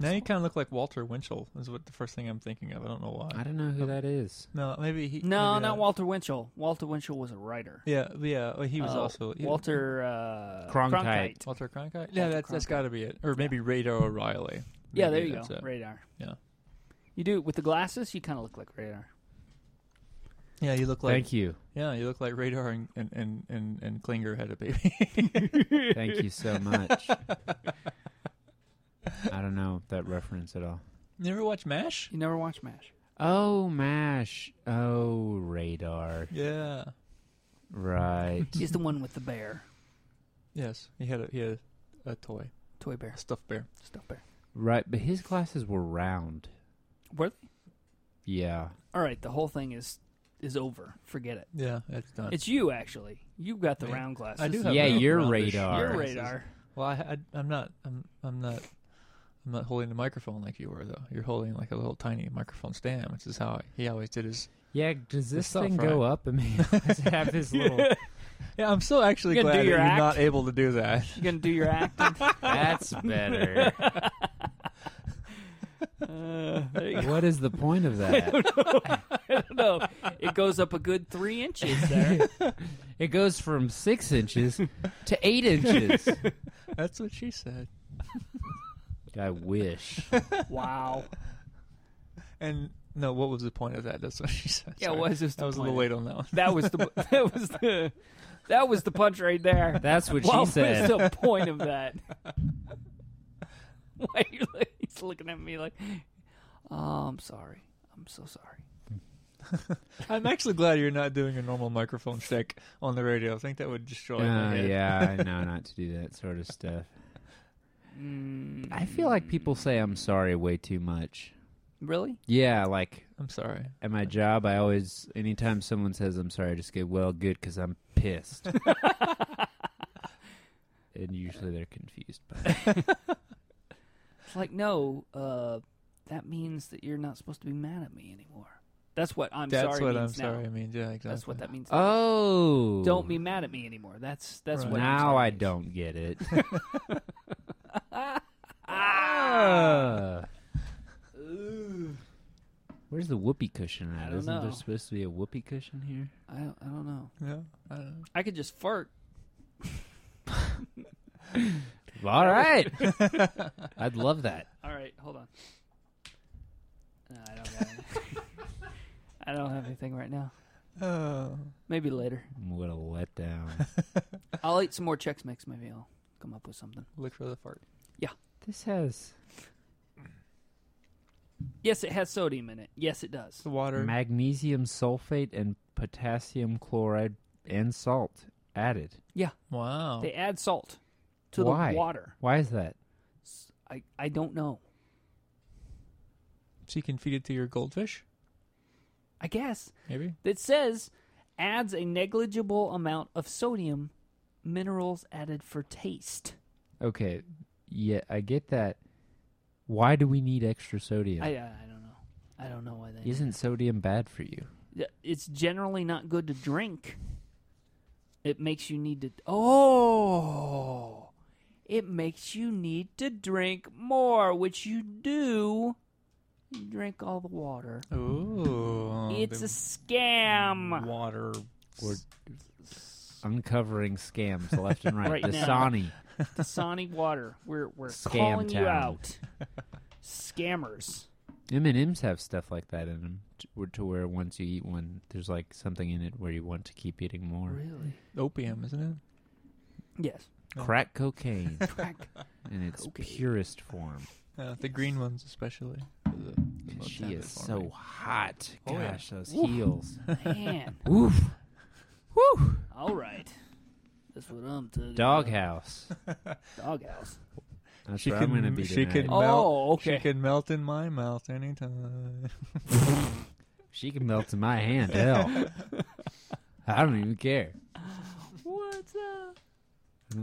[SPEAKER 2] Now you kind of look like Walter Winchell. Is what the first thing I'm thinking of. I don't know why.
[SPEAKER 3] I don't know who that is.
[SPEAKER 2] no, maybe he.
[SPEAKER 1] No,
[SPEAKER 2] maybe
[SPEAKER 1] not
[SPEAKER 2] that-
[SPEAKER 1] Walter Winchell. Walter Winchell was a writer.
[SPEAKER 2] Yeah, yeah. well, He was
[SPEAKER 1] Uh,
[SPEAKER 2] also he-
[SPEAKER 1] Walter uh,
[SPEAKER 3] Cronkite.
[SPEAKER 2] Walter Cronkite. Yeah, that's that's
[SPEAKER 1] Cronkite.
[SPEAKER 2] got to be it, or maybe Radar O'Reilly.
[SPEAKER 1] Yeah, there
[SPEAKER 2] Maybe
[SPEAKER 1] you go.
[SPEAKER 2] that's it.
[SPEAKER 1] Radar.
[SPEAKER 2] Yeah.
[SPEAKER 1] You do with the glasses. You kind of look like radar.
[SPEAKER 2] Yeah, you look like.
[SPEAKER 3] Thank you.
[SPEAKER 2] Yeah, you look like Radar and and and and, and Klinger had a baby.
[SPEAKER 3] Thank you so much. I don't know that reference at all.
[SPEAKER 2] you ever watch Mash?
[SPEAKER 1] You never watch Mash.
[SPEAKER 3] Oh, MASH. Oh, radar.
[SPEAKER 2] Yeah.
[SPEAKER 3] Right.
[SPEAKER 1] He's the one with the bear,
[SPEAKER 2] Yes, he had a he had a, a toy,
[SPEAKER 1] toy bear,
[SPEAKER 2] a stuffed bear.
[SPEAKER 1] stuffed bear.
[SPEAKER 3] Right. But his glasses were round.
[SPEAKER 1] Were they?
[SPEAKER 3] Yeah.
[SPEAKER 1] All right, the whole thing is is over. Forget it.
[SPEAKER 2] Yeah, that's done.
[SPEAKER 1] It's you actually. You got the
[SPEAKER 2] Yeah.
[SPEAKER 1] round glasses.
[SPEAKER 2] I do have
[SPEAKER 3] Yeah,
[SPEAKER 2] round-
[SPEAKER 3] you're
[SPEAKER 2] roundish
[SPEAKER 3] Radar.
[SPEAKER 1] You're
[SPEAKER 3] Our
[SPEAKER 2] glasses.
[SPEAKER 1] radar.
[SPEAKER 2] Well, I, I am not I'm I'm not I'm not holding the microphone like you were though. You're holding like a little tiny microphone stand, which is how he always did his.
[SPEAKER 3] Yeah. Does this
[SPEAKER 2] stuff,
[SPEAKER 3] thing go
[SPEAKER 2] right?
[SPEAKER 3] up? I mean, does it have this little.
[SPEAKER 2] Yeah, I'm so actually
[SPEAKER 1] You gonna
[SPEAKER 2] glad
[SPEAKER 1] do
[SPEAKER 2] that
[SPEAKER 1] your
[SPEAKER 2] you're
[SPEAKER 1] act?
[SPEAKER 2] not able to do that.
[SPEAKER 1] You gonna do your acting?
[SPEAKER 3] That's better.
[SPEAKER 1] uh, there you go.
[SPEAKER 3] what is the point of that?
[SPEAKER 1] No, it goes up a good three inches there.
[SPEAKER 3] It goes from six inches to eight inches.
[SPEAKER 2] That's what she said.
[SPEAKER 3] I wish.
[SPEAKER 1] Wow.
[SPEAKER 2] And no, what was the point of that? That's what she said.
[SPEAKER 1] Yeah,
[SPEAKER 2] Sorry.
[SPEAKER 1] what was
[SPEAKER 2] I
[SPEAKER 1] the
[SPEAKER 2] was a little
[SPEAKER 1] point
[SPEAKER 2] late on that one.
[SPEAKER 1] That was the that was the that was the punch right there.
[SPEAKER 3] That's what
[SPEAKER 1] What
[SPEAKER 3] she
[SPEAKER 1] was
[SPEAKER 3] said.
[SPEAKER 1] the point of that? Why are you like, he's looking at me like, oh, I'm sorry. I'm so sorry.
[SPEAKER 2] I'm actually glad you're not doing a normal microphone stick on the radio. I think that would destroy. my
[SPEAKER 3] Uh,
[SPEAKER 2] head.
[SPEAKER 3] yeah, I know not to do that sort of stuff. I feel like people say I'm sorry way too much.
[SPEAKER 1] Mm. Really?
[SPEAKER 3] Yeah, like
[SPEAKER 2] I'm sorry.
[SPEAKER 3] at my job, I always, anytime someone says I'm sorry, I just go, well, good, because I'm pissed. and usually they're confused. By it.
[SPEAKER 1] It's like, no, uh, that means that you're not supposed to be mad at me anymore. That's what I'm
[SPEAKER 2] That's
[SPEAKER 1] sorry
[SPEAKER 2] what I'm
[SPEAKER 1] means now.
[SPEAKER 2] sorry. I mean, yeah, exactly.
[SPEAKER 1] That's what that means. now.
[SPEAKER 3] Oh.
[SPEAKER 1] Don't be mad at me anymore. That's that's
[SPEAKER 2] Right.
[SPEAKER 1] what I'm
[SPEAKER 3] Now
[SPEAKER 1] sorry
[SPEAKER 3] I
[SPEAKER 1] means.
[SPEAKER 3] don't get it. Ah. Where's the whoopee cushian
[SPEAKER 1] I
[SPEAKER 3] at?
[SPEAKER 1] don't
[SPEAKER 3] Isn't
[SPEAKER 1] know.
[SPEAKER 3] there supposed to be a whoopee cushion here?
[SPEAKER 1] I don't, I don't know.
[SPEAKER 2] Yeah, I don't know.
[SPEAKER 1] I could just fart.
[SPEAKER 3] All right. I'd love that.
[SPEAKER 1] All right, hold on. No, I don't have. Any. I don't have anything right now.
[SPEAKER 2] Oh.
[SPEAKER 1] Maybe later.
[SPEAKER 3] What a letdown.
[SPEAKER 1] I'll eat some more Chex Mix. Maybe I'll come up with something.
[SPEAKER 2] Look for the fart.
[SPEAKER 3] this has
[SPEAKER 1] Yes, it has sodium in it. Yes, it does.
[SPEAKER 2] The water.
[SPEAKER 3] magnesium sulfate and potassium chloride and salt added.
[SPEAKER 2] wow.
[SPEAKER 1] They add salt to
[SPEAKER 3] Why?
[SPEAKER 1] the water.
[SPEAKER 3] Why is that?
[SPEAKER 1] S- I I don't know.
[SPEAKER 2] so you can feed it to your goldfish,
[SPEAKER 1] I guess
[SPEAKER 2] maybe.
[SPEAKER 1] it says adds a negligible amount of sodium, minerals added for taste.
[SPEAKER 3] Okay. Yeah, I get that. Why do we need extra sodium?
[SPEAKER 1] I I I don't know. I don't know why they.
[SPEAKER 3] Isn't sodium bad for you?
[SPEAKER 1] Yeah, it's generally not good to drink. It makes you need to. Oh, it makes you need to drink more, which you do. You drink all the water.
[SPEAKER 2] Ooh.
[SPEAKER 1] it's a
[SPEAKER 2] the
[SPEAKER 1] scam.
[SPEAKER 2] water.
[SPEAKER 3] We're uncovering scams left and right.
[SPEAKER 1] Right
[SPEAKER 3] the
[SPEAKER 1] now.
[SPEAKER 3] Sani.
[SPEAKER 1] Dasani water. We're we're
[SPEAKER 3] Scam
[SPEAKER 1] calling you
[SPEAKER 3] town.
[SPEAKER 1] out. Scammers.
[SPEAKER 3] M&Ms have stuff like that in them to, where- to where once you eat one, there's like something in it where you want to keep eating more.
[SPEAKER 1] Really?
[SPEAKER 2] Opium, isn't it?
[SPEAKER 1] Yes.
[SPEAKER 3] Crack cocaine
[SPEAKER 1] Crack.
[SPEAKER 3] in its
[SPEAKER 1] Cocaine.
[SPEAKER 3] purest form.
[SPEAKER 2] Yeah, Uh, the green ones especially. for The, the most
[SPEAKER 3] She
[SPEAKER 2] habit
[SPEAKER 3] is so
[SPEAKER 2] forming.
[SPEAKER 3] hot.
[SPEAKER 2] Oh, yeah.
[SPEAKER 3] Gosh, those heels.
[SPEAKER 1] Man.
[SPEAKER 3] Oof.
[SPEAKER 1] All right. That's what I'm thinking.
[SPEAKER 5] Doghouse.
[SPEAKER 1] Doghouse.
[SPEAKER 5] That's
[SPEAKER 2] She
[SPEAKER 5] where I'm
[SPEAKER 2] can-
[SPEAKER 5] gonna be
[SPEAKER 2] she
[SPEAKER 5] tonight.
[SPEAKER 2] can-
[SPEAKER 1] Oh,
[SPEAKER 2] Melt-
[SPEAKER 1] okay.
[SPEAKER 2] She can melt in my mouth anytime. Oh.
[SPEAKER 5] She can melt in my hand. Hell,
[SPEAKER 3] I don't even care.
[SPEAKER 1] What's up?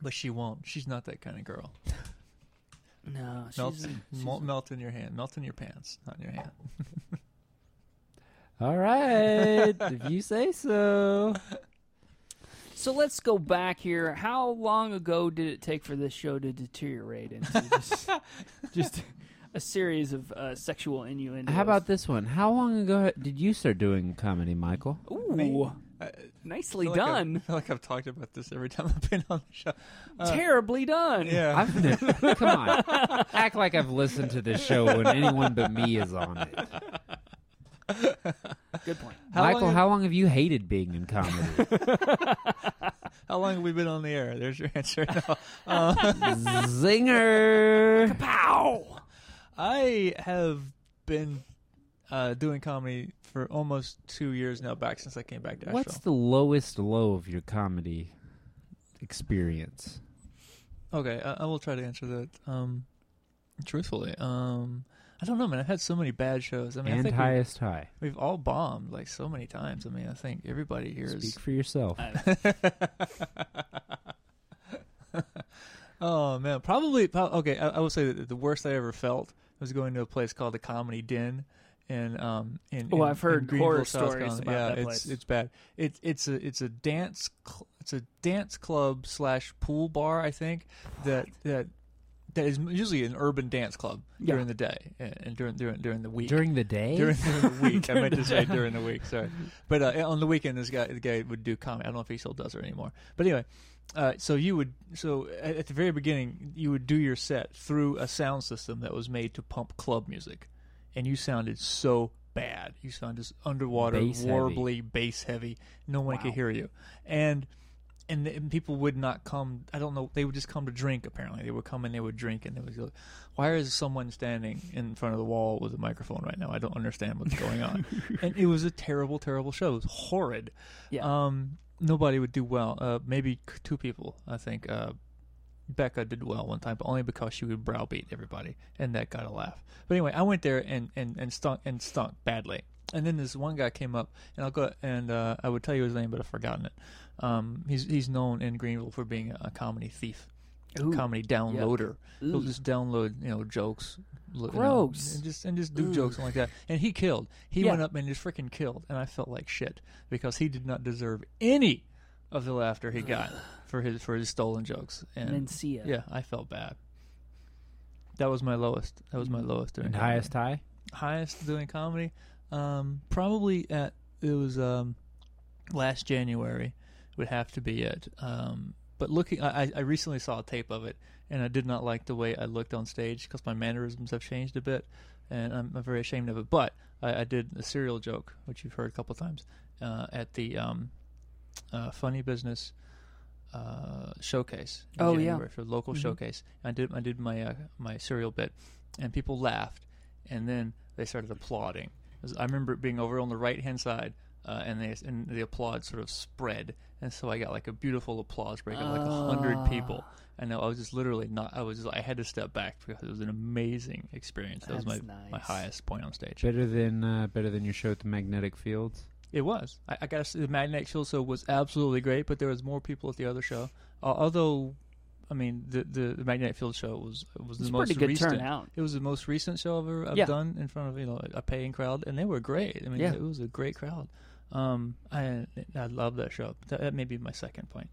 [SPEAKER 2] But she won't. She's not that kind of girl.
[SPEAKER 1] No,
[SPEAKER 2] Melt,
[SPEAKER 1] she's, she's
[SPEAKER 2] melt, melt in your hand. Melt in your pants, not in your hand.
[SPEAKER 3] All right, if you say so.
[SPEAKER 1] So let's go back here. How long ago did it take for this show to deteriorate into just, just a series of uh, sexual innuendos?
[SPEAKER 3] How about this one? How long ago did you start doing comedy, Michael?
[SPEAKER 1] Ooh,
[SPEAKER 2] I- I
[SPEAKER 1] nicely
[SPEAKER 2] feel like I've-
[SPEAKER 1] done.
[SPEAKER 2] I feel like I've talked about this every time I've been on the show. Uh,
[SPEAKER 1] Terribly done.
[SPEAKER 2] yeah.
[SPEAKER 3] I've never.
[SPEAKER 5] come on, act like I've listened to this show when anyone but me is on it.
[SPEAKER 1] Good point.
[SPEAKER 2] How
[SPEAKER 3] Michael,
[SPEAKER 2] long-
[SPEAKER 3] how long have you hated being in comedy?
[SPEAKER 2] How long have we been on the air? There's your answer. Now.
[SPEAKER 3] Zinger.
[SPEAKER 1] Pow!
[SPEAKER 2] I have been uh, doing comedy for almost two years now, back since I came back to Asheville.
[SPEAKER 3] What's the lowest low of your comedy experience?
[SPEAKER 2] Okay, I, I will try to answer that. Um, truthfully, um, I don't know, man. I've had so many bad shows. I mean, I
[SPEAKER 3] and
[SPEAKER 2] think we,
[SPEAKER 3] highest high.
[SPEAKER 2] we've all bombed like so many times. I mean, I think everybody here is.
[SPEAKER 3] Speak for yourself.
[SPEAKER 2] oh man, probably. prob- okay, I, I will say that the worst I ever felt was going to a place called the Comedy Den, and um, in,
[SPEAKER 1] Oh,
[SPEAKER 2] in-
[SPEAKER 1] I've heard
[SPEAKER 2] in Greenville,
[SPEAKER 1] horror
[SPEAKER 2] South
[SPEAKER 1] stories
[SPEAKER 2] Carolina.
[SPEAKER 1] about
[SPEAKER 2] yeah,
[SPEAKER 1] that
[SPEAKER 2] it's,
[SPEAKER 1] place.
[SPEAKER 2] It's bad. It's it's a it's a dance cl- it's a dance club slash pool bar. I think that that. That is usually an urban dance club
[SPEAKER 1] Yeah.
[SPEAKER 2] during the day and and during during during the week
[SPEAKER 3] During the day?
[SPEAKER 2] during, during the week. I meant to say during the week. Sorry, but uh, on the weekend, this guy, the guy would do comedy. I don't know if he still does it anymore. But anyway, uh, so you would so at, at the very beginning, you would do your set through a sound system that was made to pump club music, and you sounded so bad. You sounded just underwater,
[SPEAKER 3] Bass heavy.
[SPEAKER 2] warbly, bass heavy. No one could hear you, and and, th- and people would not come. I don't know. They would just come to drink. Apparently, they would come and they would drink, and they would go, "Why is someone standing in front of the wall with a microphone right now? I don't understand what's going on." and it was a terrible, terrible show. It was horrid.
[SPEAKER 1] Yeah.
[SPEAKER 2] Um, nobody would do well. Uh, maybe c- two people. I think. Uh, Becca did well one time, but only because she would browbeat everybody, and that got a laugh. But anyway, I went there and and and stunk and stunk badly. And then this one guy came up, and I'll go and uh, I would tell you his name, but I've forgotten it. Um, he's he's known in Greenville for being a comedy thief, a
[SPEAKER 1] Ooh.
[SPEAKER 2] comedy downloader. He'll
[SPEAKER 1] Ooh.
[SPEAKER 2] just download you know jokes, lo- you know,
[SPEAKER 1] Gross.
[SPEAKER 2] and just and just do jokes and like that. And he killed. He
[SPEAKER 1] Yeah.
[SPEAKER 2] went up and just freaking killed, and I felt like shit because he did not deserve any of the laughter he got for his for his stolen jokes. And
[SPEAKER 1] Mencia.
[SPEAKER 2] yeah, I felt bad. That was my lowest. That was my
[SPEAKER 1] Mm.
[SPEAKER 2] lowest doing
[SPEAKER 3] and
[SPEAKER 2] comedy.
[SPEAKER 3] highest high?
[SPEAKER 2] highest doing comedy. Um, probably at it was um, last January would have to be it. Um, but looking, I, I- I recently saw a tape of it, and I did not like the way I looked on stage because my mannerisms have changed a bit, and I'm, I'm very ashamed of it. But I, I did a cereal joke, which you've heard a couple times, uh, at the um, uh, Funny Business uh, showcase. in
[SPEAKER 1] Oh, yeah.
[SPEAKER 2] January for the local showcase. I did I did my uh, my cereal bit, and people laughed, and then they started applauding. 'Cause I remember it being over on the right hand side, uh, and they and the applause sort of spread, and so I got like a beautiful applause break of like a
[SPEAKER 1] Ah.
[SPEAKER 2] hundred people. I know I was just literally not. I was I had to step back because it was an amazing experience. That was
[SPEAKER 1] That's
[SPEAKER 2] my my
[SPEAKER 1] nice.
[SPEAKER 2] highest point on stage.
[SPEAKER 3] Better than uh, better than your show at the Magnetic Fields?
[SPEAKER 2] It was. I, I got to say the Magnetic Shield show was absolutely great, but there was more people at the other show. Uh, although, I mean, the, the the Magnetic Field show was was
[SPEAKER 1] It's
[SPEAKER 2] the
[SPEAKER 1] a
[SPEAKER 2] most
[SPEAKER 1] pretty good
[SPEAKER 2] recent.
[SPEAKER 1] turnout.
[SPEAKER 2] It was the most recent show I've ever I've
[SPEAKER 1] Yeah.
[SPEAKER 2] done in front of you know a paying crowd, and they were great. I mean,
[SPEAKER 1] Yeah.
[SPEAKER 2] it was a great crowd. Um, I I love that show. That, that may be my second point.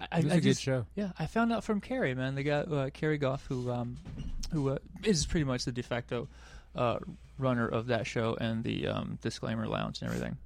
[SPEAKER 2] I, I,
[SPEAKER 3] It was
[SPEAKER 2] Hmm. I
[SPEAKER 3] a good
[SPEAKER 2] just-
[SPEAKER 3] show.
[SPEAKER 2] yeah, I found out from Carrie, man, the guy uh, Carrie Goff, who um, who uh, is pretty much the de facto uh, runner of that show and the um, disclaimer lounge and everything.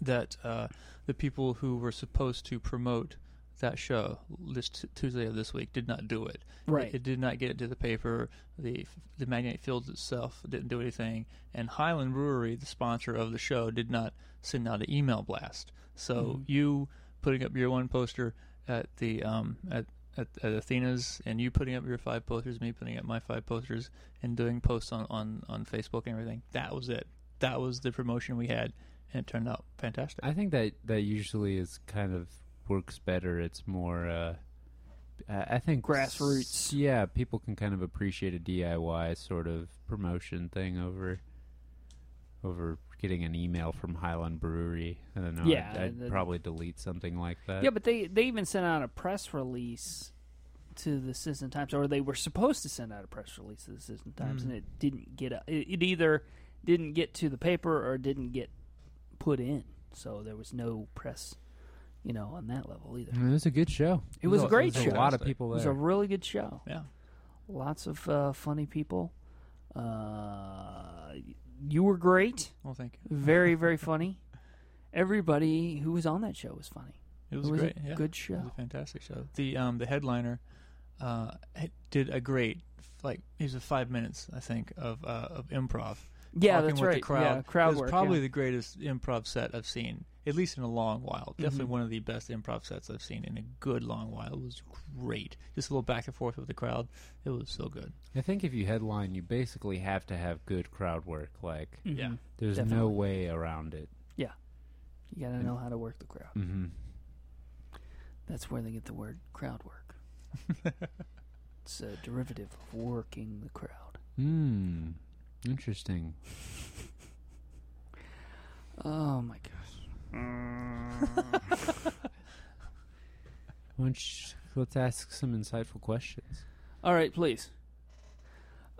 [SPEAKER 2] That uh, the people who were supposed to promote that show this t- Tuesday of this week did not do it.
[SPEAKER 1] Right.
[SPEAKER 2] it, it did not get it to the paper. The the Magnet Fields itself didn't do anything, and Highland Brewery, the sponsor of the show, did not send out an email blast. So you putting up your one poster at the um at, at at Athena's, and you putting up your five posters, me putting up my five posters, and doing posts on on on Facebook and everything. That was it. That was the promotion we had, and it turned out fantastic.
[SPEAKER 3] I think that that usually is kind of works better. It's more, uh, I I think,
[SPEAKER 1] Grassroots.
[SPEAKER 3] Yeah, people can kind of appreciate a DIY sort of promotion thing over over getting an email from Highland Brewery. I don't know.
[SPEAKER 1] Yeah,
[SPEAKER 3] I'd, I'd
[SPEAKER 1] the-
[SPEAKER 3] probably delete something like that.
[SPEAKER 1] Yeah, but they they even sent out a press release to the Citizen Times, or they were supposed to send out a press release to the Citizen Times,
[SPEAKER 2] Hmm.
[SPEAKER 1] and it didn't get. It, it either didn't get to the paper or didn't get put in, so there was no press, you know, on that level either.
[SPEAKER 3] it was a good show.
[SPEAKER 1] It was a great
[SPEAKER 3] There's
[SPEAKER 1] show.
[SPEAKER 3] A lot of people
[SPEAKER 1] It was a
[SPEAKER 3] there.
[SPEAKER 1] really good show.
[SPEAKER 2] Yeah.
[SPEAKER 1] Lots of uh, funny people. Uh, you were great.
[SPEAKER 2] Well, thank you.
[SPEAKER 1] Very, very funny. Everybody who was on that show was funny.
[SPEAKER 2] It was,
[SPEAKER 1] it was
[SPEAKER 2] great.
[SPEAKER 1] a
[SPEAKER 2] yeah.
[SPEAKER 1] good
[SPEAKER 2] It was
[SPEAKER 1] show.
[SPEAKER 2] a fantastic show. The um the headliner uh h- did a great like it was five minutes I think of uh, of improv.
[SPEAKER 1] Yeah,
[SPEAKER 2] talking
[SPEAKER 1] that's
[SPEAKER 2] with
[SPEAKER 1] right.
[SPEAKER 2] The crowd.
[SPEAKER 1] Yeah, crowd
[SPEAKER 2] it was
[SPEAKER 1] work,
[SPEAKER 2] probably
[SPEAKER 1] yeah.
[SPEAKER 2] the greatest improv set I've seen, at least in a long while.
[SPEAKER 1] Mm-hmm.
[SPEAKER 2] Definitely one of the best improv sets I've seen in a good long while. It was great. Just a little back and forth with the crowd. It was so good.
[SPEAKER 3] I think if you headline, you basically have to have good crowd work. Like,
[SPEAKER 2] Yeah.
[SPEAKER 1] Mm-hmm.
[SPEAKER 3] there's no
[SPEAKER 1] Definitely.
[SPEAKER 3] way around it.
[SPEAKER 1] You gotta know how to work the crowd.
[SPEAKER 3] Mm-hmm.
[SPEAKER 1] That's where they get the word crowd work. it's a derivative of working the crowd.
[SPEAKER 3] Hmm. Interesting.
[SPEAKER 1] Oh my gosh.
[SPEAKER 3] Why don't you- let's ask some insightful questions.
[SPEAKER 1] All right, please.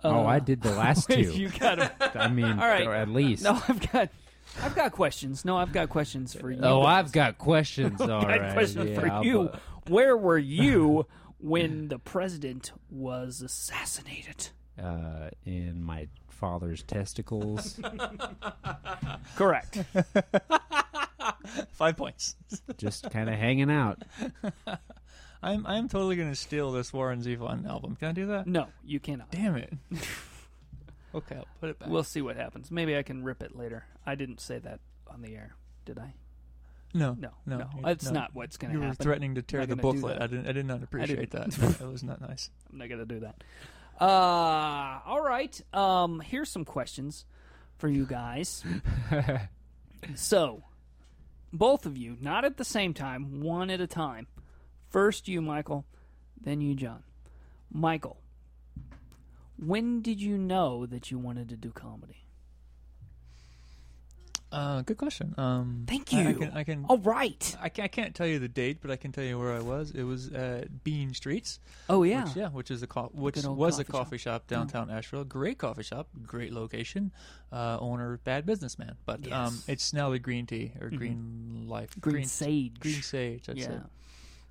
[SPEAKER 3] oh,
[SPEAKER 1] Uh,
[SPEAKER 3] I did the last two.
[SPEAKER 1] You got 'em.
[SPEAKER 3] I mean,
[SPEAKER 1] All right.
[SPEAKER 3] or at least.
[SPEAKER 1] No, I've got, I've got questions. No, I've got questions for you.
[SPEAKER 3] Oh, I've got questions. All
[SPEAKER 1] I
[SPEAKER 3] right.
[SPEAKER 1] had a question
[SPEAKER 3] Yeah,
[SPEAKER 1] for
[SPEAKER 3] I'll
[SPEAKER 1] you.
[SPEAKER 3] bu-
[SPEAKER 1] Where were you when the president was assassinated?
[SPEAKER 3] Uh, in my father's testicles,
[SPEAKER 1] Correct.
[SPEAKER 2] Five points.
[SPEAKER 3] just kind of hanging out.
[SPEAKER 2] I'm I'm totally gonna steal this Warren Zevon album. Can I do that?
[SPEAKER 1] No, you cannot.
[SPEAKER 2] Damn it. okay, I'll put it back.
[SPEAKER 1] We'll see what happens. Maybe I can rip it later. I didn't say that on the air, did I?
[SPEAKER 2] no,
[SPEAKER 1] No,
[SPEAKER 2] no,
[SPEAKER 1] no,
[SPEAKER 2] you-
[SPEAKER 1] that's
[SPEAKER 2] no.
[SPEAKER 1] not what's going
[SPEAKER 2] You
[SPEAKER 1] to
[SPEAKER 2] were
[SPEAKER 1] happen.
[SPEAKER 2] threatening to tear
[SPEAKER 1] Not
[SPEAKER 2] the
[SPEAKER 1] gonna do
[SPEAKER 2] booklet.
[SPEAKER 1] that.
[SPEAKER 2] I didn't. I did not appreciate that.
[SPEAKER 1] didn't.
[SPEAKER 2] that was not nice.
[SPEAKER 1] I'm not gonna do that. Uh, all right. Um, here's some questions for you guys. so, both of you, not at the same time, one at a time. First, you, Michael, then you, John. Michael, when did you know that you wanted to do comedy?
[SPEAKER 2] Uh, good question. Um,
[SPEAKER 1] Thank
[SPEAKER 2] I-
[SPEAKER 1] you.
[SPEAKER 2] I, can. I can.
[SPEAKER 1] All right.
[SPEAKER 2] I, can, I can't tell you the date, but I can tell you where I was. It was at Bean Streets,
[SPEAKER 1] Oh yeah.
[SPEAKER 2] which, yeah, which is a co- which
[SPEAKER 1] good old
[SPEAKER 2] was a
[SPEAKER 1] coffee shop.
[SPEAKER 2] coffee shop, downtown Asheville. Great coffee shop, great location. Uh, owner bad businessman, but um,
[SPEAKER 1] Yes. Mm-hmm.
[SPEAKER 2] it's now the Green Tea or Green Life,
[SPEAKER 1] Green, sage.
[SPEAKER 2] Green Sage. That's
[SPEAKER 1] yeah.
[SPEAKER 2] it.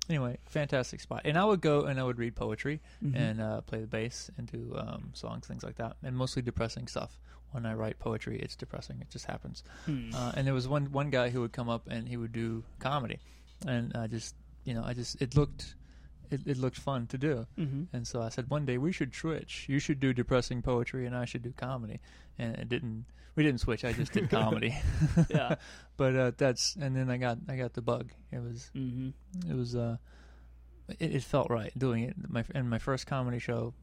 [SPEAKER 2] Anyway, fantastic spot. And I would go and I would read poetry and uh, play the bass and do um, songs, things like that, and mostly depressing stuff. When I write poetry, it's depressing. It just happens. Uh, and there was one one guy who would come up and he would do comedy, and I just you know I just it looked. It, it looked fun to do, and so I said, "One day we should switch. You should do depressing poetry, and I should do comedy." And it didn't. We didn't switch. I just did comedy.
[SPEAKER 1] Yeah.
[SPEAKER 2] but uh, that's and then I got I got the bug. It was
[SPEAKER 1] Mm-hmm.
[SPEAKER 2] it was uh it, it felt right doing it my and my first comedy show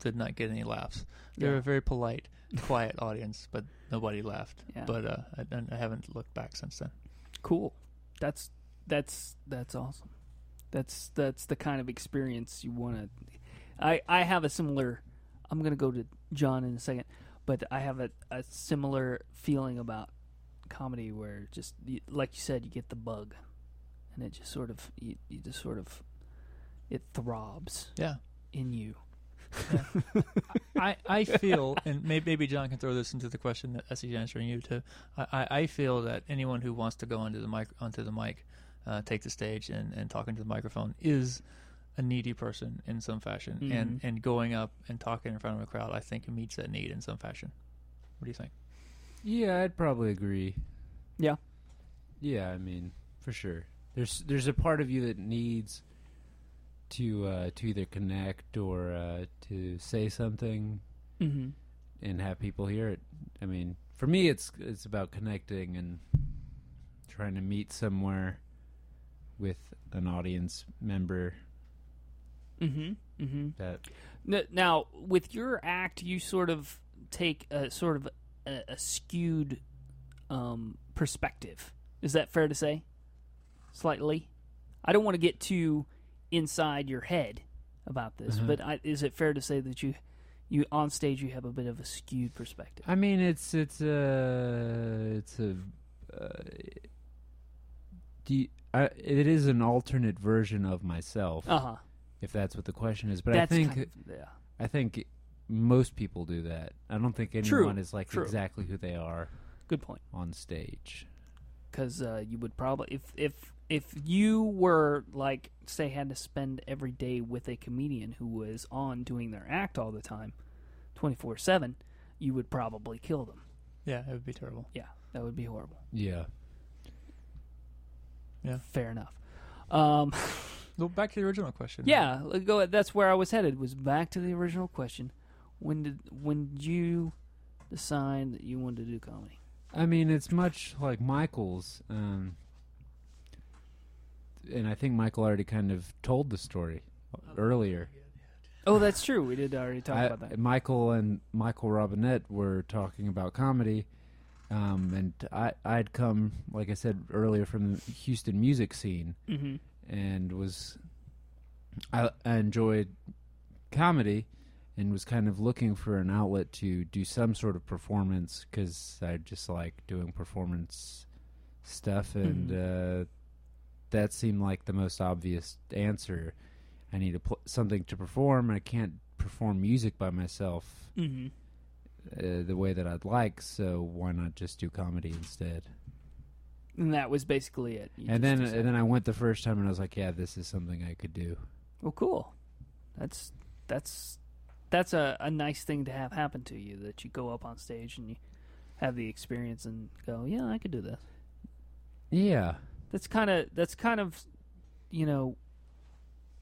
[SPEAKER 2] did not get any laughs they were
[SPEAKER 1] Yeah.
[SPEAKER 2] a very polite quiet audience but nobody laughed
[SPEAKER 1] Yeah.
[SPEAKER 2] but uh I, and I haven't looked back since then
[SPEAKER 1] cool that's that's that's awesome that's that's the kind of experience you want to i i have a similar i'm gonna go to john in a second but i have a, a similar feeling about comedy where just y- like you said you get the bug and it just sort of you, you just sort of it throbs
[SPEAKER 2] yeah
[SPEAKER 1] in you
[SPEAKER 2] I, I feel, and maybe, maybe John can throw this into the question that Essie's answering you too. I, I, I feel that anyone who wants to go onto the mic, onto the mic, uh, take the stage and, and talk into the microphone is a needy person in some fashion. And and going up and talking in front of a crowd, I think meets that need in some fashion. What do you think?
[SPEAKER 3] Yeah, I'd probably agree.
[SPEAKER 1] yeah
[SPEAKER 3] Yeah, I mean, for sure. There's there's a part of you that needs to uh, to either connect or uh, to say something
[SPEAKER 1] mm-hmm.
[SPEAKER 3] and have people hear it. I mean, for me, it's it's about connecting and trying to meet somewhere with an audience member
[SPEAKER 1] Mm-hmm. Mm-hmm.
[SPEAKER 3] that
[SPEAKER 1] N- Now, with your act, you sort of take a sort of a, a skewed um, perspective. Is that fair to say? Slightly. I don't want to get too inside your head about this,
[SPEAKER 3] Mm-hmm.
[SPEAKER 1] but I, is it fair to say that you, you on stage, you have a bit of a skewed perspective?
[SPEAKER 3] I mean, it's it's a it's a uh, do you, I, it is an alternate version of myself,
[SPEAKER 1] Uh huh.
[SPEAKER 3] if that's what the question is. But
[SPEAKER 1] That's
[SPEAKER 3] I think
[SPEAKER 1] kind of- yeah.
[SPEAKER 3] I think most people do that. I don't think anyone
[SPEAKER 1] True,
[SPEAKER 3] is like
[SPEAKER 1] true.
[SPEAKER 3] exactly who they are
[SPEAKER 1] Good point.
[SPEAKER 3] on stage.
[SPEAKER 1] because uh, you would probably if if if you were like say had to spend every day with a comedian who was on doing their act all the time 24/7 you would probably kill them
[SPEAKER 2] Yeah, it would be terrible.
[SPEAKER 1] yeah that would be horrible
[SPEAKER 3] Yeah.
[SPEAKER 1] fair enough um
[SPEAKER 2] Well, back to the original question.
[SPEAKER 1] yeah let- go that's where i was headed was back to the original question when did when did you decide that you wanted to do comedy
[SPEAKER 3] I mean, it's much like Michael's, um, and I think Michael already kind of told the story earlier.
[SPEAKER 1] oh that's true we did already talk
[SPEAKER 3] I-
[SPEAKER 1] about that
[SPEAKER 3] Michael and Michael Robinette were talking about comedy, um, and I I'd come like I said earlier from the Houston music scene
[SPEAKER 1] hmm
[SPEAKER 3] and was I, I enjoyed comedy and was kind of looking for an outlet to do some sort of performance because I just like doing performance stuff and
[SPEAKER 1] Mm-hmm.
[SPEAKER 3] uh, that seemed like the most obvious answer. I need a pl- something to perform. I can't perform music by myself
[SPEAKER 1] hmm
[SPEAKER 3] uh, the way that I'd like, so why not just do comedy instead?
[SPEAKER 1] and that was basically it You just
[SPEAKER 3] and then
[SPEAKER 1] decided-
[SPEAKER 3] and then I went the first time and I was like, yeah, this is something I could do.
[SPEAKER 1] Well, cool. That's that's that's a, a nice thing to have happen to you that you go up on stage and you have the experience and go, yeah, I could do this.
[SPEAKER 3] Yeah.
[SPEAKER 1] That's kind of that's kind of you know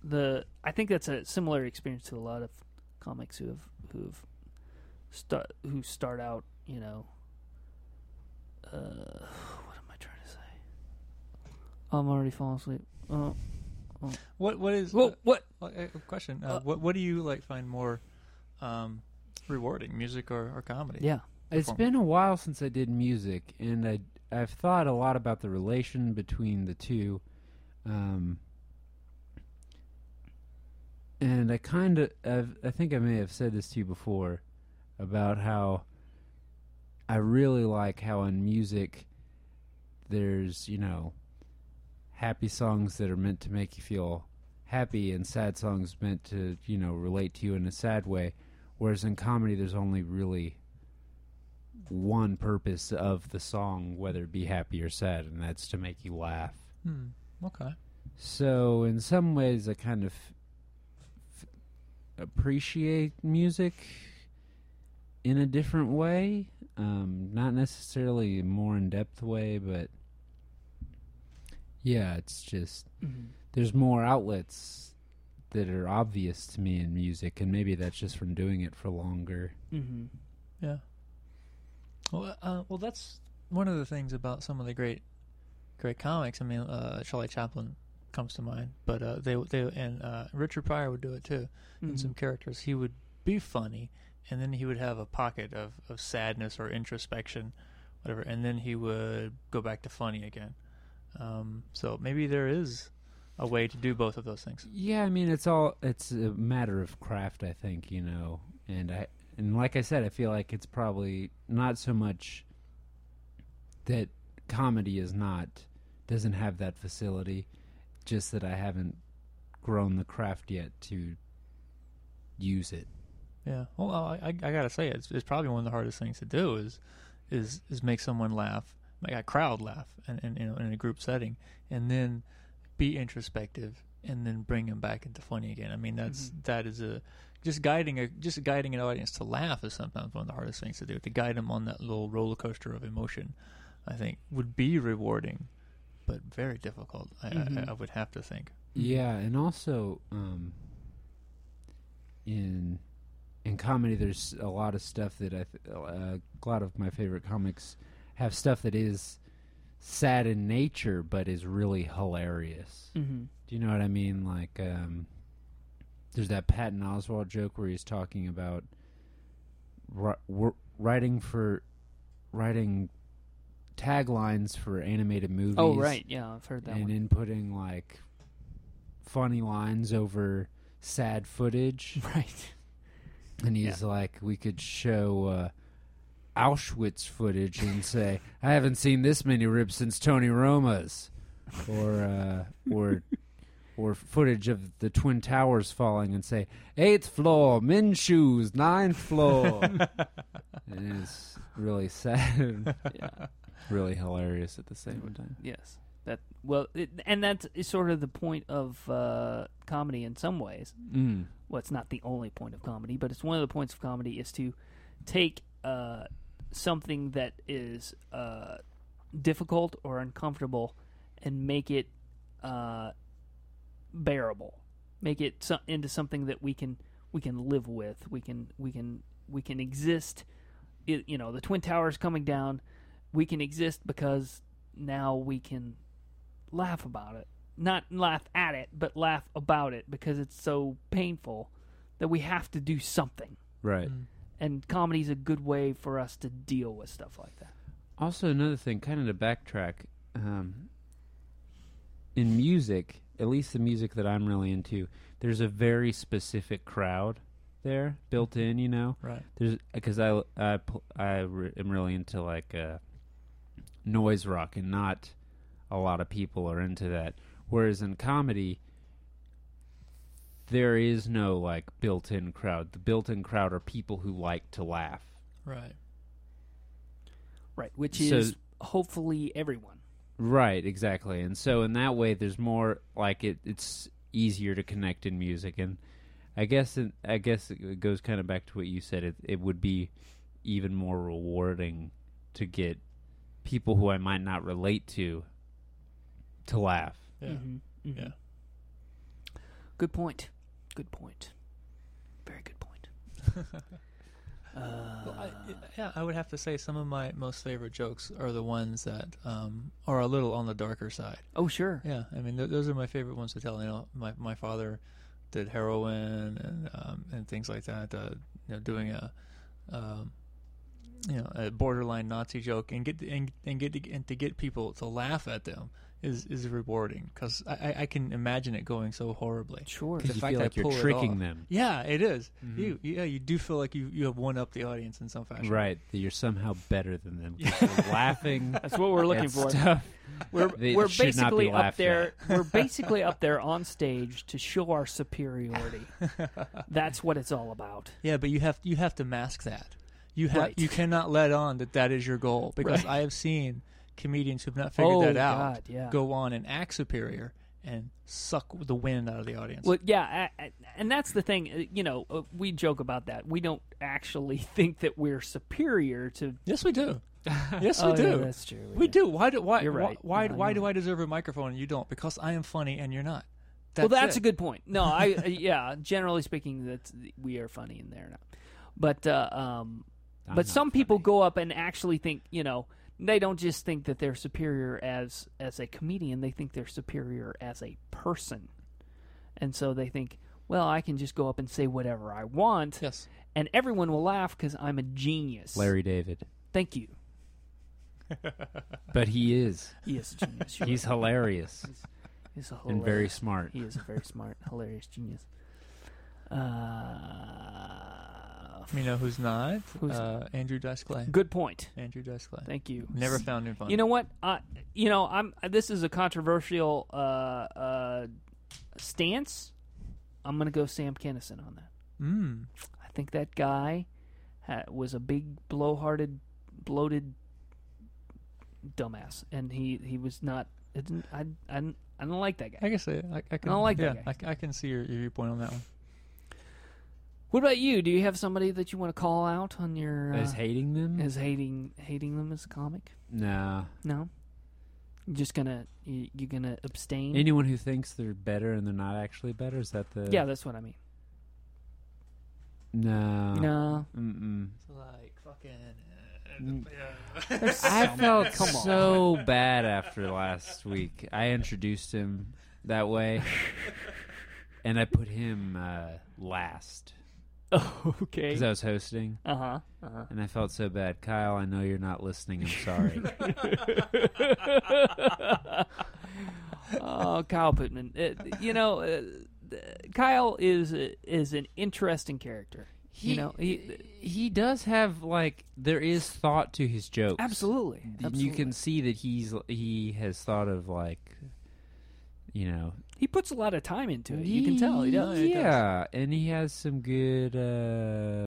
[SPEAKER 1] the I think that's a similar experience to a lot of comics who have who've start who start out you know uh, what am I trying to say? I'm already falling asleep. Oh,
[SPEAKER 2] What What is?
[SPEAKER 1] well, what?
[SPEAKER 2] uh, uh, question. Uh,
[SPEAKER 1] uh,
[SPEAKER 2] what What do you like find more um, rewarding, music or, or comedy?
[SPEAKER 1] Yeah.
[SPEAKER 3] It's
[SPEAKER 2] perform.
[SPEAKER 3] been a while since I did music, and I I've thought a lot about the relation between the two, um, and I kind of I've, I think I may have said this to you before about how I really like how in music there's you know happy songs that are meant to make you feel happy and sad songs meant to you know relate to you in a sad way, whereas in comedy there's only really one purpose of the song, whether it be happy or sad, and that's to make you laugh.
[SPEAKER 2] Hmm. Okay.
[SPEAKER 3] So, in some ways, I kind of f- appreciate music in a different way. Um, not necessarily a more in depth way, but yeah, it's just
[SPEAKER 2] Mm-hmm.
[SPEAKER 3] there's more outlets that are obvious to me in music, and maybe that's just from doing it for longer.
[SPEAKER 1] Mm-hmm.
[SPEAKER 2] Yeah. Well, uh, well, that's one of the things about some of the great, great comics. I mean, uh, Charlie Chaplin comes to mind, but uh, they they and uh, Richard Pryor would do it too. In
[SPEAKER 1] Mm-hmm.
[SPEAKER 2] some characters, he would be funny, and then he would have a pocket of of sadness or introspection, whatever, and then he would go back to funny again. Um, so maybe there is a way to do both of those things.
[SPEAKER 3] Yeah, I mean it's all it's a matter of craft, I think, you know. And I and like I said, I feel like it's probably not so much that comedy is not doesn't have that facility, just that I haven't grown the craft yet to use it.
[SPEAKER 2] Yeah. Well, I, I, I gotta say, it's, it's probably one of the hardest things to do is is is make someone laugh, make a crowd laugh, and, and you know, in a group setting, and then be introspective, and then bring them back into funny again. I mean, that's that is a just guiding a just guiding an audience to laugh is sometimes one of the hardest things to do. To guide them on that little roller coaster of emotion, I think would be rewarding, but very difficult. I, I, I would have to think.
[SPEAKER 3] Yeah, and also um, in in comedy, there's a lot of stuff that I th- uh, a lot of my favorite comics have stuff that is sad in nature, but is really hilarious.
[SPEAKER 1] Mm-hmm.
[SPEAKER 3] Do you know what I mean? Like, um, there's that Patton Oswald joke where he's talking about ri- wor- writing for writing taglines for animated movies
[SPEAKER 1] Oh right, yeah, I've heard that
[SPEAKER 3] and
[SPEAKER 1] one.
[SPEAKER 3] inputting like
[SPEAKER 7] funny lines over sad footage.
[SPEAKER 1] Right.
[SPEAKER 7] And he's like, we could show uh, Auschwitz footage and say, I haven't seen this many ribs since Tony Roma's, or uh, or or footage of the Twin Towers falling and say, eighth floor, men's shoes, ninth floor. and it's really sad, and
[SPEAKER 1] Yeah.
[SPEAKER 3] Really hilarious at the same time.
[SPEAKER 1] Yes. That well, it, and that's is sort of the point of uh, comedy in some ways.
[SPEAKER 7] mm,
[SPEAKER 1] Well, it's not the only point of comedy, but it's one of the points of comedy is to take uh, something that is uh, difficult or uncomfortable and make it uh, bearable, make it so- into something that we can we can live with. We can we can we can exist. It, you know, the twin towers coming down. We can exist because now we can laugh about it. Not laugh at it, but laugh about it because it's so painful that we have to do something.
[SPEAKER 7] right.
[SPEAKER 1] And comedy's a good way for us to deal with stuff like that.
[SPEAKER 3] Also, another thing, kind of to backtrack, um, in music, at least the music that I'm really into, there's a very specific crowd there built in. You know,
[SPEAKER 2] Right.
[SPEAKER 3] there's because I I pl- I re- am really into like uh, noise rock, and not a lot of people are into that. Whereas in comedy, there is no like built-in crowd. The built-in crowd are people who like to laugh.
[SPEAKER 2] Right.
[SPEAKER 1] Right. Which
[SPEAKER 3] So-
[SPEAKER 1] is hopefully everyone.
[SPEAKER 3] Right, exactly. And so in that way there's more like it it's easier to connect in music and I guess it, I guess it goes kind of back to what you said it it would be even more rewarding to get people who I might not relate to to laugh.
[SPEAKER 2] Yeah.
[SPEAKER 1] Mm-hmm.
[SPEAKER 2] Yeah.
[SPEAKER 1] Good point. Good point. Very good point. Uh,
[SPEAKER 2] Well, I, yeah, I would have to say some of my most favorite jokes are the ones that um, are a little on the darker side.
[SPEAKER 1] Oh, sure.
[SPEAKER 2] Yeah, I mean, th- those are my favorite ones to tell. You know, my my father did heroin and um, and things like that. Uh, you know, doing a um, you know a borderline Nazi joke and get and and get to, and to get people to laugh at them is is rewarding because I, I- I can imagine it going so horribly.
[SPEAKER 1] Sure.
[SPEAKER 2] The
[SPEAKER 3] You
[SPEAKER 2] fact
[SPEAKER 3] feel
[SPEAKER 2] I
[SPEAKER 3] like you're
[SPEAKER 2] pull it
[SPEAKER 3] tricking
[SPEAKER 2] off- Mm-hmm.
[SPEAKER 3] them.
[SPEAKER 2] Yeah, it is.
[SPEAKER 3] Mm-hmm.
[SPEAKER 2] You yeah, you do feel like you you have one up the audience in some fashion.
[SPEAKER 3] Right, that you're somehow better than them 'cause you're laughing.
[SPEAKER 1] That's what we're looking
[SPEAKER 3] at
[SPEAKER 1] for.
[SPEAKER 3] Stuff.
[SPEAKER 1] We're,
[SPEAKER 3] They
[SPEAKER 1] we're
[SPEAKER 3] should not be
[SPEAKER 1] basically up
[SPEAKER 3] laughed
[SPEAKER 1] there. we're basically up there on stage to show our superiority. That's what it's all about.
[SPEAKER 2] Yeah, but you have you have to mask that. You have
[SPEAKER 1] Right.
[SPEAKER 2] you cannot let on that that is your goal because
[SPEAKER 1] Right.
[SPEAKER 2] I have seen comedians who've not figured
[SPEAKER 1] Oh,
[SPEAKER 2] that out
[SPEAKER 1] God, yeah.
[SPEAKER 2] go on and act superior and suck the wind out of the audience.
[SPEAKER 1] Well, yeah, I, I, and that's the thing. uh, You know, uh, we joke about that. We don't actually think that we're superior to.
[SPEAKER 2] yes, we do. Yes, we
[SPEAKER 1] Oh, yeah,
[SPEAKER 2] do.
[SPEAKER 1] that's true.
[SPEAKER 2] We do. Why do why
[SPEAKER 1] You're
[SPEAKER 2] why-
[SPEAKER 1] right.
[SPEAKER 2] why,
[SPEAKER 1] No,
[SPEAKER 2] why
[SPEAKER 1] you're
[SPEAKER 2] do I deserve a microphone and you don't? Because I am funny and you're not. That's
[SPEAKER 1] well, that's
[SPEAKER 2] it.
[SPEAKER 1] a good point. No, I uh, yeah. Generally speaking, that we are funny in there now, but uh, um,
[SPEAKER 3] I'm
[SPEAKER 1] but
[SPEAKER 3] not
[SPEAKER 1] some people
[SPEAKER 3] funny.
[SPEAKER 1] go up and actually think you know they don't just think that they're superior as as a comedian. They think they're superior as a person, and so they think, well, I can just go up and say whatever I want,
[SPEAKER 2] Yes.
[SPEAKER 1] and everyone will laugh because I'm a genius.
[SPEAKER 3] Larry David.
[SPEAKER 1] thank you.
[SPEAKER 3] But he is.
[SPEAKER 1] He is a genius. You're
[SPEAKER 3] He's
[SPEAKER 1] right.
[SPEAKER 3] hilarious
[SPEAKER 1] He's a hilarious.
[SPEAKER 3] and very smart.
[SPEAKER 1] He is a very smart, hilarious genius. Uh,
[SPEAKER 2] You know who's not?
[SPEAKER 1] Who's-
[SPEAKER 2] uh, Andrew Dice Clay.
[SPEAKER 1] good point.
[SPEAKER 2] Andrew Dice Clay.
[SPEAKER 1] Thank you.
[SPEAKER 2] Never found him funny.
[SPEAKER 1] You know what? I, you know, I'm. This is a controversial uh, uh, stance. I'm going to go Sam Kennison on that.
[SPEAKER 2] Mm.
[SPEAKER 1] I think that guy ha- was a big blowhearted, bloated dumbass, and he he was not. I didn't. I I, didn't- I don't like that guy.
[SPEAKER 2] I guess I, I, I can.
[SPEAKER 1] don't like
[SPEAKER 2] yeah,
[SPEAKER 1] that guy.
[SPEAKER 2] I, I can see your, your viewpoint on that one.
[SPEAKER 1] What about you? Do you have somebody that you want to call out on your uh,
[SPEAKER 3] Is hating them?
[SPEAKER 1] as hating hating them as a comic?
[SPEAKER 3] Nah.
[SPEAKER 1] No. You're just gonna you, you're gonna abstain.
[SPEAKER 3] Anyone who thinks they're better and they're not actually better is that the
[SPEAKER 1] yeah, that's what I mean.
[SPEAKER 3] no
[SPEAKER 1] No,
[SPEAKER 3] Mm-mm.
[SPEAKER 2] like fucking. uh,
[SPEAKER 3] Mm.
[SPEAKER 1] I
[SPEAKER 3] I felt
[SPEAKER 1] come on.
[SPEAKER 3] so bad after last week. I introduced him that way, and I put him uh, last
[SPEAKER 1] Oh, okay.
[SPEAKER 3] because I was hosting,
[SPEAKER 1] Uh huh. Uh huh.
[SPEAKER 3] and I felt so bad. Kyle, I know you're not listening. I'm sorry.
[SPEAKER 1] Oh, Kyle Pittman. Uh, you know, uh, th- Kyle is is an interesting character. you know, he,
[SPEAKER 3] he does have like there is thought to his jokes.
[SPEAKER 1] absolutely, absolutely.
[SPEAKER 3] You can see that he's he has thought of like you know
[SPEAKER 1] He puts a lot of time into it. You can tell. He does.
[SPEAKER 3] yeah, and he has some good uh